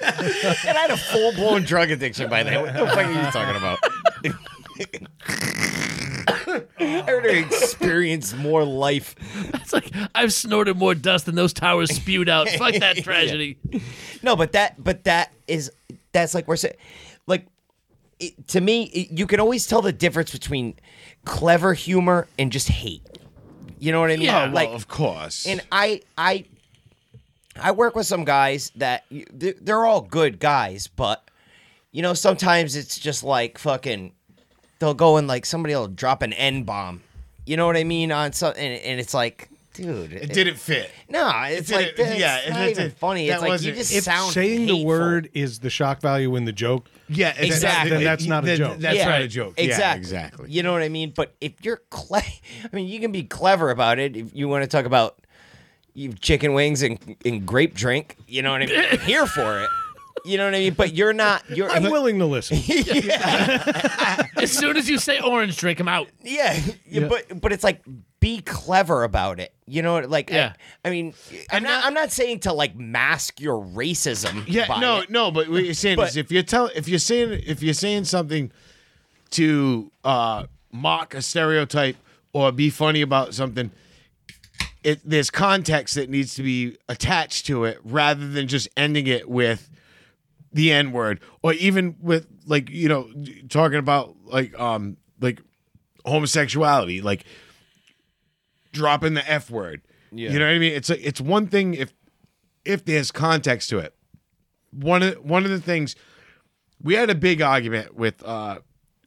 S2: I had a full blown drug addiction by then. What the fuck are you talking about? <laughs> I already experienced more life.
S3: It's like I've snorted more dust than those towers spewed out. Fuck that tragedy.
S2: No, but that, but that is, that's like we're saying, like it, to me, it- you can always tell the difference between clever humor and just hate. You know what I mean?
S3: Yeah. Oh, well,
S2: Uh, like,
S4: of course.
S2: and I, I, I work with some guys that you- they're they're all good guys, but you know sometimes it's just like fucking. They'll go and like somebody will drop an n bomb. You know what I mean on something, and, and it's like, dude,
S4: it didn't fit.
S2: No, it's
S4: did
S2: like
S4: it-
S2: this. Yeah,
S4: yeah,
S2: it's
S4: it-
S2: not
S4: it-
S2: even
S4: it-
S2: funny. It's
S4: that
S2: like you
S4: wasn't-
S2: just
S1: if
S2: sound
S1: saying
S2: hateful.
S1: the word is the shock value in the joke,
S4: Yeah, that-
S2: Exactly.
S4: that-
S1: Then that's not a
S4: that-
S1: joke.
S4: That's
S2: Yeah,
S4: not a joke. Yeah,
S2: Exactly.
S4: exactly.
S2: You know what I mean? But if you're cle- <laughs> I mean, you can be clever about it. If you want to talk about you chicken wings and, and grape drink, you know what I mean? I'm here for it. You know what I mean? But you're not. You're.
S1: I'm willing to listen.
S3: As soon as you say orange drink, I'm out.
S2: yeah, But but it's like be clever about it. You know, like I-
S3: Yeah.
S2: I, mean, I'm not. I'm not saying to like mask your racism.
S4: Yeah,
S2: by
S4: no,
S2: it.
S4: no. But what you're saying
S2: But-
S4: is if you're tell if you're saying if you're saying something to uh, mock a stereotype or be funny about something, it, there's context that needs to be attached to it rather than just ending it with the N word or even with like you know talking about like um like homosexuality like dropping the F word. You know what I mean? It's like it's one thing if if there's context to it. One of one of the things we had a big argument with uh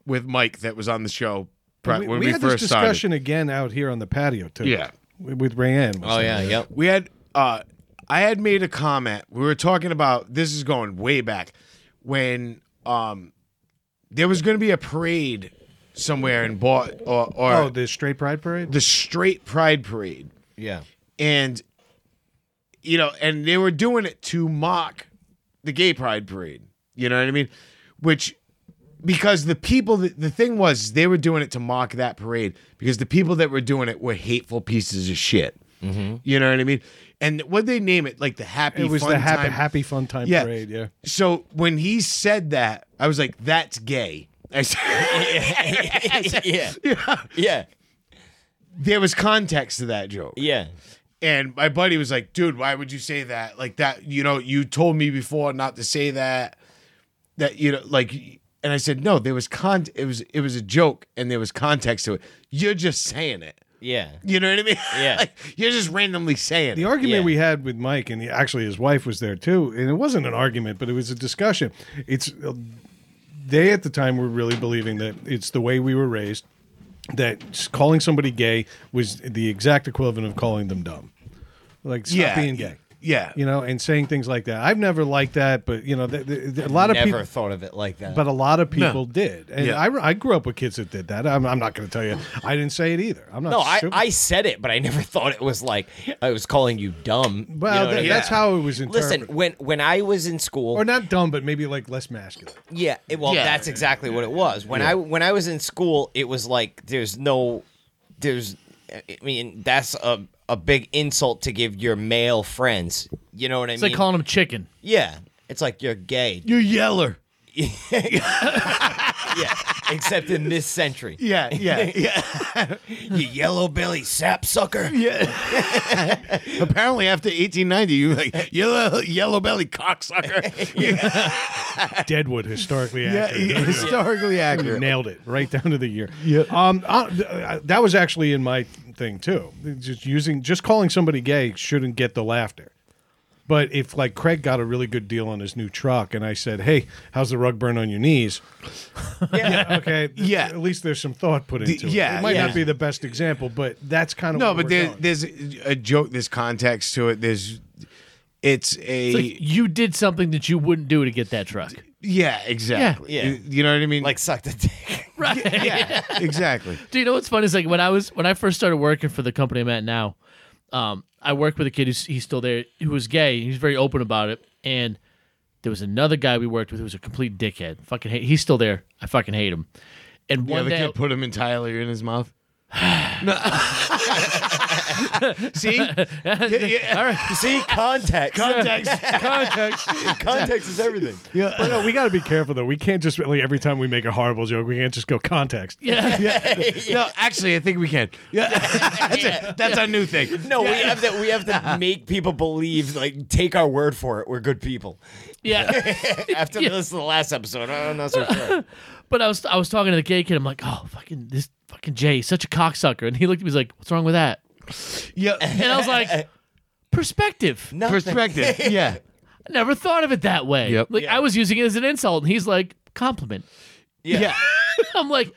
S4: with Mike that was on the show pri-
S1: we,
S4: when
S1: we
S4: we,
S1: had
S4: first
S1: this
S4: started.
S1: discussion again out here on the patio too.
S4: Yeah.
S1: with, with Rayanne.
S2: Oh yeah. Yep.
S4: we had uh I had made a comment. We were talking about this is going way back when um there was going to be a parade somewhere in Bo- or, or
S1: Oh, the straight pride parade.
S4: the straight pride parade
S2: Yeah.
S4: and you know and they were doing it to mock the gay pride parade you know what i mean which because the people that, the thing was they were doing it to mock that parade because the people that were doing it were hateful pieces of shit you know what i mean and what they name it like the happy
S1: Mm-hmm. it was
S4: fun
S1: the happy,
S4: time
S1: happy fun time
S4: Yeah.
S1: parade. Yeah,
S4: so when he said that i was like that's gay <laughs> I
S2: <laughs>
S4: said,
S2: yeah.
S4: yeah.
S2: Yeah.
S4: <laughs> there was context to that joke
S2: Yeah.
S4: And my buddy was like, dude, why would you say that? Like that, you know, you told me before not to say that. That you know, like and I said, no, there was con it was it was a joke and there was context to it. You're just saying it.
S2: Yeah.
S4: You know what I mean? <laughs>
S2: Yeah.
S4: Like, you're just randomly saying
S1: the
S4: it.
S1: argument
S2: Yeah.
S1: we had with Mike and he, actually his wife was there too, and it wasn't an argument, but it was a discussion. It's they at the time were really believing that it's the way we were raised that s- calling somebody gay was the exact equivalent of calling them dumb. Like stop
S4: Yeah.
S1: being gay.
S4: Yeah.
S1: You know, and saying things like that. I've never liked that, but you know, th- th- th- a lot of
S2: Never
S1: people
S2: thought of it like that.
S1: but a lot of people did. And
S4: Yeah.
S1: I, I grew up with kids that did that. I'm, I'm not going to tell you. I didn't say it either. I'm not.
S2: No, I,
S1: stupid.
S2: I said it, but I never <laughs> thought it was like I was calling you dumb. You
S1: Well,
S2: know what I
S1: tha-
S2: mean?
S1: that's how it was interpreted.
S2: Listen, when when I was in school,
S1: or not dumb, but maybe like less masculine.
S2: yeah, it- well,
S4: Yeah.
S2: that's exactly what it was. When I when I was in school, it was like there's no, there's, I mean, that's a a big insult to give your male friends. You know what I
S3: It's
S2: mean?
S3: like calling him chicken.
S2: yeah, it's like you're gay.
S4: You yeller.
S2: yeah, except in this century,
S4: Yeah, <laughs> yeah, yeah.
S2: you yellow belly sapsucker.
S4: yeah. <laughs> Apparently after eighteen ninety you were like yellow yellow belly cocksucker.
S1: <laughs> Deadwood historically
S4: <laughs> yeah,
S1: accurate.
S4: <laughs> historically accurate.
S1: Nailed it right down to the year. Yeah. Um. I- th- that was actually in my thing too. Just using, just calling somebody gay shouldn't get the laughter. But if like Craig got a really good deal on his new truck, and I said, "Hey, how's the rug burn on your knees?" <laughs> yeah, okay, th-
S4: Yeah.
S1: At least there's some thought put into it.
S4: yeah,
S1: it might
S2: yeah.
S1: not be the best example, but that's kind of
S4: No,
S1: where
S4: but
S1: we're
S4: there,
S1: going.
S4: there's a joke. There's context to it. There's it's a
S3: It's like you did something that you wouldn't do to get that truck.
S4: yeah, exactly.
S2: Yeah.
S4: You, you know what I mean?
S2: Like suck the dick.
S3: <laughs> Right.
S4: <laughs> yeah, exactly.
S3: Do you know what's funny is like when I was when I first started working for the company I'm at now, um, I worked with a kid who's he's still there who was gay. He was very open about it, and there was another guy we worked with who was a complete dickhead. Fucking hate. He's still there. I fucking hate him. And
S4: Yeah,
S3: one
S4: the
S3: day, <laughs>
S4: kid put him entirely in his mouth. No. <laughs> See, yeah, yeah.
S3: all
S4: <laughs>
S3: right,
S2: See context. <laughs>
S4: context.
S1: Context.
S2: context is everything.
S1: But no, we got to be careful though. We can't just like every time we make a horrible joke, we can't just go context.
S3: yeah,
S4: No, actually, I think we can. Yeah, <laughs> that's, a, that's our new thing.
S2: No, we have to we have
S3: <laughs>
S2: to make people believe, like take our word for it. We're good people. <laughs>
S3: yeah.
S2: After
S3: Yeah.
S2: this is the last episode, I'm not
S3: <laughs>
S2: so sure.
S3: But I was I was talking to the gay kid. I'm like, oh fucking this fucking Jay, he's such a cocksucker. And he looked at me he's like, what's wrong with that?
S4: Yeah,
S3: And I was
S4: <laughs>
S3: like, perspective.
S2: Nothing. <laughs>
S4: perspective. Yeah,
S3: I never thought of it that way.
S4: Yep.
S3: Like I was using it as an insult, and he's like, compliment.
S2: Yeah.
S3: I'm like,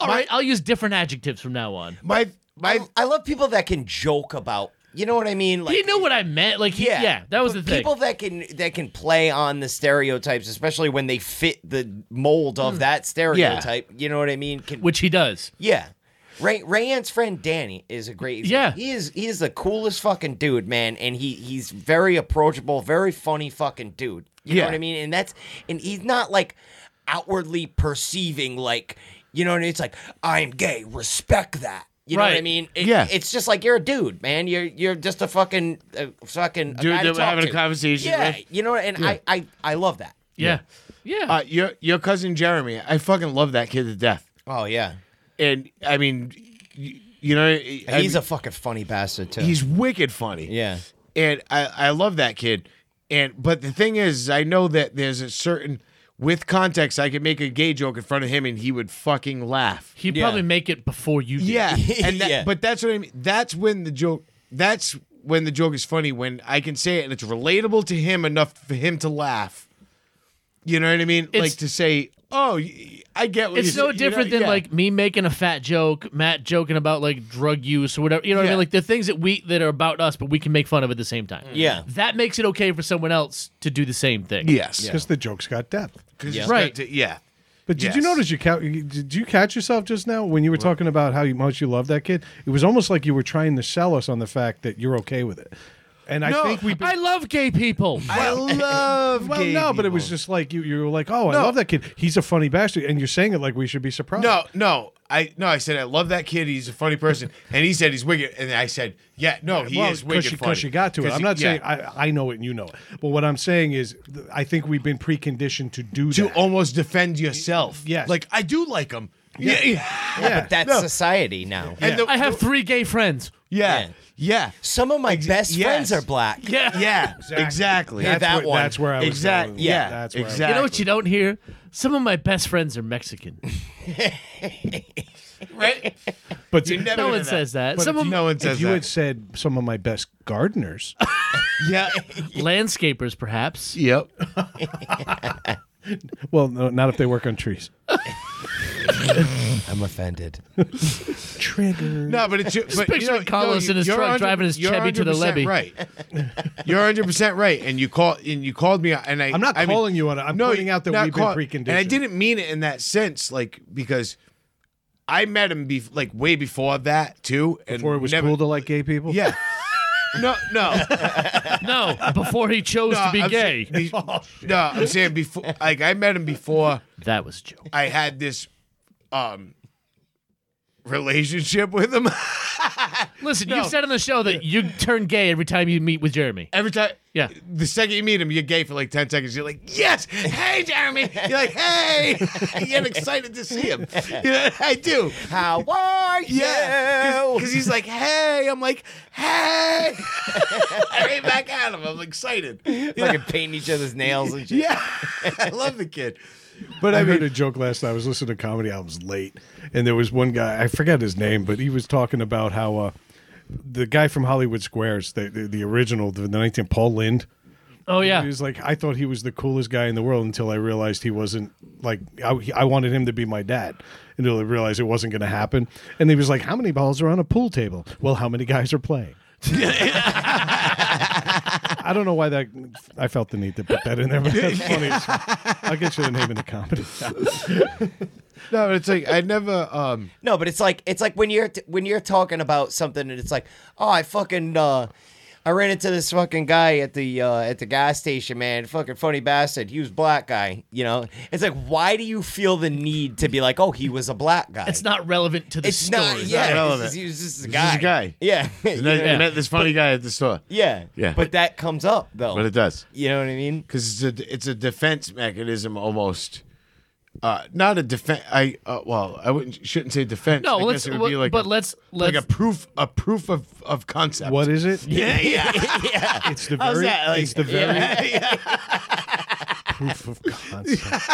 S3: all right, I'll use different adjectives from now on.
S4: My my
S2: I, I love people that can joke about. You know what I mean? Like
S3: he knew what I meant. Like, he, yeah, that was the
S2: But
S3: thing.
S2: People that can that can play on the stereotypes, especially when they fit the mold
S3: Mm.
S2: of that stereotype. You know what I mean? Can,
S3: which he does.
S2: yeah. Ray Rayanne's friend Danny is a great.
S3: Yeah.
S2: he is. He is the coolest fucking dude, man, and he he's very approachable, very funny fucking dude. You
S4: Yeah.
S2: know what I mean? And that's and he's not like outwardly perceiving like you know what I mean. It's like I'm gay, respect that. You know what I
S3: Right.
S2: mean? It-
S4: Yeah.
S2: it's just like you're a dude, man. You're you're just a fucking uh, fucking a
S4: Dude
S2: guy to
S4: that we're
S2: talk
S4: having a
S2: to.
S4: conversation
S2: Yeah,
S4: with.
S2: you know, and I, I I love that.
S3: Yeah. Yeah.
S4: uh, your your cousin Jeremy, I fucking love that kid to death.
S2: Oh yeah,
S4: And I mean, you, you know, he's
S2: he's a fucking funny bastard too.
S4: he's wicked funny.
S2: yeah.
S4: and I, I love that kid. And but the thing is, I know that there's a certain with context, I could make a gay joke in front of him and he would fucking laugh.
S3: He'd probably make it before you did.
S4: Yeah,
S2: <laughs>
S4: and that,
S2: Yeah.
S4: but that's what I mean. That's when the joke. That's when the joke is funny when I can say it and it's relatable to him enough for him to laugh. You know what I mean?
S3: It's-
S4: like to say, "Oh, y- I get what
S3: It's no
S4: you're saying," you know?
S3: different than
S4: Yeah.
S3: like me making a fat joke, Matt joking about like drug use or whatever. You know what I
S4: Yeah. Mm.
S3: mean? Like the things that we that are about us, but we can make fun of at the same time.
S2: Yeah.
S3: That makes it okay for someone else to do the same thing.
S4: yes,
S1: Because the joke's got depth.
S4: 'Cause
S2: Yeah.
S4: it's
S3: Right.
S4: got to- yeah.
S1: But did you
S4: Yes.
S1: notice you ca- did you catch yourself just now when you were talking about how you, much you love that kid? It was almost like you were trying to sell us on the fact that you're okay with it. And I
S4: No,
S1: think we
S3: I love gay people.
S4: I
S1: <laughs>
S4: love.
S1: well
S4: gay
S1: no, but it was
S4: people.
S1: just like you you were like, "Oh, I love that kid. He's a funny bastard." And you're saying it like we should be surprised.
S4: No, no. I no, I said I love that kid. He's a funny person, and he said he's wicked. And I said, yeah, no, he
S1: well,
S4: is wicked.
S1: you,
S4: funny.
S1: you got to it.
S4: 'Cause
S1: I'm
S4: he-
S1: not saying
S4: yeah.
S1: I, I know it and you know it. But what I'm saying is, th- I think we've been preconditioned to do
S4: to
S1: that.
S4: almost defend yourself.
S1: Yes.
S4: like I do like him. Yeah, yeah,
S1: yeah.
S2: But that's
S4: No.
S2: society now.
S4: And the-
S3: I have three gay friends.
S4: yeah, yeah,
S2: Some of my best
S4: yes.
S2: friends are black.
S3: Yeah.
S4: yeah, exactly.
S2: Yeah,
S1: that's
S2: that
S1: where,
S2: one.
S1: That's where I was.
S4: Exact-
S1: Going.
S2: yeah,
S1: that's where I was-
S4: exact-
S3: You know what you don't hear? Some of my best friends are Mexican.
S4: <laughs> right?
S1: But
S4: You never
S3: No
S4: hear
S3: one says that. Some
S4: if
S3: of
S4: you- no one
S1: if
S4: says
S1: you had
S4: that.
S1: said some of my best gardeners, <laughs>
S4: Yeah,
S3: landscapers, perhaps.
S4: yep.
S1: well, no, not if they work on trees.
S2: I'm offended.
S1: Trigger.
S4: No, but it's ju- but, you
S3: picturing
S4: know,
S3: Carlos
S4: no,
S3: in his
S4: you're
S3: truck
S4: 100
S3: driving his
S4: you're
S3: Chevy to the
S4: 100%
S3: levee.
S4: Right, you're 100 percent right, and you call and you called me, and I.
S1: I'm not
S4: I mean-
S1: calling you on it. I'm pointing out that
S4: not
S1: we've been
S4: call-
S1: preconditioned.
S4: And I didn't mean it in that sense, like because I met him be- like way before that too. And
S1: Before it was
S4: never-
S1: cool to like gay people. <laughs>
S4: yeah. No, no,
S3: No, before he chose
S4: no,
S3: to be
S4: I'm
S3: gay.
S4: saying- be-
S1: Oh,
S4: no, I'm saying before, like I met him before
S3: that was a joke.
S4: I had this, um, relationship with him. <laughs>
S3: Listen, you said on the show that you turn gay every time you meet with Jeremy.
S4: Every time,
S3: Yeah.
S4: The second you meet him, you're gay for like ten seconds. You're like, "Yes, hey, Jeremy." You're like, "Hey," <laughs> you get excited to see him. You know, I do.
S2: How are you?
S4: <laughs> Yeah, <laughs> because he's like, "Hey," I'm like, "Hey," <laughs> I right back at him. I'm excited.
S2: Fucking paint each other's nails and shit.
S4: Yeah, <laughs> I love the kid.
S1: But I, heard a joke last night. I was listening to comedy albums late, and there was one guy I forget his name, but he was talking about how uh, the guy from Hollywood Squares, the the, the original, the, the 19 Paul Lind.
S3: Oh yeah.
S1: He was like, I thought he was the coolest guy in the world until I realized he wasn't. Like, I, he- I wanted him to be my dad until I realized it wasn't going to happen. And he was like, How many balls are on a pool table? Well, how many guys are playing? I don't know why that. I felt the need to put that in there, but that's funny. as- I'll get you the name in the comedy.
S4: No, but it's like I never. Um,
S2: No, but it's like it's like when you're t- when you're talking about something and it's like, oh, I fucking uh, I ran into this fucking guy at the uh, at the gas station, man, fucking funny bastard. He was black guy, you know. It's like, why do you feel the need to be like, oh, he was a black guy?
S3: It's not relevant to the
S2: It's
S3: story.
S2: not. yeah,
S4: not
S2: it's
S4: relevant.
S2: just- he was just a
S4: He's just
S2: guy.
S4: a guy.
S2: Yeah. <laughs>
S4: and then
S3: Yeah.
S4: I met this funny guy at the store,
S2: yeah.
S4: Yeah.
S2: But that comes up though.
S4: but it does
S2: you know what I mean?
S4: because it's a it's a defense mechanism almost. Uh, not a defense. I uh, well, I wouldn't shouldn't say defense.
S3: No,
S4: I
S3: let's.
S4: guess it would be like
S3: but
S4: a,
S3: let's
S4: like
S3: let's.
S4: a proof a proof of of concept.
S1: What is it?
S4: <laughs>
S2: Yeah, yeah, yeah.
S1: It's the
S2: How's
S1: very.
S2: that? Like-
S1: it's the very proof of concept.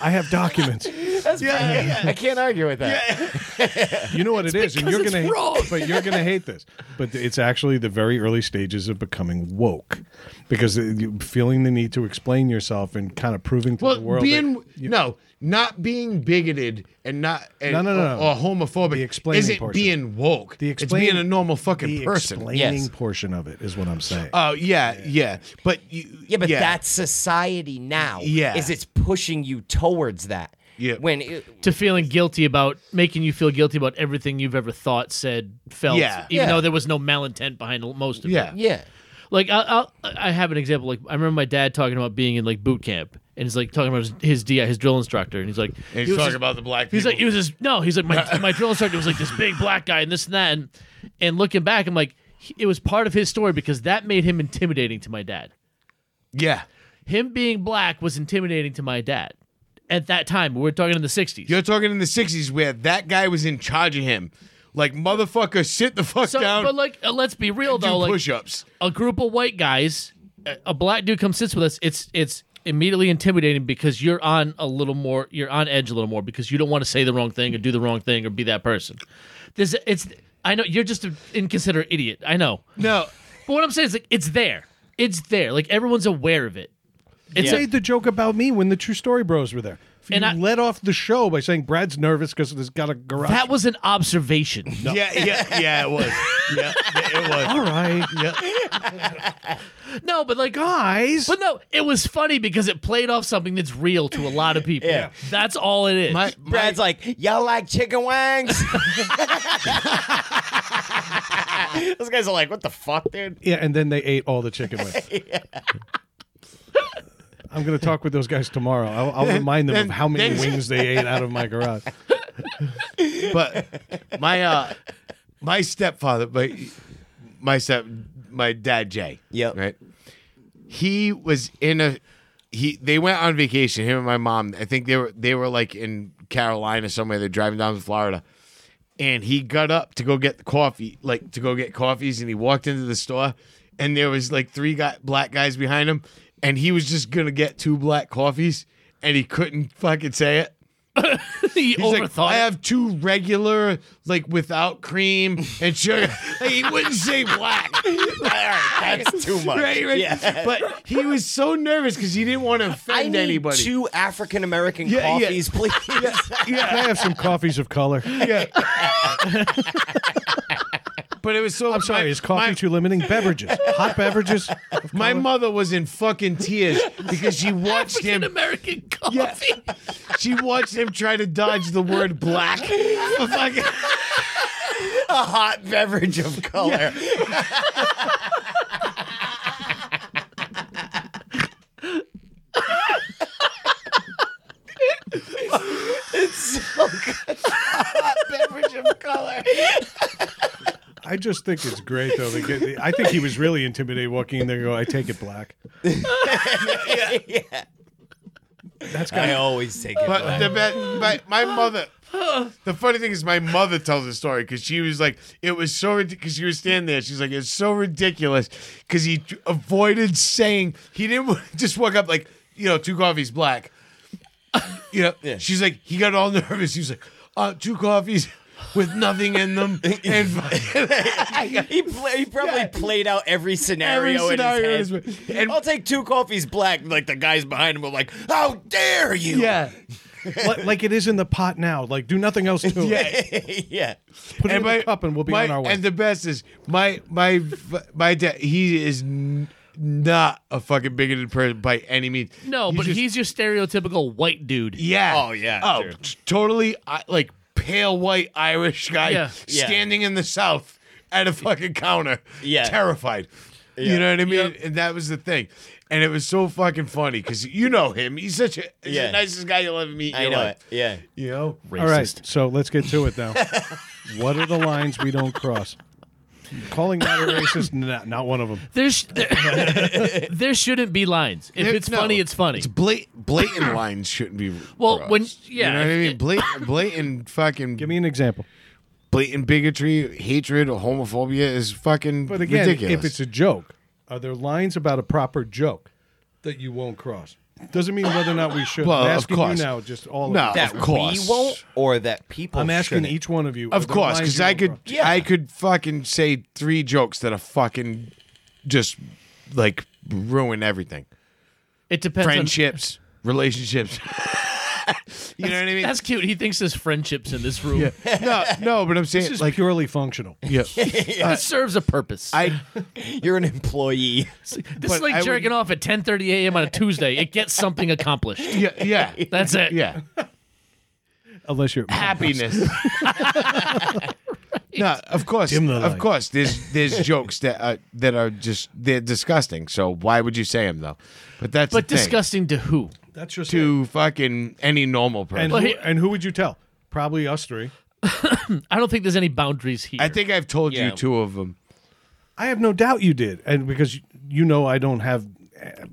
S1: I have documents.
S2: That's yeah, I can't argue with that.
S1: You know what it is, and you're
S3: because
S1: gonna,
S3: it's wrong.
S1: hate, but you're gonna hate this. But th- it's actually the very early stages of becoming woke, because uh, you- feeling the need to explain yourself and kind of proving to
S4: Well,
S1: the world.
S4: being
S1: that,
S4: no, not being bigoted and not and,
S1: No, no, no, no.
S4: or homophobic
S1: The explaining
S4: isn't
S1: portion.
S4: being woke.
S1: The
S4: it's
S1: explain-
S4: being a normal fucking
S1: the
S4: person.
S1: explaining
S2: Yes.
S1: portion of it is what I'm saying.
S4: Oh yeah, yeah, but you,
S2: Yeah, but that's society now.
S4: Yeah.
S2: is it's pushing you towards that.
S4: Yeah.
S2: when it,
S3: to feeling guilty about making you feel guilty about everything you've ever thought, said, felt,
S4: Yeah.
S3: even
S2: Yeah.
S3: though there was no malintent behind most of it.
S4: yeah,
S2: yeah,
S3: Like I, I'll, I have an example. Like I remember my dad talking about being in like boot camp, and he's like talking about his, his DI, his drill instructor, and he's like,
S4: And he's
S3: he was
S4: talking
S3: just-
S4: about the black.
S3: He's like,
S4: people.
S3: he was just no. He's like,
S4: <laughs>
S3: my my drill instructor was like this big black guy and this and that, and and looking back, I'm like, he- it was part of his story because that made him intimidating to my dad.
S4: yeah.
S3: Him being black was intimidating to my dad at that time. We're talking in the '60s.
S4: You're talking in the '60s where that guy was in charge of him, like motherfucker, sit the fuck
S3: so,
S4: down,
S3: but like, uh, let's be real
S4: do
S3: though. Like,
S4: push-ups.
S3: a group of white guys, a- a black dude comes sits with us. It's it's immediately intimidating because you're on a little more, you're on edge a little more because you don't want to say the wrong thing or do the wrong thing or be that person. This it's I know you're just an inconsiderate idiot. I know,
S4: No,
S3: but what I'm saying is like it's there, it's there. Like everyone's aware of it. It's
S1: made the joke about me when the True Story Bros were there. You
S3: And I-
S1: let off the show by saying Brad's nervous because he's got a garage.
S3: a, that was an
S4: <laughs>
S3: observation.
S4: yeah, yeah, yeah, it was, yeah, it was.
S1: <laughs> All right,
S3: No, but like oh,
S1: guys.
S3: But no, it was funny because it played off something that's real to a lot of people.
S2: Yeah.
S3: That's all it is.
S4: My, my-
S2: Brad's like, y'all like chicken
S4: <laughs>
S2: wings? Those guys are like, what the fuck, dude?
S1: yeah, and then they ate all the chicken wings.
S4: <laughs>
S1: I'm going to talk with those guys tomorrow. I'll, I'll remind them of how many wings they ate out of my garage.
S4: <laughs> but my uh my stepfather my my step my dad jay
S2: Yep.
S4: right he was in a he they went on vacation him and my mom i think they were they were like in carolina somewhere they're driving down to florida and he got up to go get the coffee like to go get coffees and he walked into the store and there was like three guy, black guys behind him and he was just gonna get two black coffees and he couldn't fucking say it
S3: he
S4: He's like,
S3: overthought.
S4: I
S3: it.
S4: <laughs> have two regular, like without cream and sugar. <laughs> like, he wouldn't say black.
S2: <laughs> All right, that's too much.
S4: Right, right?
S2: Yeah.
S4: But he was so nervous because he didn't want to
S2: I
S4: offend
S2: need
S4: anybody.
S2: two African American
S4: Yeah, yeah.
S2: coffees, please.
S1: Can I have some coffees of color?
S4: <laughs> Yeah. but it was so.
S1: I'm sorry, is coffee
S4: my,
S1: too limiting? Beverages, hot
S4: <laughs>
S1: beverages. of
S4: My
S1: color?
S4: mother was in
S2: <laughs>
S4: fucking tears because she watched
S3: African
S4: him.
S3: American coffee.
S4: Yeah. <laughs> She watched him try to dodge the
S2: <laughs>
S4: word black. <laughs> Fucking-
S2: <laughs> a hot beverage of color. it's so good. A hot beverage of color.
S1: I just think it's great though. They get- I think he was really intimidated walking in there. and Go, I take it black.
S2: yeah.
S1: That's got.
S2: I always take it.
S4: <laughs> But the be- my, my mother. The funny thing is, my mother tells the story because she was like, it was so because she was standing there. She's like, it's so ridiculous because he t- avoided saying he didn't wa- <laughs> just walk up like you know two coffees black. You know,
S2: Yeah.
S4: she's like he got all nervous. He was like, uh, two coffees. with nothing
S2: <laughs>
S4: in them. and <laughs>
S2: he, play, he probably
S4: Yeah.
S2: played out every scenario,
S4: scenario
S2: in
S4: in
S2: his head.
S4: his head. And-
S2: I'll take two coffees black. and, Like the guys behind him were like, "How dare you?"
S4: yeah.
S1: Like, like it is in the pot now. Like do nothing else to it.
S4: Yeah.
S2: <laughs> yeah.
S1: Put it in
S4: my-
S1: the cup and we'll be
S4: my-
S1: on our way.
S4: And the best is my my my dad. He is n- not a fucking bigoted person by any means.
S3: <laughs> No, but
S4: just-
S3: he's your stereotypical white dude.
S4: yeah.
S2: Oh, yeah,
S4: Oh,
S2: sure.
S4: t- totally. I, like pale white Irish guy
S3: Yeah.
S2: Yeah.
S4: standing in the south at a fucking counter.
S2: Yeah.
S4: Terrified.
S2: Yeah.
S4: You know what I mean? And that was the thing. And it was so fucking funny because you know him. He's such a he's
S2: Yeah.
S4: the nicest guy you'll ever meet. in
S2: I
S4: your
S2: know
S4: life.
S2: it. Yeah.
S4: You know.
S3: Racist.
S1: All right, so let's get to it now.
S4: <laughs>
S1: what are the lines we don't cross? Calling that
S4: <laughs>
S1: a racist? Not, not one of them.
S3: There's <laughs>
S2: <laughs>
S3: there, there shouldn't be lines. If
S4: There-
S3: it's
S4: no.
S3: funny, it's funny.
S4: It's blatant, blatant <coughs> lines shouldn't be.
S3: <coughs> Well,
S4: crossed.
S3: when-
S4: you
S3: yeah,
S4: know what I
S3: if <laughs>
S4: mean, blatant, blatant fucking
S1: Give me an example.
S4: blatant bigotry, hatred, or homophobia is fucking
S1: But again,
S4: ridiculous.
S1: if it's a joke, are there lines about a proper joke that you won't cross? Doesn't mean whether or not we should.
S4: Well,
S1: I'm
S4: of
S1: asking
S4: course.
S1: you now, just all
S4: No.
S1: of you.
S4: That
S2: That
S4: Of course.
S2: we won't, or that people.
S1: I'm asking
S2: shouldn't.
S1: each one of you. are
S4: of
S1: there
S4: course,
S1: lines
S4: because
S1: you
S4: I
S1: won't
S4: could
S1: cross?
S2: Yeah.
S4: I could fucking say three jokes that are fucking just like ruin everything.
S3: It depends. on-
S4: Friendships, relationships. <laughs> you know what I mean?
S3: that's cute. He thinks there's friendships in this room.
S4: no, no, but I'm saying
S1: This is
S4: like
S1: purely functional.
S3: <laughs>
S4: yeah,
S3: It serves a purpose.
S4: Uh, I
S2: You're an employee.
S3: this is
S4: but I
S3: like
S4: would-
S3: jerking off at 10:30 a.m. on a Tuesday. It gets something
S4: <laughs>
S3: accomplished.
S4: yeah yeah
S3: That's it.
S4: yeah.
S1: Unless you're
S4: Ah. happiness. no, of course,
S1: Dim the
S4: of
S1: light.
S4: course.
S1: <laughs>
S4: There's there's jokes that are, that are just they're disgusting. So why would you say them though? But that's
S3: But
S4: the thing.
S3: disgusting to who?
S1: That's just it.
S4: to fucking any normal person.
S1: And,
S3: Well,
S1: who,
S3: he-
S1: and who would you tell? Probably us three.
S3: I don't think there's any boundaries here.
S4: I think I've told
S2: Yeah.
S4: you two of them.
S1: I have no doubt you did, and because you- you know I don't have.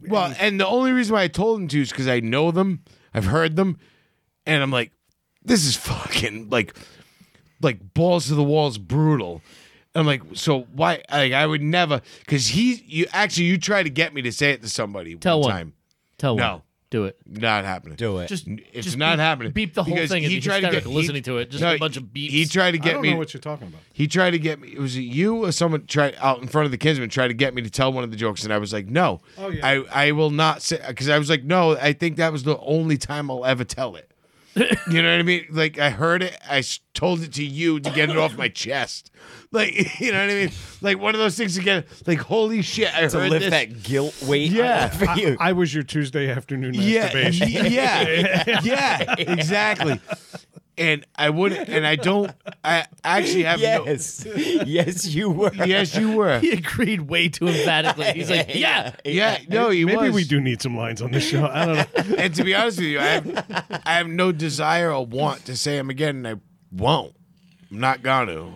S4: Well, and the only reason why I told them to is because I know them, I've heard them, and I'm like, this is fucking like, like balls to the walls, brutal. I'm like, so why? Like, I would never, because he, you actually, you try to get me to say it to somebody
S3: Tell
S4: one
S3: one.
S4: time.
S3: Tell
S4: No.
S3: one. Do it.
S4: Not happening.
S2: Do it.
S3: Just
S4: It's
S3: just
S4: not
S3: beep-
S4: happening.
S3: Beep the whole
S4: Because
S3: thing. and
S4: he
S3: be
S4: tried to
S3: hysterical
S4: get- he-
S3: listening to it. Just
S4: No,
S3: a bunch of beeps.
S4: He tried to
S1: I
S4: get
S1: don't
S4: me.
S1: know what you're talking about.
S4: He tried to get me. Was it you or someone tried out in front of the kinsman tried to get me to tell one of the jokes, and I was like, no,
S1: Oh, yeah.
S4: I I will not say because I was like, no, I think that was the only time I'll ever
S1: <laughs>
S4: tell it. you know what I mean? Like I heard it, I s- told it to you to get it off my chest. Like <laughs> you know what I mean? Like one of those things again. Like holy shit, I
S2: to
S4: heard
S2: lift
S4: this.
S2: that guilt weight
S4: Yeah.
S2: off of you.
S1: I was your Tuesday afternoon
S4: yeah,
S1: <laughs>
S4: <laughs>
S1: masturbation.
S4: yeah, yeah, exactly. And I wouldn't, and I don't. I actually have no-
S2: yes, <laughs> yes, you were.
S4: Yes, you
S3: <laughs>
S4: were.
S3: he agreed way too emphatically. He's like, yeah.
S4: Yeah, no, you
S1: Maybe
S4: was.
S1: we do need some lines on this show. I don't
S4: <laughs>
S1: know.
S4: and to be honest with you, I have, I have no desire or want to say them again, and I won't. I'm not gonna.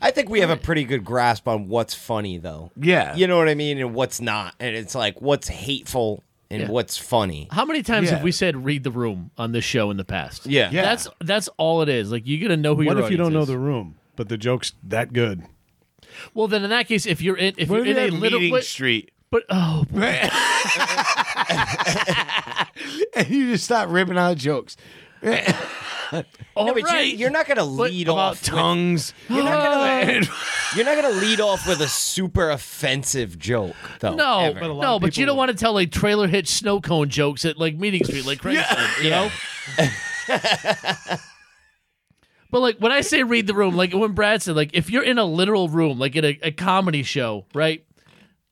S2: I think we have a pretty good grasp on what's funny, though.
S4: Yeah.
S2: You know what I mean? And what's not. And it's like, what's hateful and
S3: Yeah.
S2: what's funny.
S3: How many times
S4: Yeah.
S3: have we said "read the room" on this show in the past?
S2: Yeah.
S4: Yeah.
S3: that's that's all it is. Like you gotta know who
S1: What
S3: your
S1: if you don't know
S3: audience
S1: the room, but the joke's that good?
S3: is. Well, then in that case, if you're in, if
S4: What
S3: you're in
S4: in
S3: a little,
S4: meeting
S3: wait,
S4: <laughs> street?
S3: but oh,
S4: and you just stop ripping out jokes
S3: all
S2: No, but you're-
S3: right.
S2: you're, not going to lead
S4: about
S2: off. With,
S4: <laughs> tongues.
S2: you're not going to. You're not going to lead off with a super offensive joke, though.
S3: no,
S2: ever.
S1: But a lot
S3: no,
S1: of
S3: but you
S1: people
S3: don't want to tell like trailer hitch snow cone jokes at like meeting street, like Craig said, you know.
S1: <laughs>
S3: But like when I say read the room, like when Brad said, like if you're in a literal room, like in a, a comedy show, right?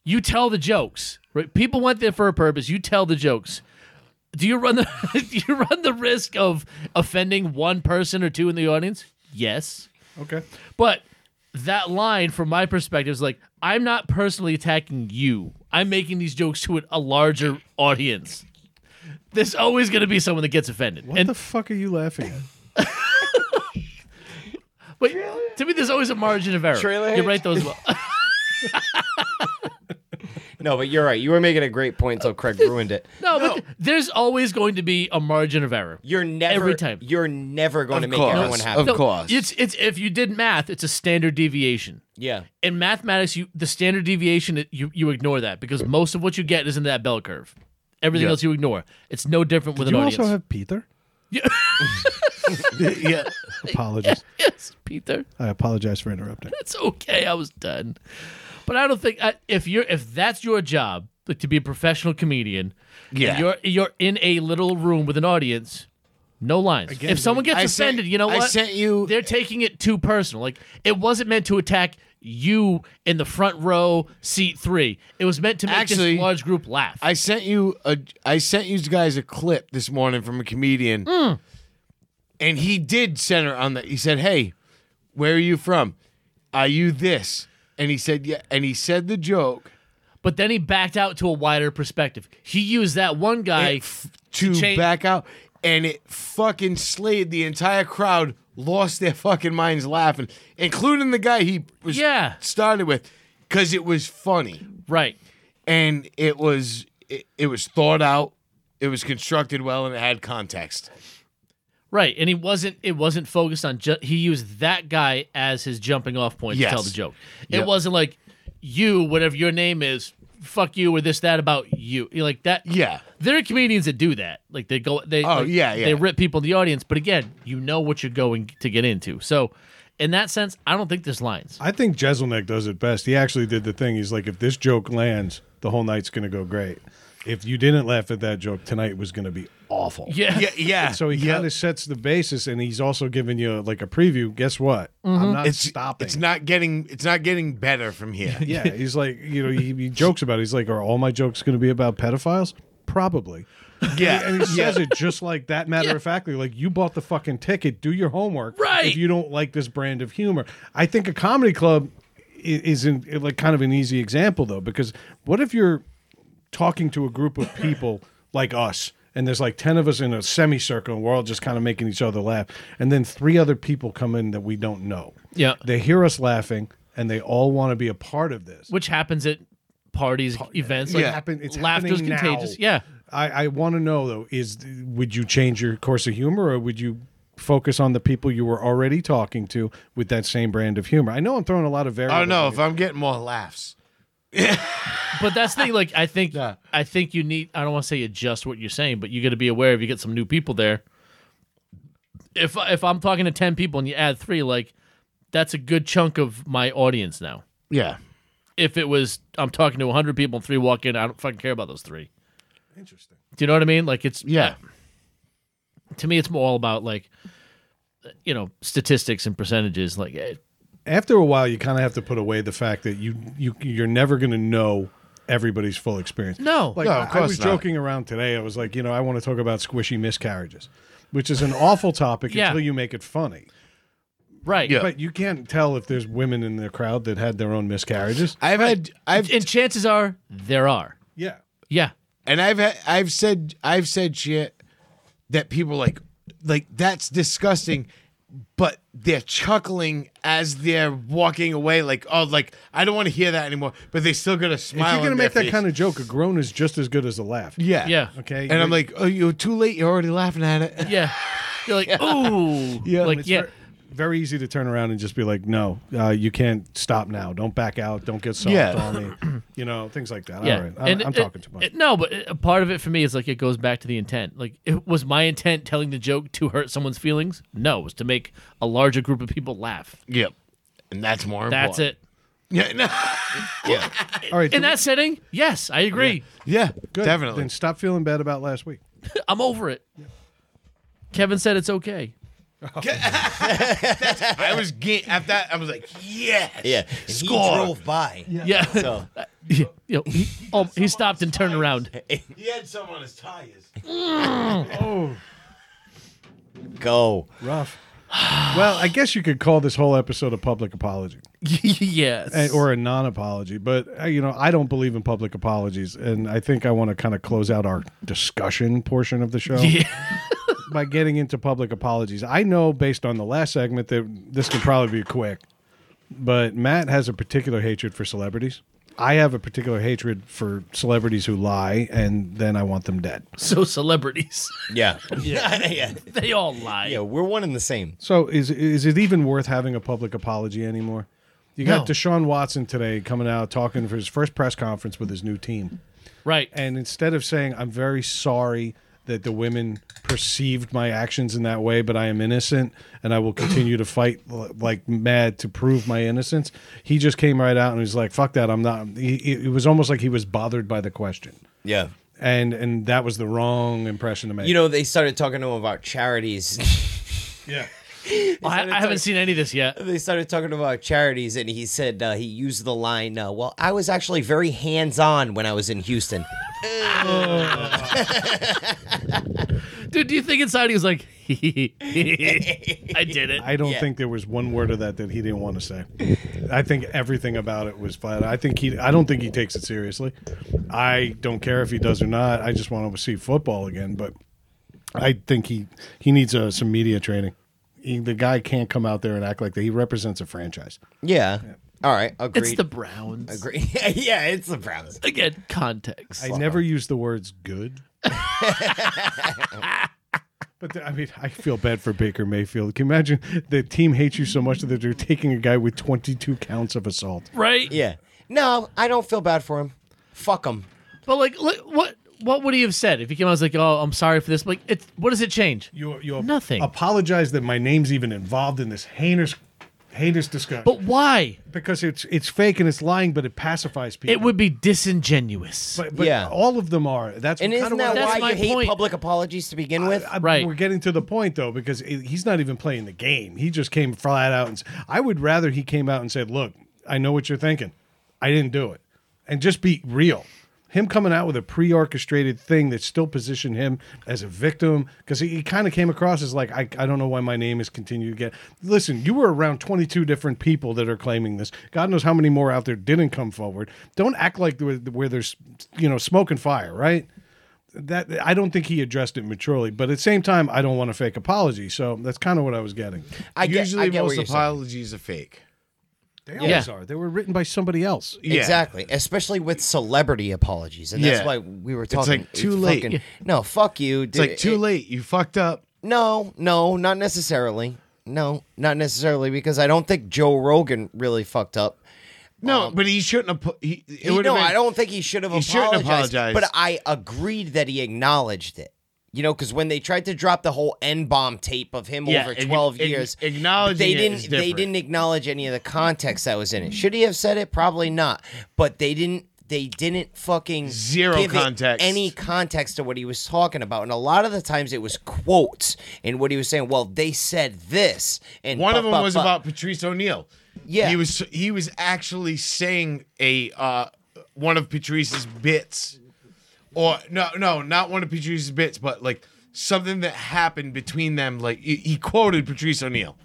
S3: You tell the jokes, right? People went there for a purpose. You tell the jokes. Do you run the <laughs> do you run the risk of offending one person or two in the audience? Yes.
S1: Okay.
S3: But that line, from my perspective, is like I'm not personally attacking you. I'm making these jokes to a larger audience. There's always going to be someone that gets offended,
S1: What
S3: and
S1: the fuck are you laughing at?
S3: but to me, there's always a margin of error.
S2: Trailer
S3: you write those.
S2: No, but you're right. You were making a great point until
S3: <laughs>
S2: Craig ruined it.
S3: no, but th- there's always going to be a margin of error.
S2: You're never.
S3: Every time.
S2: You're never going to
S4: Of
S2: make
S4: course.
S2: everyone happy.
S4: Of course.
S3: It's it's if you did math, it's a standard deviation.
S2: yeah.
S3: In mathematics, you the standard deviation it- you you ignore that because most of what you get is in that bell curve. Everything
S4: Yeah.
S3: else you ignore. It's no different with
S1: you
S3: an audience.
S1: also have Peter?
S3: yeah.
S4: <laughs>
S1: Apologies.
S3: <laughs> Yes, Peter.
S1: I apologize for interrupting.
S3: It's okay. I was done. But I don't think I, if you're if that's your job, like to be a professional comedian, and
S4: Yeah.
S3: you're you're in a little room with an audience, no lines. if someone gets
S4: I sent-
S3: offended, you know
S4: I
S3: what?
S4: sent you-
S3: They're taking it too personal. Like it wasn't meant to attack you in the front row, seat three. It was meant to make
S4: Actually,
S3: this large group laugh.
S4: I sent you a I sent you guys a clip this morning from a comedian, and he did center on that. He said, "Hey, where are you from? Are you this?" And he said, "Yeah." And he said the joke
S3: but then he backed out to a wider perspective. He used that one guy.
S4: f- to
S3: change-
S4: back out, and it fucking slayed the entire crowd. Lost their fucking minds laughing, including the guy he was
S3: Yeah.
S4: started with, because it was funny.
S3: right.
S4: and it was it, it was thought out it was constructed well and it had context
S3: Right, and he wasn't. It wasn't focused on. Ju- he used that guy as his jumping off point
S4: Yes.
S3: to tell the joke.
S4: Yep.
S3: It wasn't like you, whatever your name is, fuck you or this that about you. You're like that.
S4: yeah
S3: There are comedians that do that. Like they go. They,
S4: Oh,
S3: like,
S4: yeah, yeah.
S3: They rip people in the audience, but again, you know what you're going to get into. So, in that sense, I don't think there's lines.
S1: I think Jeselnik does it best. He actually did the thing. He's like, if this joke lands, the whole night's going to go great. If you didn't laugh at that joke, tonight was going to be awful.
S3: Yeah.
S4: yeah yeah
S1: So he
S4: yeah.
S1: kind of sets the basis, and he's also giving you like a preview. Guess what? I'm not
S4: Mm-hmm. it's
S1: stopping.
S4: it's not getting it's not getting better from here
S1: <laughs> yeah, he's like, you know, he, he jokes about. it. He's like, are all my jokes going to be about pedophiles? Probably.
S4: yeah
S1: And he says it just like that, matter of factly. Like you bought the fucking ticket. Do your homework.
S3: Right.
S1: If you don't like this brand of humor, I think a comedy club i- is in like kind of an easy example though, because what if you're talking to a group of people like us? And there's like 10 of us in a semicircle, and we're all just kind of making each other laugh. And then three other people come in that we don't know.
S3: Yeah.
S1: They hear us laughing, and they all want to be a part of this.
S3: <laughs> Which happens at parties, events. Like,
S4: Yeah.
S1: Happen- it's
S3: laughter's
S1: happening now.
S3: contagious. Yeah.
S1: I, I want to know though is would you change your course of humor or would you focus on the people you were already talking to with that same brand of humor? I know I'm throwing a lot of variables.
S4: i don't know
S1: in
S4: if i'm getting more laughs
S3: But that's the thing. Like, I think I think you need. I don't want to say adjust what you're saying, but you got to be aware if you get some new people there. If if I'm talking to ten people and you add three, like that's a good chunk of my audience now.
S4: yeah
S3: If it was I'm talking to 100 people and three walk in, I don't fucking care about those three.
S1: here. Interesting.
S3: Do you know what I mean? Like it's uh,
S4: yeah
S3: to me, it's more all about like you know statistics and percentages. Like eh,
S1: After a while, you kind of have to put away the fact that you you you're never going to know everybody's full experience.
S3: no,
S1: Like
S4: No,
S1: I-
S4: of
S1: I
S4: course
S1: was
S4: not.
S1: joking around today. I was like, you know, I want to talk about squishy miscarriages, which is an awful topic
S3: Yeah.
S1: until you make it funny.
S3: right?
S4: Yeah.
S1: But you can't tell if there's women in the crowd that had their own miscarriages.
S4: i've had i've
S3: And chances are there are.
S1: Yeah.
S3: Yeah.
S4: and I've had, I've said I've said shit that people like like that's disgusting, but they're chuckling as they're walking away. Like oh, like I don't want to hear that anymore. But they still got a
S1: If
S4: smile.
S1: you're going to
S4: on
S1: make
S4: their
S1: that
S4: face.
S1: kind of joke, a groan is just as good as a laugh.
S4: yeah
S3: Yeah.
S1: Okay.
S4: And I'm like, oh, you're too late. You're already laughing at it.
S3: Yeah. You're like, ooh.
S4: Yeah.
S3: Like,
S1: It's
S3: yeah.
S1: ver- Very easy to turn around and just be like, "No, uh, you can't stop now. Don't back out. Don't get soft
S4: Yeah.
S1: on <clears throat> me. You know, things like that."
S3: yeah.
S1: All right, I'm,
S3: And
S1: I'm
S3: it-
S1: talking too much.
S3: it- no, but a part of it for me is like it goes back to the intent. Like, it, was my intent telling the joke to hurt someone's feelings? No, it was to make a larger group of people laugh.
S4: Yep. And that's more important.
S3: That's it.
S4: Yeah. no-
S1: All right,
S3: In
S1: so-
S3: that setting, yes, I agree.
S4: yeah.
S1: good.
S4: Definitely.
S1: Then stop feeling bad about last week.
S3: I'm over it. Kevin said it's okay.
S4: I was ga- after that. I was like, yes.
S2: Yeah, and
S4: Score.
S2: He drove by.
S3: Yeah.
S2: So
S3: Yeah, you know, he, oh, he stopped and turned around.
S4: He had some on his tires.
S2: go.
S1: <sighs> Rough. well, I guess you could call this whole episode a public apology
S3: yes.
S1: and- or a non-apology, but uh, you know, I don't believe in public apologies, and I think I want to kind of close out our discussion portion of the show.
S3: yeah.
S1: <laughs> by getting into public apologies. I know based on the last segment that this could probably be quick, but Matt has a particular hatred for celebrities. I have a particular hatred for celebrities who lie, and then I want them dead.
S3: So celebrities,
S2: Yeah.
S3: <laughs>
S2: Yeah. <laughs> yeah.
S3: they all lie.
S2: Yeah. We're one and the same.
S1: So is is it even worth having a public apology anymore? You got
S3: No.
S1: Deshaun Watson today coming out talking for his first press conference with his new team.
S3: Right.
S1: And instead of saying, I'm very sorry that the women perceived my actions in that way, but I am innocent and I will continue to fight l- like mad to prove my innocence. He just came right out and was like, "Fuck that! I'm not." He, he- it was almost like he was bothered by the question,
S2: Yeah.
S1: and and that was the wrong impression to make.
S2: You know, they started talking to him about charities. <laughs>
S1: yeah.
S3: I, I haven't seen any of this yet.
S2: they started talking about charities, and he said uh, he used the line, uh, "Well, I was actually very hands-on when I was in Houston."
S3: Dude, do you think inside he was like, I did it?
S1: I don't
S2: Yeah.
S1: think there was one word of that that he didn't want to say. I think everything about it was flat. I think he. I don't think he takes it seriously. I don't care if he does or not. I just want to see football again. But I think he he needs uh, some media training. He, the guy can't come out there and act like that. He represents a franchise.
S2: Yeah. All right. Agreed.
S3: it's the Browns.
S2: Agree- <laughs> yeah, it's the Browns.
S3: Again, context.
S1: I never use the words good. But the- I mean, I feel bad for Baker Mayfield. Can you imagine the team hates you so much that they're taking a guy with 22 counts of assault?
S3: right?
S2: Yeah. No, I don't feel bad for him. Fuck him.
S3: But like, look, what what would he have said if he came out and was like, "Oh, I'm sorry for this"? Like, it's what does it change?
S1: You, you
S3: Nothing.
S1: Apologize that my name's even involved in this heinous, heinous discussion.
S3: But why?
S1: because it's it's fake and it's lying, but it pacifies people.
S3: It would be disingenuous.
S1: But, but
S2: Yeah.
S1: all of them are. That's
S2: And
S1: kinda
S2: isn't
S1: what-
S2: that
S3: That's
S2: why
S3: my
S2: you hate
S3: point.
S2: public apologies to begin with?
S1: I-
S3: Right.
S1: We're getting to the point though, because it, he's not even playing the game. He just came flat out and. s- I would rather he came out and said, "Look, I know what you're thinking. I didn't do it," and just be real. Him coming out with a pre-orchestrated thing that still positioned him as a victim because he, he kind of came across as like, I, I don't know why my name is continued to get. Listen, you were around 22 different people that are claiming this. God knows how many more out there didn't come forward. Don't act like where, where there's, you know, smoke and fire, right? that I don't think he addressed it maturely, but at the same time, I don't want a fake apology. So that's kind of what I was getting.
S2: I get-
S4: Usually,
S2: I get what
S4: most
S2: you're saying.
S4: apologies are fake.
S1: They always are. They were written by somebody else.
S4: Yeah.
S2: Exactly, especially with celebrity apologies, and that's
S4: Yeah.
S2: why we were
S4: like
S2: talking.
S4: too late.
S2: fucking- no, fuck you.
S4: It's like too late. You fucked up.
S2: No, no, not necessarily. No, not necessarily because I don't think Joe Rogan really fucked up.
S4: No, but he shouldn't have. He, it
S2: Um, He-
S4: would've
S2: no,
S4: been-
S2: I don't think he should have
S4: He
S2: apologized.
S4: shouldn't apologize.
S2: But I agreed that he acknowledged it. You know, because when they tried to drop the whole N bomb tape of him
S3: Yeah,
S2: over
S3: ag-
S2: twelve
S4: ag-
S2: years,
S4: acknowledging
S2: they
S4: it
S2: didn't.
S4: is
S2: they
S4: different.
S2: didn't acknowledge any of the context that was in it. Should he have said it? Probably not. But they didn't. They didn't fucking
S4: Zero
S2: give it
S4: context.
S2: any context to what he was talking about, and a lot of the times it was quotes and what he was saying. Well, they said this, and
S4: One
S2: bu-
S4: of them
S2: bu-
S4: was
S2: bu-
S4: about Patrice O'Neill.
S2: Yeah.
S4: he was he was actually saying a uh, one of Patrice's bits, or no, no, not one of Patrice's bits, but like something that happened between them. Like he, he quoted Patrice O'Neill.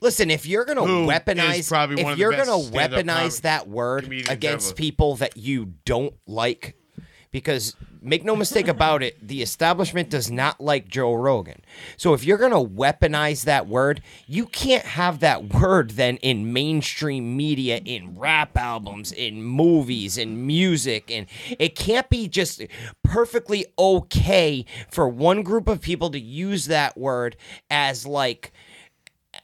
S2: Listen, if you're gonna
S4: Who
S2: weaponize,
S4: is probably
S2: if
S4: one of the
S2: you're
S4: best
S2: gonna
S4: stand-up
S2: weaponize
S4: comic-
S2: that word
S4: comedians
S2: against
S4: ever.
S2: people that you don't like, because make no mistake about it, the establishment does not like Joe Rogan. So if you're gonna weaponize that word, you can't have that <laughs> word then in mainstream media, in rap albums, in movies, in music, and it can't be just perfectly okay for one group of people to use that word as like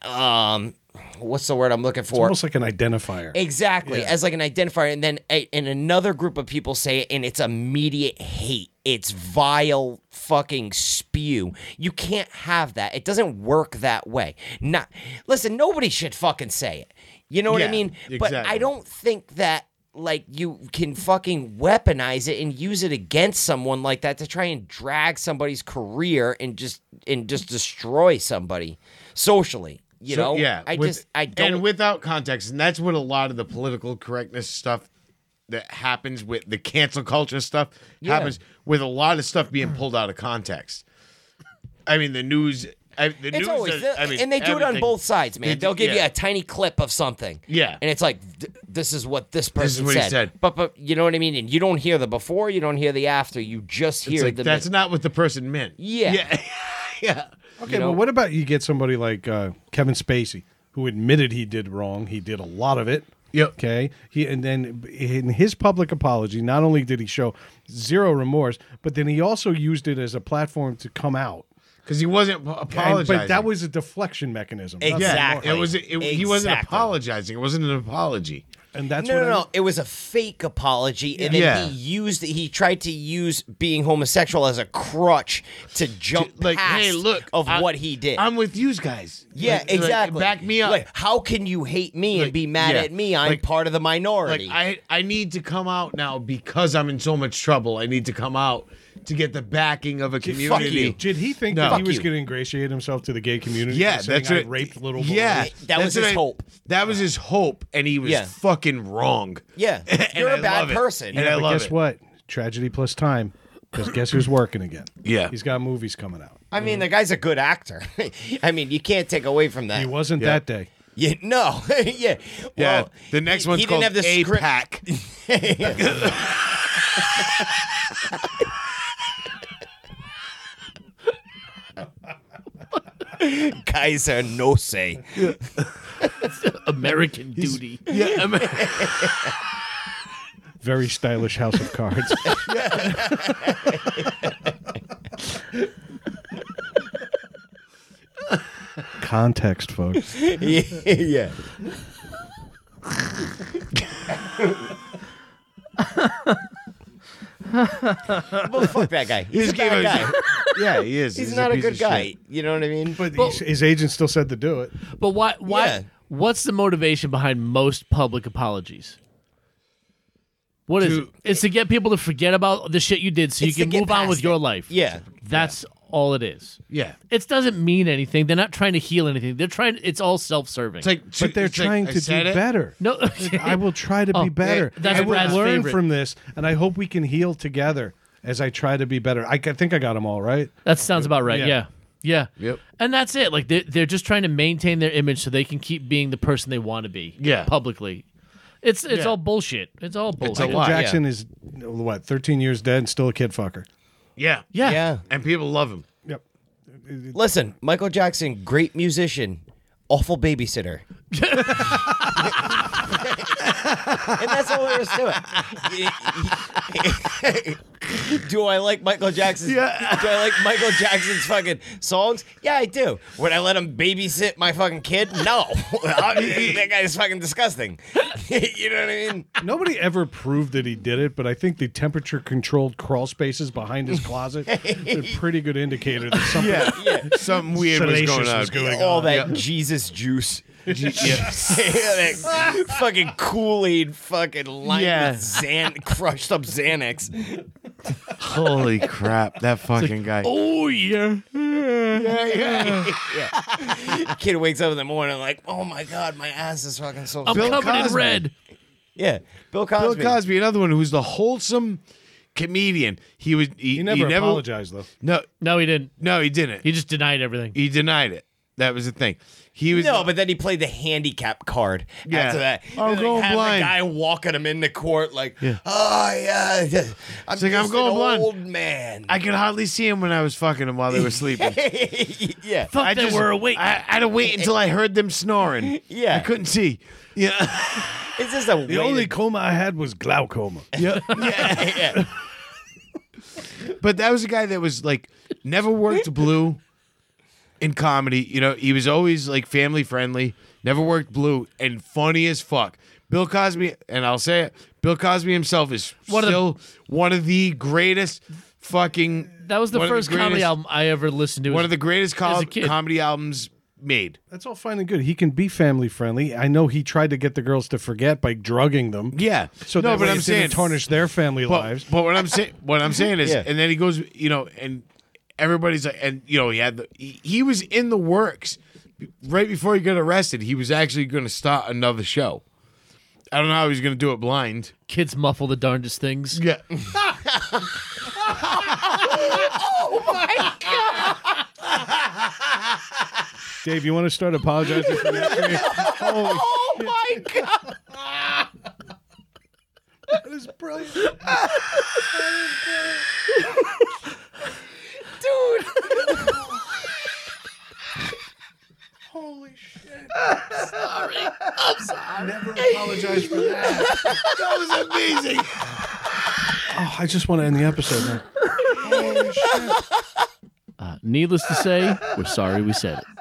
S2: um what's the word I'm looking for?
S1: Almost like an identifier.
S2: exactly, as like an identifier and then a, and another group of people say it and it's immediate hate. It's vile fucking spew. You can't have that. It doesn't work that way. Not Listen, nobody should fucking say it. You know what I
S4: Yeah,
S2: mean? But I
S4: exactly.
S2: don't think that like you can fucking weaponize it and use it against someone like that to try and drag somebody's career and just and just destroy somebody socially. You
S4: So,
S2: know,
S4: yeah,
S2: I
S4: with-
S2: just I don't.
S4: and without context, and that's what a lot of the political correctness stuff that happens with the cancel culture stuff happens with a lot of stuff being pulled out of context. I mean, the news. I, the
S2: it's
S4: news
S2: always,
S4: does- I mean,
S2: and they do it on
S4: everything-
S2: both sides, man.
S4: They do-
S2: They'll give you
S4: yeah.
S2: a tiny clip of something,
S4: Yeah.
S2: and it's like th- this is what this person
S4: is what he
S2: said.
S4: said.
S2: But but you know what I mean. And you don't hear the before, you don't hear the after. You just
S4: It's
S2: hear
S4: like
S2: the.
S4: that's not what the person meant.
S2: Yeah.
S4: yeah, <laughs> yeah.
S1: okay,
S2: you know-
S1: well, what about you get somebody like uh, Kevin Spacey, who admitted he did wrong. He did a lot of it.
S4: Yep.
S1: Okay. He and then in his public apology, not only did he show zero remorse, but then he also used it as a platform to come out.
S4: Because he wasn't ap-
S1: And-
S4: apologizing.
S1: but that was a deflection mechanism. nothing more.
S4: yeah.
S2: Exactly.
S4: It was. It, He wasn't
S2: Exactly.
S4: apologizing. It wasn't an apology.
S1: And that's
S2: no,
S1: what
S2: no,
S1: I-
S2: no. It was a fake apology, and then
S4: Yeah.
S2: he used. He tried to use being homosexual as a crutch to jump
S4: Like,
S2: past
S4: hey, look
S2: of
S4: I-
S2: what he did.
S4: I'm with you guys.
S2: yeah,
S4: Like- like,
S2: exactly.
S4: back me up.
S2: Like, how can you hate me and
S4: Like,
S2: be mad
S4: yeah.
S2: at me? I'm
S4: Like-
S2: part of the
S4: like
S2: minority.
S4: I I need to come out now because I'm in so much trouble. I need to come out to get the backing of a
S2: fuck
S4: community.
S2: you.
S1: Did he think
S4: No.
S1: that he
S2: Fuck
S1: was
S2: you.
S1: going to ingratiate himself to the gay community?
S4: Yeah,
S1: by saying,
S4: that's
S1: I
S4: it.
S1: raped little boy.
S4: Yeah,
S2: That was
S4: that's what
S2: his
S4: I-
S2: hope.
S4: That was his hope, and he was
S2: Yeah.
S4: fucking wrong.
S2: Yeah.
S4: <laughs> And
S2: You're a
S4: I
S2: bad
S4: love it.
S2: person.
S4: and
S2: Yeah,
S4: I
S1: But
S4: love
S1: guess
S4: it.
S1: what? Tragedy plus time. Because guess who's working again?
S4: Yeah.
S1: he's got movies coming out.
S2: I
S4: Mm.
S2: mean, the guy's a good actor. <laughs> I mean, you can't take away from that.
S1: He wasn't
S4: Yeah.
S1: that day.
S2: Yeah, no. <laughs> yeah.
S4: Yeah,
S2: Well,
S4: the next
S2: he-
S4: one's
S2: he
S4: called
S2: didn't have the script. <laughs>
S4: APAC.
S2: Kaiser no say. <laughs>
S3: American duty.
S4: <laughs> yeah, I'm-
S1: Very stylish House of
S4: <laughs>
S1: Cards. Context, folks.
S2: yeah. well, fuck that guy. He's a bad guy.
S4: <laughs> yeah, he is.
S2: He's,
S4: a
S2: not a
S4: piece
S2: good
S4: of
S2: guy.
S4: shit.
S2: You know what I mean?
S1: But his, his agent still said to do it.
S3: But why? Why?
S2: Yeah.
S3: What's the motivation behind most public apologies? What is
S4: To-
S3: it? It's to get people to forget about the shit you did, so
S2: It's to
S3: you can
S2: get
S3: move on
S2: past
S3: with
S2: it.
S3: your life.
S2: yeah.
S3: that's all it is.
S4: Yeah,
S3: It doesn't mean anything. They're not trying to heal anything. They're trying. It's all self-serving.
S4: it's like,
S1: But they're
S4: it's like,
S1: trying
S4: I
S1: to do
S4: said it.
S1: better.
S2: <laughs>
S3: no,
S1: I will try to
S3: <laughs> Oh,
S1: be better.
S3: that's
S1: I will
S3: Brad's
S1: learn
S3: favorite.
S1: from this, and I hope we can heal together as I try to be better. I, ca- think I got them all right.
S3: that sounds about right.
S1: Yeah.
S3: Yeah. yeah.
S4: Yep.
S3: And that's it. Like they're, they're just trying to maintain their image so they can keep being the person they want to be.
S4: Yeah.
S3: Publicly. It's it's
S4: Yeah.
S3: all bullshit. It's all bullshit.
S4: a lot.
S1: Jackson is what thirteen years dead and still a kid fucker.
S4: Yeah,
S3: Yeah.
S2: Yeah.
S4: and people love him.
S1: Yep.
S2: Listen, Michael Jackson, great musician, awful
S3: <laughs>
S2: babysitter. and that's all there is to it. <laughs> do I like Michael Jackson's? Do I like Michael Jackson's fucking songs? Yeah, I do. Would I let him babysit my fucking kid? No. <laughs> that guy's fucking disgusting. <laughs> you know what I mean?
S1: Nobody ever proved that he did it, but I think the temperature controlled crawl spaces behind
S3: <laughs>
S1: his closet is a pretty good indicator that something
S4: Yeah,
S2: Yeah.
S4: something weird was
S1: salacious
S4: going on.
S1: was going
S2: All
S1: on.
S2: that <laughs> Jesus
S4: <laughs>
S2: juice. Yeah, <laughs> that fucking Kool Aid, fucking lined
S4: Yeah.
S2: with Xan- crushed up Xanax.
S4: Holy crap, that fucking guy.
S3: Oh yeah.
S2: Kid wakes up in the morning like, oh my god, my ass is fucking so.
S3: I'm
S2: sore."
S4: Oh, Bill
S3: covered in
S4: Cosby.
S3: red.
S2: yeah, Bill Cosby.
S4: Bill Cosby, another one who's the wholesome comedian. He was. He,
S1: He never apologized though.
S4: No,
S3: No, he didn't.
S4: no, he didn't.
S3: He
S4: He,
S3: just denied everything.
S4: denied it. That was the thing. He was
S2: No, but then he played the handicap card
S4: Yeah.
S2: after that.
S4: I'm
S2: And, like,
S4: going
S2: had
S4: blind.
S2: The guy walking him into court like,
S4: Yeah.
S2: oh yeah, yeah, I'm
S4: like,
S2: just
S4: "I'm going
S2: an
S4: blind."
S2: old man.
S4: I could hardly see him when I was fucking him while they were sleeping.
S2: <laughs> yeah,
S3: Fuck
S4: I
S3: that
S4: just
S3: we're awake.
S4: I, I had to wait until I heard them snoring.
S2: <laughs> Yeah.
S4: I couldn't see. Yeah,
S2: it's just a
S1: The only coma I had was
S3: <laughs>
S1: glaucoma.
S4: yeah, yeah.
S2: <laughs> yeah.
S4: But that was a guy that was like
S3: <laughs>
S4: never worked blue in comedy. You know, he was always like family friendly, never worked blue, and funny as fuck. Bill Cosby, and I'll say it, Bill Cosby himself is
S3: One of the-
S4: still one of the greatest fucking.
S3: That was the
S4: one of
S3: first comedy
S4: greatest-
S3: album I ever listened to.
S4: One of the greatest
S3: as
S4: com-
S3: a kid.
S4: comedy albums made.
S1: That's all fine and good. He can be family friendly. I know he tried to get the girls to forget by drugging them.
S4: Yeah.
S1: So
S4: no,
S1: that
S4: but
S1: way
S4: I'm
S1: it
S4: saying
S1: didn't tarnish their family
S4: But,
S1: lives.
S4: but what I'm saying, what I'm saying is,
S2: Yeah.
S4: and then he goes, you know, and everybody's like, and you know, he had the, he, he was in the works right before he got arrested. He was actually going to start another show. I don't know how he's going to do it blind.
S3: kids muffle the darndest things.
S4: Yeah,
S1: Dave, you want to start apologizing for
S4: <laughs>
S1: that? Holy
S2: Oh my god.
S1: that is
S4: <laughs>
S1: brilliant.
S2: dude.
S1: Holy shit. Sorry. I'm sorry. Never apologize for that.
S4: <laughs> that was amazing.
S1: Oh, I just want to end the episode now. Holy shit.
S3: Uh, needless to say, we're sorry we said it.